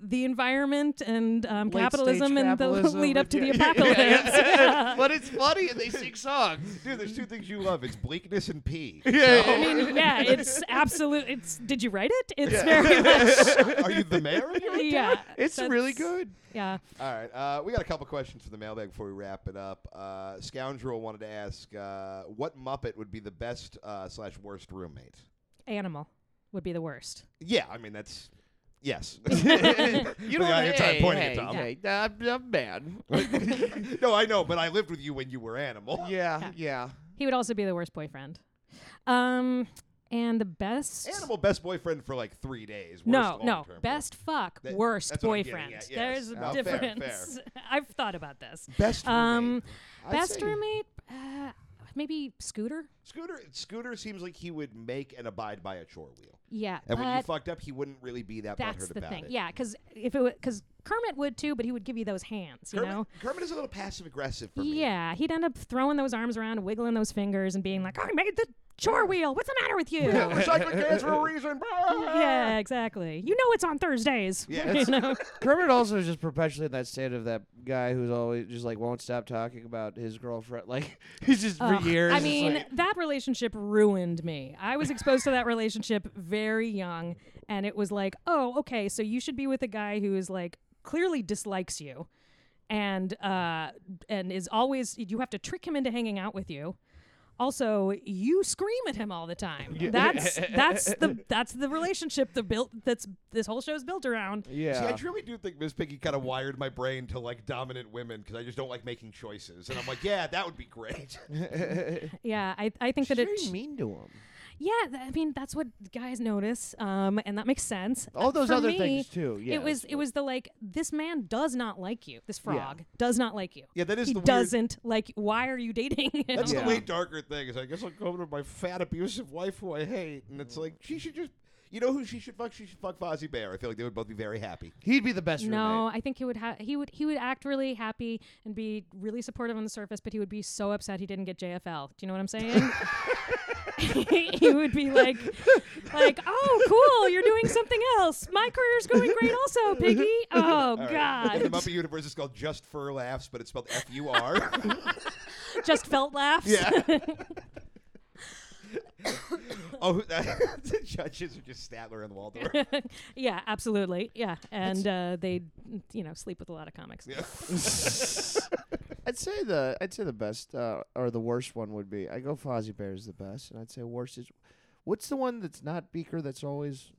Speaker 2: the environment and um,
Speaker 3: Late-stage
Speaker 2: capitalism and the *laughs*
Speaker 3: capitalism
Speaker 2: lead up to
Speaker 3: and-
Speaker 2: the
Speaker 3: yeah, yeah,
Speaker 2: apocalypse.
Speaker 3: *laughs* yeah.
Speaker 2: *laughs*
Speaker 3: but it's funny and they sing songs.
Speaker 1: Dude, there's two things you love. It's bleakness and
Speaker 3: *laughs*
Speaker 1: pee.
Speaker 2: I mean, yeah, it's absolute. It's did you write it?
Speaker 3: *laughs*
Speaker 2: It's very
Speaker 1: *laughs*
Speaker 2: *laughs*
Speaker 1: Are you the mayor? of your-
Speaker 2: much yeah.
Speaker 3: It's really
Speaker 2: that's-
Speaker 3: good.
Speaker 2: Yeah.
Speaker 1: All right. Uh, we got a couple questions for the mailbag before we wrap it up. Uh, Scoundrel wanted to ask, uh, what Muppet would be the best uh, slash worst roommate?
Speaker 2: Animal would be the worst.
Speaker 1: Yeah, I mean that's yes. *laughs*
Speaker 3: You
Speaker 1: Look,
Speaker 3: don't
Speaker 1: I- it's- I'm
Speaker 3: hey,
Speaker 1: pointing at
Speaker 3: hey,
Speaker 1: Tom.
Speaker 3: hey, nah, I'm, I'm *laughs* bad.
Speaker 1: *laughs* no, I know, but I lived with you when you were animal.
Speaker 3: yeah, *laughs* yeah.
Speaker 2: He would also be the worst boyfriend. Um and the best
Speaker 1: Animal best boyfriend for like three days. Worst
Speaker 2: No, no.
Speaker 1: long-term
Speaker 2: Best fuck,
Speaker 1: That-
Speaker 2: worst
Speaker 1: that's what I'm getting
Speaker 2: boyfriend.
Speaker 1: at, yes.
Speaker 2: There's
Speaker 1: Oh, fair,
Speaker 2: a difference. *laughs* I've thought about this.
Speaker 1: boyfriend. best
Speaker 2: Um
Speaker 1: roommate. I'd
Speaker 2: best
Speaker 1: say
Speaker 2: roommate uh, maybe Scooter?
Speaker 1: Scooter. Scooter seems like he would make and abide by a chore wheel.
Speaker 2: Yeah.
Speaker 1: And when you
Speaker 2: but
Speaker 1: fucked up, he wouldn't really be that
Speaker 2: that's
Speaker 1: butthurt
Speaker 2: the
Speaker 1: about
Speaker 2: thing.
Speaker 1: it.
Speaker 2: Yeah, cuz if it was cuz Kermit would too, but he would give you those hands, you
Speaker 1: Kermit,
Speaker 2: know?
Speaker 1: Kermit is a little passive aggressive for me.
Speaker 2: Yeah, he'd end up throwing those arms around, and wiggling those fingers, and being like, "I made the chore wheel. What's the matter with you?"
Speaker 1: Yeah, *laughs* recycling cans for a
Speaker 3: *laughs*
Speaker 1: reason.
Speaker 2: yeah, exactly. You know it's on Thursdays.
Speaker 1: Yeah,
Speaker 2: *laughs* you
Speaker 1: it's-
Speaker 2: know?
Speaker 3: Kermit also is just perpetually in that state of that guy who's always just like won't stop talking about his girlfriend. Like *laughs* he's just for
Speaker 2: Ugh.
Speaker 3: years.
Speaker 2: I
Speaker 3: it's
Speaker 2: mean,
Speaker 3: like-
Speaker 2: that relationship ruined me. I was exposed to that relationship very young, and it was like, oh, okay, so you should be with a guy who is like clearly dislikes you, and uh, and is always you have to trick him into hanging out with you. Also, you scream at him all the time.
Speaker 3: *laughs*
Speaker 2: That's that's the that's the relationship the built that's this whole show's built around.
Speaker 1: See, I
Speaker 3: yeah.
Speaker 1: truly do think Miss Piggy kind of wired my brain to like dominant women because I just don't like making choices. And I'm like, yeah, that would be
Speaker 2: *laughs*
Speaker 1: great. *laughs*
Speaker 2: Yeah, I, I think
Speaker 3: She's
Speaker 2: that it.
Speaker 3: very mean to him.
Speaker 2: Yeah, th- I mean that's what guys notice, um, and that makes sense.
Speaker 3: All
Speaker 2: Uh,
Speaker 3: those
Speaker 2: for
Speaker 3: other
Speaker 2: me,
Speaker 3: things, too. Yeah,
Speaker 2: it was
Speaker 3: that's
Speaker 2: it was the like this man does not like you. This frog does not like you.
Speaker 1: Yeah, that is
Speaker 2: he
Speaker 1: the weird-
Speaker 2: doesn't like. Why are you dating him?
Speaker 1: That's
Speaker 3: Yeah.
Speaker 1: the way darker thing is. I guess I'll go over to my fat, abusive wife who I hate. And it's like, she should just, you know who she should fuck? She should fuck Fozzie Bear. I feel like they would both be very happy.
Speaker 3: He'd be the best
Speaker 2: no,
Speaker 3: roommate.
Speaker 2: I think he would ha- he would he would act really happy and be really supportive on the surface, but he would be so upset he didn't get JFL. Do you know what
Speaker 1: *laughs*
Speaker 2: I'm saying? he would be like, like, oh, cool, you're doing something else. My career's going
Speaker 1: *laughs*
Speaker 2: great, also, Piggy. Oh *laughs* God,
Speaker 1: In the Muppet universe, it's called Just Fur Laughs, but it's spelled F U R.
Speaker 2: *laughs* just felt laughs. *laughs*
Speaker 1: Yeah. oh, *laughs* who- the judges are just Statler and Waldorf.
Speaker 2: *laughs* Yeah, absolutely. Yeah, and uh, they, you know, sleep with a lot of comics.
Speaker 1: Yeah.
Speaker 2: *laughs*
Speaker 3: *laughs* I'd say the I'd say the best uh, or the worst one would be I go Fozzie Bear is the best, and I'd say worst is what's the one that's not Beaker that's always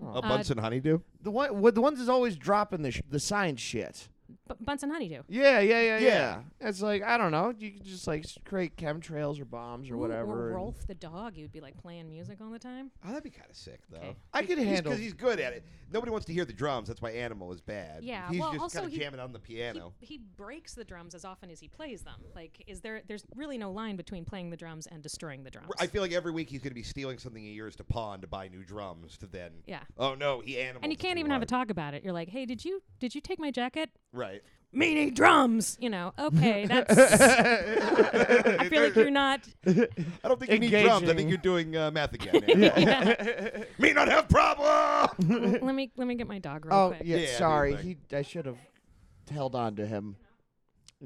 Speaker 1: A Bunsen Honeydew?
Speaker 3: the one what the ones that's always dropping the sh- the sign shit.
Speaker 2: B- Bunsen Honeydew.
Speaker 3: Yeah, yeah,
Speaker 1: Yeah.
Speaker 3: yeah, yeah. It's like I don't know. You could just like s- create chemtrails or bombs or
Speaker 2: Ooh,
Speaker 3: whatever.
Speaker 2: Or
Speaker 3: and-
Speaker 2: Rolf the dog. You'd be like playing music all the time.
Speaker 1: Oh, that'd be kind of sick, though.
Speaker 2: Okay.
Speaker 3: I could handle.
Speaker 1: Because he's, good at it. Nobody wants to hear the drums. That's why Animal is bad.
Speaker 2: Yeah,
Speaker 1: He's
Speaker 2: well,
Speaker 1: just
Speaker 2: also
Speaker 1: kind of
Speaker 2: he-
Speaker 1: jamming on the piano.
Speaker 2: He, he breaks the drums as often as he plays them. Like, is there? There's really no line between playing the drums and destroying the drums.
Speaker 1: I feel like every week he's going to be stealing something of yours to pawn to buy new drums to then.
Speaker 2: Yeah.
Speaker 1: Oh no, he animal.
Speaker 2: and you can't even have a talk about it. You're like, hey, did you did you take my jacket?
Speaker 1: Right.
Speaker 2: meaning drums. You know, okay, that's. I feel like you're not.
Speaker 1: I don't think you need drums. I think
Speaker 3: Engaging.
Speaker 1: you're doing uh, math
Speaker 3: *laughs*
Speaker 1: again. *laughs* Me not have problem.
Speaker 2: Let me let me get my dog real
Speaker 3: Oh
Speaker 2: quick.
Speaker 3: yeah,
Speaker 1: Yeah,
Speaker 3: sorry.
Speaker 1: dude,
Speaker 3: He I should have held on to him.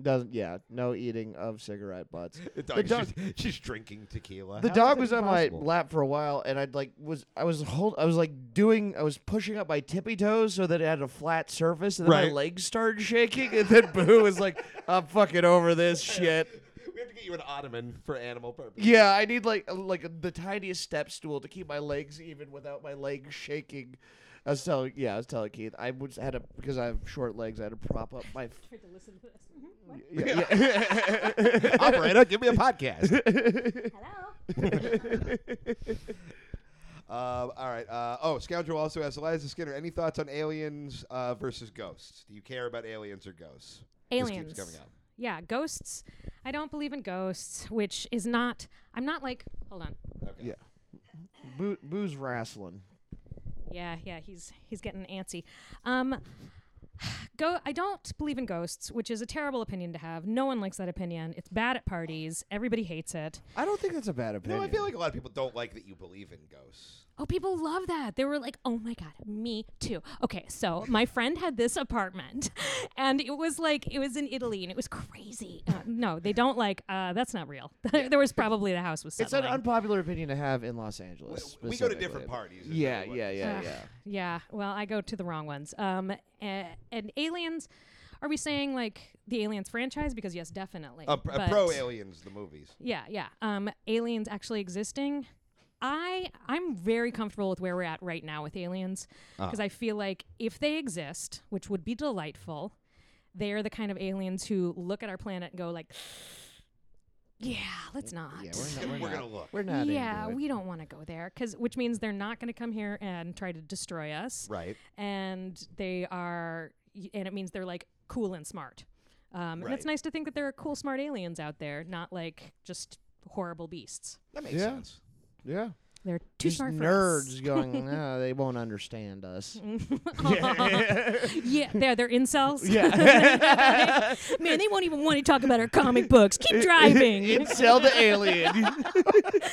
Speaker 3: Doesn't yeah, no eating of cigarette *laughs* butts.
Speaker 1: The
Speaker 3: The
Speaker 1: dog's
Speaker 3: dog-
Speaker 1: just, she's drinking tequila.
Speaker 3: The
Speaker 1: How
Speaker 3: dog
Speaker 1: is
Speaker 3: was
Speaker 1: that
Speaker 3: on
Speaker 1: possible?
Speaker 3: my lap for a while, and I'd like was I was hold I was like doing I was pushing up my tippy toes so that it had a flat surface, and then
Speaker 1: Right.
Speaker 3: my legs started shaking, and then *laughs* Boo was like, "I'm fucking over this shit."
Speaker 1: We have to get you an ottoman for animal purposes.
Speaker 3: Yeah, I need like a- like the tiniest step stool to keep my legs even without my legs shaking. I was telling yeah, I was telling Keith I was had a because I have short legs, I had to prop up my
Speaker 2: Tried to listen to this. Mhm. What?
Speaker 3: yeah, yeah.
Speaker 1: *laughs* Operator, give me a
Speaker 3: *laughs*
Speaker 1: podcast.
Speaker 2: Hello.
Speaker 1: Uh, all right. Uh, oh, Scoundrel also asks Eliza Skinner, any thoughts on aliens uh, versus ghosts? Do you care about aliens or ghosts? This keeps
Speaker 2: aliens
Speaker 1: coming up.
Speaker 2: yeah ghosts i don't believe in ghosts which is not i'm not like hold on
Speaker 1: Okay.
Speaker 3: Yeah. Boo, boo's wrestling.
Speaker 2: yeah yeah he's he's getting antsy um *sighs* go i don't believe in ghosts which is a terrible opinion to have no one likes that opinion it's bad at parties everybody hates it
Speaker 3: I don't think that's a bad opinion.
Speaker 1: No, I feel like a lot of people don't like that you believe in ghosts.
Speaker 2: Oh, people love that. They were like, oh my God, me too. Okay, so my friend had this apartment *laughs* and it was like, it was in Italy and it was crazy. Uh, no, they don't like, uh, that's not real. *laughs* there was probably the house was
Speaker 3: it's
Speaker 2: settling.
Speaker 3: an unpopular opinion to have in Los Angeles.
Speaker 1: We go to different
Speaker 3: specifically.
Speaker 1: parties. is
Speaker 3: Yeah,
Speaker 1: really what
Speaker 3: yeah,
Speaker 1: it is.
Speaker 3: yeah,
Speaker 2: Ugh,
Speaker 3: yeah.
Speaker 2: yeah. Well, I go to the wrong ones. Um, a- and, aliens. Are we saying like the aliens franchise? Because yes, definitely.
Speaker 1: Uh, pr- uh,
Speaker 2: But-
Speaker 1: pro aliens, the movies.
Speaker 2: Yeah, yeah. Um, aliens actually existing. I I'm very comfortable with where we're at right now with aliens
Speaker 3: Ah.
Speaker 2: because I feel like if they exist, which would be delightful, they are the kind of aliens who look at our planet and go like, "Yeah, let's not."
Speaker 3: Yeah, we're
Speaker 1: *laughs*
Speaker 3: not. We're,
Speaker 1: We're
Speaker 3: not,
Speaker 1: gonna look.
Speaker 3: We're not.
Speaker 2: yeah,
Speaker 3: into it.
Speaker 2: we don't want to go there because which means they're not going to come here and try to destroy us
Speaker 1: Right.
Speaker 2: and they are y- and it means they're like cool and smart um, and it's
Speaker 1: Right.
Speaker 2: nice to think that there are cool smart aliens out there not like just horrible beasts
Speaker 1: That makes
Speaker 3: Yeah. *laughs*
Speaker 1: sense.
Speaker 3: Yeah.
Speaker 2: they're too
Speaker 3: These
Speaker 2: smart
Speaker 3: nerds going. No, they won't understand
Speaker 2: *laughs*
Speaker 3: us. *laughs*
Speaker 2: for us *laughs* yeah they're, they're incels
Speaker 3: Yeah.
Speaker 2: *laughs* man they won't even want to talk about our comic books keep
Speaker 3: *laughs*
Speaker 2: driving
Speaker 3: Incel the alien. *laughs*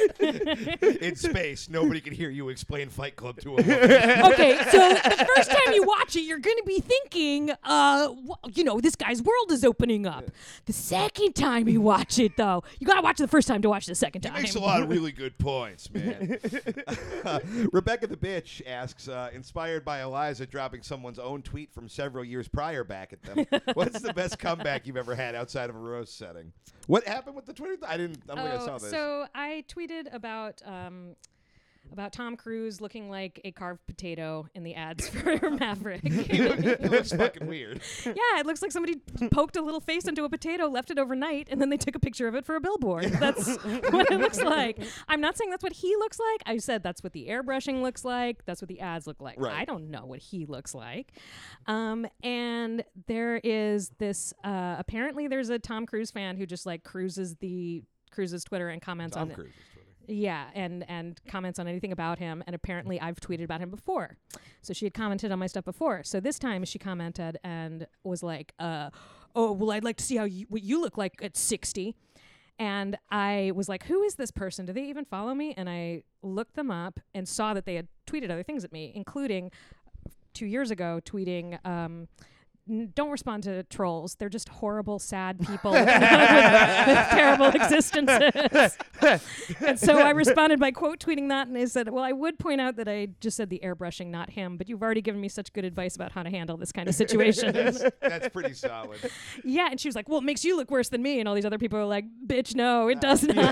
Speaker 1: in space, nobody can hear you explain Fight Club
Speaker 3: *laughs*
Speaker 1: to a woman.
Speaker 2: okay so the first time you watch it you're gonna be thinking uh wh- you know this guy's world is opening up the second time you watch it though you gotta watch it the first time to watch it the second time
Speaker 1: Makes a lot of
Speaker 2: *laughs*
Speaker 1: really good points, man. *laughs* Rebecca the bitch asks, uh, inspired by Eliza dropping someone's own tweet from several years prior back at
Speaker 2: *laughs*
Speaker 1: them. what's the best comeback you've ever had outside of a roast setting? What happened with the Twitter? th- I didn't. I don't think I saw this.
Speaker 2: Oh, So I tweeted about um, about Tom Cruise looking like a carved potato in the ads *laughs*
Speaker 1: *laughs*
Speaker 2: for Maverick.
Speaker 1: *laughs*
Speaker 2: yeah,
Speaker 1: it looks fucking
Speaker 2: *laughs*
Speaker 1: weird.
Speaker 2: it looks like somebody poked a little face into a potato, left it overnight, and then they took a picture of it for a
Speaker 1: *laughs*
Speaker 2: billboard. That's what it looks like. I'm not saying that's what he looks like. I said that's what the airbrushing looks like. That's what the ads look like.
Speaker 1: Right.
Speaker 2: I don't know what he looks like. Um, and there is this. Uh, apparently, there's a Tom Cruise fan who just like cruises the cruises Twitter and comments on
Speaker 1: Tom
Speaker 2: it.
Speaker 1: Cruise's Twitter.
Speaker 2: *laughs* Yeah, and and comments on anything about him. And apparently, I've tweeted about him before, so she had commented on my stuff before. So this time, she commented and was like, uh, "Oh, well, I'd like to see how you, what you look like at 60." And I was like, "Who is this person? Do they even follow me?" And I looked them up and saw that they had tweeted other things at me, including two years ago tweeting. Um, "N- don't respond to trolls. They're just horrible, sad people *laughs* with terrible existences. And so I responded by quote tweeting that, and I said, "Well, I would point out that I just said the airbrushing, not him, but you've already given me such good advice about how to handle this kind
Speaker 1: *laughs*
Speaker 2: of situation."
Speaker 1: That's, that's pretty *laughs* solid.
Speaker 2: yeah, and she was like, "Well, it makes you look worse than me," and all these other people were like, "Bitch, no, it does not. *laughs*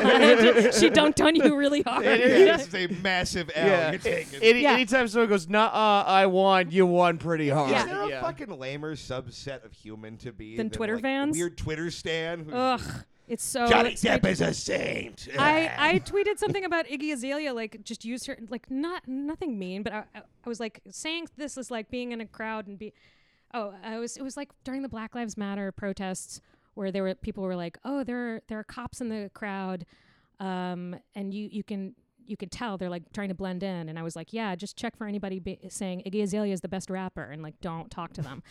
Speaker 2: she dunked on you really hard."
Speaker 1: *laughs* Yeah, this is a massive L. You're taking.
Speaker 3: Any,
Speaker 2: Yeah.
Speaker 3: Anytime someone goes, "Nah, uh, I won. You won pretty hard."
Speaker 1: Is
Speaker 2: Yeah.
Speaker 1: there a fucking lamer subset of human to be
Speaker 2: Than Twitter
Speaker 1: like,
Speaker 2: fans?
Speaker 1: Weird Twitter stan. who's
Speaker 2: Ugh, it's so.
Speaker 1: Johnny
Speaker 2: it's
Speaker 1: Depp is a saint.
Speaker 2: I, I tweeted something about Iggy Azalea, like just use her, like not nothing mean, but I, I, I was like saying this is like being in a crowd and be, oh, I was it was like during the Black Lives Matter protests where there were people were like, oh, there are, there are cops in the crowd, um, and you you can you could tell they're like trying to blend in. And I was like, yeah, just check for anybody be- saying Iggy Azalea is the best rapper and like don't talk
Speaker 1: *laughs*
Speaker 2: to them.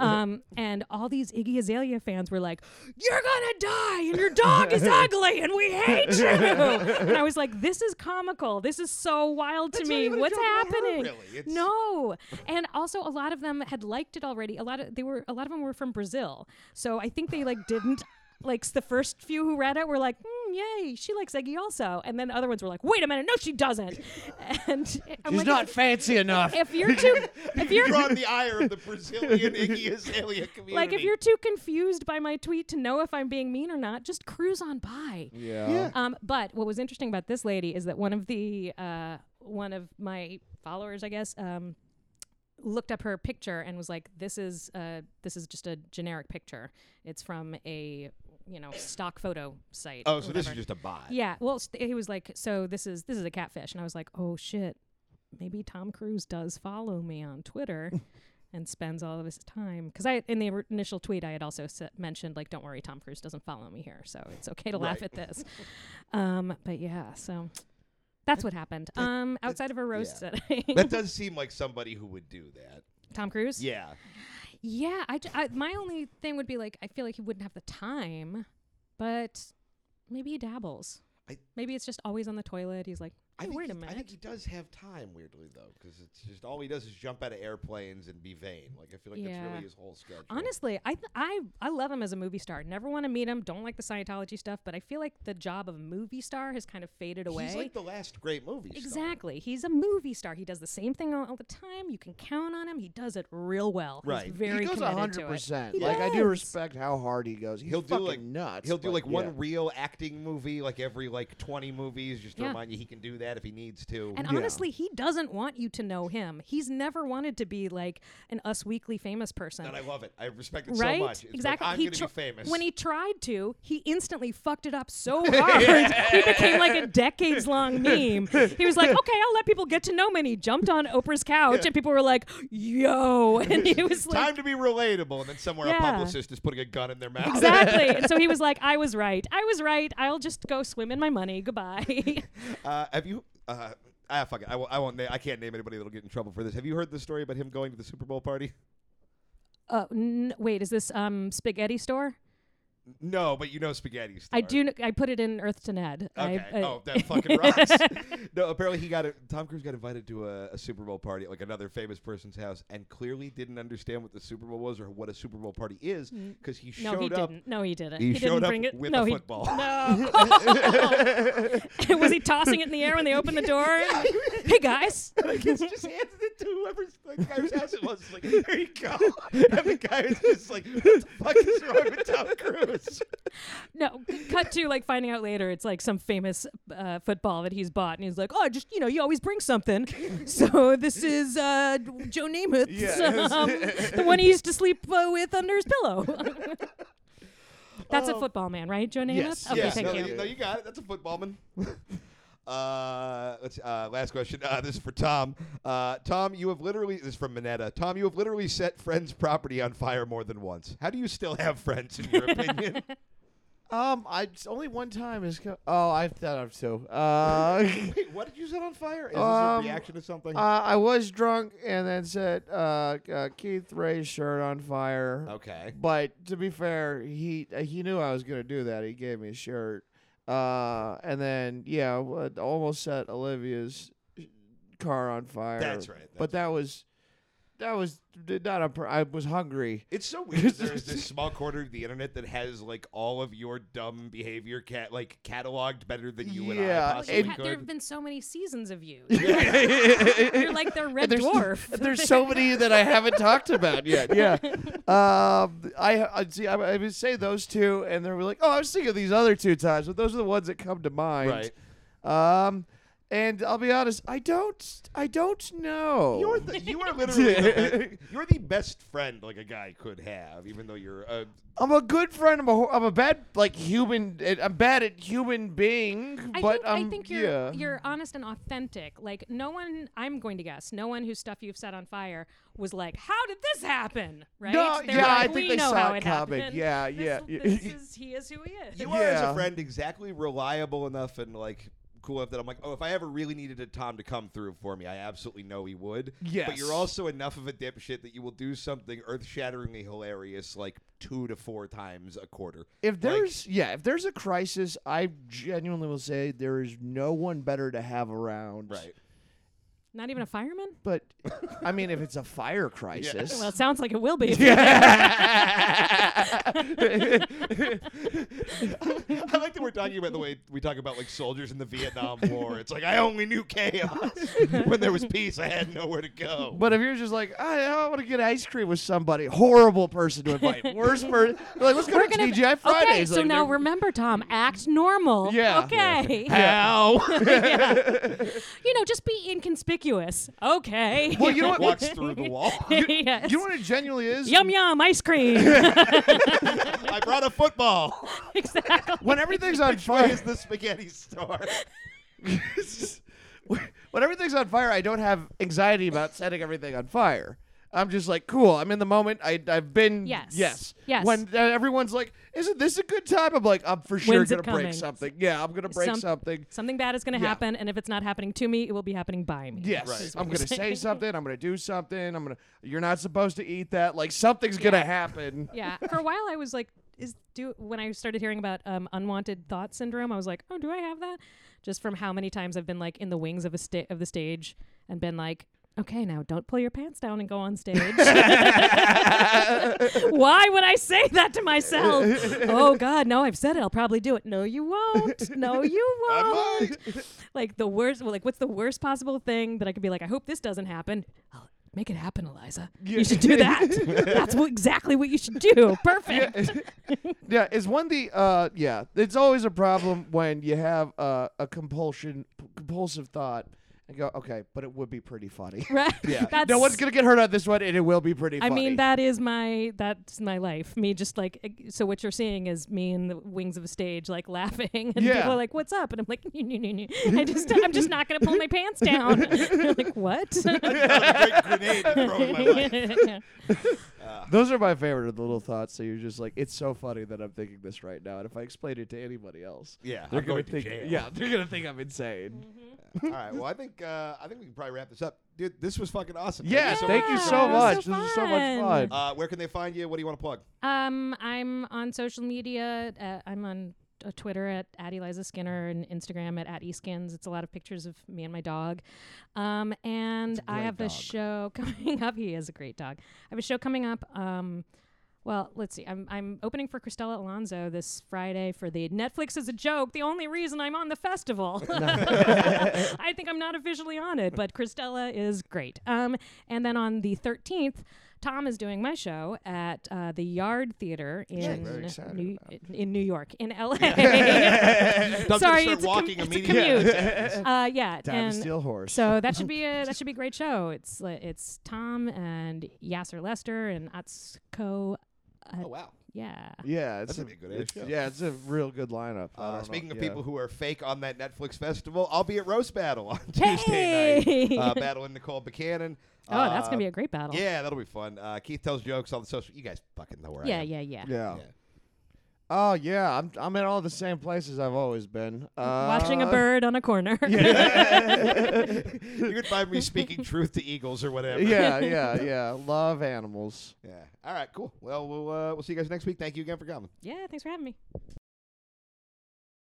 Speaker 2: um, and all these Iggy Azalea fans were like, you're gonna die and your dog
Speaker 1: *laughs*
Speaker 2: is ugly and we hate you. and I was like, this is comical. This is so wild to
Speaker 1: That's not
Speaker 2: me.
Speaker 1: even a
Speaker 2: What's
Speaker 1: joke about her,
Speaker 2: happening?
Speaker 1: really. It's-
Speaker 2: No, Oh, and also a lot of them had liked it already. A lot of they were a lot of them were from Brazil, so I think they like didn't like s- the first few who read it were like, mm, "Yay, she likes Eggy also," and then other ones were like, "Wait a minute, no, she doesn't." *laughs* And I'm
Speaker 3: She's
Speaker 2: like,
Speaker 3: not
Speaker 2: if,
Speaker 3: fancy enough.
Speaker 2: if you're too,
Speaker 1: *laughs*
Speaker 2: if you're *laughs*
Speaker 1: Drawn the ire of the Brazilian Iggy Azalea community.
Speaker 2: like, if you're too confused by my tweet to know if I'm being mean or not, just cruise on by.
Speaker 3: yeah.
Speaker 2: Um, but what was interesting about this lady is that one of the uh, one of my followers, I guess, um, looked up her picture and was like, "This is uh, this is just a generic picture. It's from a you know stock photo site."
Speaker 1: oh,
Speaker 2: or
Speaker 1: so this is
Speaker 2: whatever."
Speaker 1: just a bot.
Speaker 2: yeah. Well, s- he was like, "So this is this is a catfish," and I was like, "Oh shit, maybe Tom Cruise does follow me on Twitter." And spends all of his time because I in the or- initial tweet I had also s- mentioned like don't worry Tom Cruise doesn't follow me here so it's okay to laugh
Speaker 1: Right.
Speaker 2: at this *laughs* um, but yeah, so that's what happened. Um, outside of a roast setting,
Speaker 1: That does seem like somebody who would do that.
Speaker 2: *laughs* Tom Cruise.
Speaker 1: Yeah.
Speaker 2: yeah. I, ju- I- my only thing would be like, I feel like he wouldn't have the time, but maybe he dabbles.
Speaker 1: I-
Speaker 2: maybe it's just always on the toilet. He's like,
Speaker 1: I
Speaker 2: "Hey,
Speaker 1: think,
Speaker 2: wait a
Speaker 1: he- I
Speaker 2: minute.
Speaker 1: think he does have time, weirdly though, because it's just all he does is jump out of airplanes and be vain. Like I feel like that's
Speaker 2: Yeah.
Speaker 1: really his whole schedule.
Speaker 2: Honestly, I th- I I love him as a movie star. Never want to meet him. Don't like the Scientology stuff, but I feel like the job of movie star has kind of faded away.
Speaker 1: he's like the last great movie. star.
Speaker 2: Exactly. He's a movie star. He does the same thing all, all the time. You can count on him. He does it real well.
Speaker 1: Right.
Speaker 2: He's very
Speaker 3: he goes
Speaker 2: committed
Speaker 3: hundred
Speaker 2: to it.
Speaker 3: percent.
Speaker 2: He
Speaker 3: Like I do
Speaker 2: does.
Speaker 3: respect how hard he goes. He's
Speaker 1: He'll do
Speaker 3: fucking
Speaker 1: like
Speaker 3: nuts.
Speaker 1: He'll do
Speaker 3: but
Speaker 1: like one
Speaker 3: yeah.
Speaker 1: real acting movie, like every like twenty movies, just to
Speaker 2: Yeah.
Speaker 1: remind you he can do that if he needs to.
Speaker 2: And
Speaker 3: Yeah.
Speaker 2: honestly, he doesn't want you to know him. He's never wanted to be like an Us Weekly famous person.
Speaker 1: and I love it. I respect it
Speaker 2: Right?
Speaker 1: so much. It's like,
Speaker 2: exactly.
Speaker 1: I'm
Speaker 2: he
Speaker 1: gonna
Speaker 2: tr-
Speaker 1: be famous.
Speaker 2: When he tried to, he instantly fucked it
Speaker 1: *laughs*
Speaker 2: up so hard. he became like a decades long meme. He was like, okay, I'll let people get to know me. And he jumped on Oprah's couch and people were like,
Speaker 1: *laughs*
Speaker 2: yo. And *laughs* he was like,
Speaker 1: Time to be relatable, and then somewhere a
Speaker 2: Yeah.
Speaker 1: publicist is putting a gun in their mouth. *laughs*
Speaker 2: Exactly. and so he was like, I was right. I was right. I'll just go swim in my money. Goodbye. *laughs*
Speaker 1: Uh, have you? Uh, ah, fuck it. I, won't- I won't. Na- I can't name anybody that'll get in trouble for this. Have you heard the story about him going to the Super Bowl party?
Speaker 2: uh, n- wait, is this um spaghetti store?
Speaker 1: *laughs* No, but you know Spaghetti.
Speaker 2: I
Speaker 1: Star.
Speaker 2: do. kn- I put it in Earth to Ned. I-
Speaker 1: Okay.
Speaker 2: I-
Speaker 1: oh, that fucking rocks. no, apparently he got it. Tom Cruise got invited to a, a Super Bowl party at like another famous person's house, and clearly didn't understand what the Super Bowl was or what a Super Bowl party is because he
Speaker 2: *laughs* Mm. no,
Speaker 1: showed
Speaker 2: he
Speaker 1: up.
Speaker 2: didn't. No, he didn't.
Speaker 1: He
Speaker 2: didn't
Speaker 1: showed up
Speaker 2: bring it.
Speaker 1: with
Speaker 2: no,
Speaker 1: a
Speaker 2: he,
Speaker 1: football.
Speaker 2: *laughs*
Speaker 1: *laughs*
Speaker 2: No. Was he tossing it in the air when they opened
Speaker 1: *laughs*
Speaker 2: the door? hey guys.
Speaker 1: He just handed it to whoever's the guy whose house it was. It's like, there you go. And the guy was just like, what the fuck is wrong with Tom Cruise?
Speaker 2: No. Cut to like finding out later. It's like some famous uh, football that he's bought, and he's like, "Oh, just you know, you always
Speaker 1: *laughs*
Speaker 2: bring something." so this is uh, Joe Namath's,
Speaker 1: Yeah.
Speaker 2: um, the one he used to sleep uh, with under his pillow. *laughs* That's a football man, right, Joe Namath?
Speaker 3: yes.
Speaker 2: *laughs* Okay,
Speaker 1: yeah,
Speaker 2: thank
Speaker 1: Oh. no,
Speaker 2: you.
Speaker 1: No, you got it. That's a footballman. *laughs* uh, let's, uh, last question. Uh, this is for Tom. Uh, Tom, you have literally this is from Minetta. Tom, you have literally set friends' property on fire more than once. How do you still have friends, in
Speaker 2: *laughs*
Speaker 1: your opinion?
Speaker 3: Um, I it's only one time is. Co- oh, I thought I'm so. Uh, *laughs*
Speaker 1: Wait, what did you set on fire? Is
Speaker 3: Um,
Speaker 1: this a reaction to something?
Speaker 3: uh, I was drunk and then set uh, uh Keith Ray's shirt on fire.
Speaker 1: okay.
Speaker 3: But to be fair, he uh, he knew I was gonna do that. He gave me a shirt. Uh, and then yeah, w- almost set Olivia's car on fire.
Speaker 1: That's right, that's
Speaker 3: but that was that was did not. A pr- I
Speaker 1: *laughs*
Speaker 3: was hungry.
Speaker 1: It's so weird. There's this small corner of the internet that has like all of your dumb behavior cat like cataloged better than you and
Speaker 3: Yeah,
Speaker 1: I
Speaker 3: it-
Speaker 1: possibly
Speaker 2: You've had- there have
Speaker 1: could.
Speaker 2: been so many seasons of you.
Speaker 3: You're *laughs*
Speaker 2: You're like the red
Speaker 3: there's,
Speaker 2: dwarf.
Speaker 3: There's so many that I haven't talked about yet. Yeah. Um, I, I see. I, I would say those two, and they're like, oh, I was thinking of these other two times, but those are the ones that come to mind. Right. Um, and I'll be honest, I don't, I don't know.
Speaker 1: You're the, you are literally the *laughs* be- you're the best friend like a guy could have, even though you're uh, a
Speaker 3: *laughs* I'm a good friend. I'm a, hor- I'm a bad like human. I'm bad at human being,
Speaker 2: I
Speaker 3: but
Speaker 2: think,
Speaker 3: I'm
Speaker 2: I think you're
Speaker 3: yeah.
Speaker 2: you're honest and authentic. Like no one, I'm going to guess, no one whose stuff you've set on fire was like, "How did this happen?" Right?
Speaker 3: No,
Speaker 2: They're
Speaker 3: yeah,
Speaker 2: like,
Speaker 3: I think
Speaker 2: we
Speaker 3: they
Speaker 2: know
Speaker 3: saw
Speaker 2: how
Speaker 3: it
Speaker 2: it
Speaker 3: coming.
Speaker 2: happened.
Speaker 3: Yeah,
Speaker 2: *laughs*
Speaker 3: *laughs*
Speaker 2: This-
Speaker 3: yeah, yeah.
Speaker 2: This is he is who he is.
Speaker 1: you are as
Speaker 3: Yeah.
Speaker 1: a friend exactly reliable enough and like cool enough that I'm like, oh, if I ever really needed a Tom to come through for me, I absolutely know he would. But
Speaker 3: Yes.
Speaker 1: you're also enough of a dipshit that you will do something earth-shatteringly hilarious like two to four times a quarter.
Speaker 3: If
Speaker 1: Like,
Speaker 3: there's yeah, if there's a crisis, I genuinely will say there is no one better to have around.
Speaker 1: right.
Speaker 2: Not even a fireman?
Speaker 3: *laughs* But I mean, if it's a fire crisis,
Speaker 2: Well, it sounds like it
Speaker 3: *laughs*
Speaker 2: will be.
Speaker 1: I like that we're talking about the way we talk about like soldiers in the Vietnam War. It's like I only knew
Speaker 3: *laughs*
Speaker 1: chaos. when there was peace, I had nowhere to go.
Speaker 3: But if you're just like, I, I want to get ice cream with somebody, horrible person to *laughs* invite, worst person. Like, let's go *laughs*
Speaker 2: We're
Speaker 3: to
Speaker 2: gonna-
Speaker 3: TGI Fridays.
Speaker 2: Okay, so
Speaker 3: like,
Speaker 2: now
Speaker 3: *laughs* they're-
Speaker 2: remember, Tom, act normal.
Speaker 3: *laughs* Yeah. *laughs*
Speaker 2: Okay. *laughs*
Speaker 3: how?
Speaker 2: You know, just be inconspicuous. Okay.
Speaker 3: well,
Speaker 2: *laughs*
Speaker 3: you know what?
Speaker 1: Walks through the
Speaker 3: *laughs*
Speaker 1: wall.
Speaker 2: Yes.
Speaker 3: You know what it genuinely is.
Speaker 2: Yum yum ice cream.
Speaker 1: I brought a football.
Speaker 3: *laughs*
Speaker 2: exactly.
Speaker 3: When everything's
Speaker 2: *laughs*
Speaker 3: on
Speaker 1: Where
Speaker 3: fire,
Speaker 1: is the spaghetti store?
Speaker 3: *laughs* when everything's on fire, I don't have anxiety about setting everything on fire. I'm just like, cool. I'm in the moment. I, I've been
Speaker 2: Yes.
Speaker 3: yes,
Speaker 2: Yes.
Speaker 3: When uh, everyone's like, "Isn't this a good time?" I'm like, "I'm for sure
Speaker 2: When's it
Speaker 3: gonna break
Speaker 2: coming?
Speaker 3: something." Yeah, I'm gonna break
Speaker 2: Some-
Speaker 3: something.
Speaker 2: Something bad is going to
Speaker 3: Yeah.
Speaker 2: happen, and if it's not happening to me, it will be happening by me.
Speaker 3: Yes,
Speaker 1: Right.
Speaker 3: I'm gonna
Speaker 2: *laughs*
Speaker 3: say something. I'm gonna do something. I'm gonna. You're not supposed to eat that. Like something's gonna
Speaker 2: *laughs*
Speaker 3: happen. *laughs*
Speaker 2: Yeah. For a while, I was like, is do when I started hearing about um, unwanted thought syndrome, I was like, oh, do I have that? Just from how many times I've been like in the wings of a sta- of the stage and been like. Okay, now don't pull your pants down and go
Speaker 3: *laughs*
Speaker 2: on stage. Why would I say that
Speaker 1: *laughs*
Speaker 2: to myself? Oh God, no, I've said it. I'll probably do it. No, you won't.
Speaker 1: *laughs*
Speaker 2: No, you won't.
Speaker 1: I might.
Speaker 2: like the worst well, like what's the worst possible thing that i could be like i hope this doesn't happen I'll make it happen eliza you should do that
Speaker 1: *laughs*
Speaker 2: that's what, exactly what you should do perfect
Speaker 3: Yeah, is one the uh yeah, it's always a problem when you have uh, a compulsion p- compulsive thought and go, okay, but it would be pretty funny.
Speaker 2: right
Speaker 1: Yeah.
Speaker 2: that's
Speaker 3: no one's gonna get hurt on this one, and it will be pretty.
Speaker 2: I
Speaker 3: funny.
Speaker 2: mean that is my that's my life. Me just like ig- so what you're seeing is me in the wings of a stage like *laughs* laughing and
Speaker 3: Yeah.
Speaker 2: people are like what's up and I'm like *laughs* "Nee, nee, nee, nee."
Speaker 1: *laughs*
Speaker 2: I just I'm just not going to pull my pants down. *laughs* They're like what?
Speaker 1: Great grenade to throw
Speaker 2: *laughs*
Speaker 1: in my
Speaker 3: *laughs*
Speaker 1: life.
Speaker 3: Those are my favorite of the little thoughts. So you're just like, it's so funny that I'm thinking this right now, and if I explain it to anybody else,
Speaker 1: Yeah,
Speaker 3: they're
Speaker 1: I'm
Speaker 3: gonna
Speaker 1: going to
Speaker 3: think,
Speaker 1: jail.
Speaker 3: yeah, they're gonna think I'm insane. *laughs*
Speaker 1: All right. Well, I think uh, I think we can probably wrap this up, dude. This was fucking awesome.
Speaker 3: Yes, thank you
Speaker 2: Yeah,
Speaker 3: so
Speaker 2: that
Speaker 3: much.
Speaker 2: was so
Speaker 3: this is so much
Speaker 2: fun.
Speaker 3: fun.
Speaker 1: *laughs*
Speaker 3: *laughs*
Speaker 1: Uh, where can they find you? What do you want to plug?
Speaker 2: Um, I'm on social media. Uh, I'm on uh, Twitter at, at Eliza Skinner and Instagram at, at eSkins. It's a lot of pictures of me and my dog. Um, and I
Speaker 1: great
Speaker 2: have a
Speaker 1: dog.
Speaker 2: show *laughs* coming up. He is a great dog. I have a show coming up. Um, well, let's see. I'm, I'm opening for Cristela Alonso this Friday for the Netflix is a joke. The only reason I'm on
Speaker 3: *laughs*
Speaker 2: the festival. *laughs* I think I'm not officially on it, but Cristela is great. Um, and then on the 13th, Tom is doing my show at uh, the Yard Theater in
Speaker 3: very excited
Speaker 2: New,
Speaker 3: about
Speaker 2: in New York, in LA. *laughs*
Speaker 1: I'm
Speaker 2: Sorry,
Speaker 1: gonna start
Speaker 2: it's a, com-
Speaker 1: walking
Speaker 2: it's a
Speaker 1: immediately. *laughs*
Speaker 2: commute. uh, yeah,
Speaker 3: Time to
Speaker 2: and
Speaker 3: steal horse.
Speaker 2: so that should be a that should be a great show. It's li- it's Tom and Yasser Lester and Atsuko.
Speaker 1: Oh wow.
Speaker 2: Yeah.
Speaker 3: yeah, it's
Speaker 1: That's gonna be a good
Speaker 3: it's-
Speaker 1: show.
Speaker 3: Yeah, it's a real good lineup. I don't
Speaker 1: Uh,
Speaker 3: know,
Speaker 1: speaking of
Speaker 3: yeah.
Speaker 1: people who are fake on that Netflix festival, I'll be at Roast Battle on
Speaker 2: Hey!
Speaker 1: Tuesday night, uh, battling Nicole Buchanan.
Speaker 2: Oh, that's gonna be a great battle.
Speaker 1: Uh, yeah, that'll be fun. Uh, Keith tells jokes on the social. You guys fucking know where I
Speaker 2: yeah,
Speaker 1: am.
Speaker 2: yeah, yeah.
Speaker 3: Yeah.
Speaker 1: Yeah.
Speaker 3: Oh yeah, I'm I'm in all the same places I've always been. Uh,
Speaker 2: Watching a bird on a corner.
Speaker 1: *laughs* you can find me
Speaker 2: *laughs*
Speaker 1: speaking truth to eagles or whatever.
Speaker 3: *laughs* Yeah, yeah,
Speaker 1: *laughs*
Speaker 3: yeah. Love animals.
Speaker 1: Yeah. All right. Cool. Well, we'll uh, we'll see you guys next week. Thank you again for coming.
Speaker 2: yeah. Thanks for having me.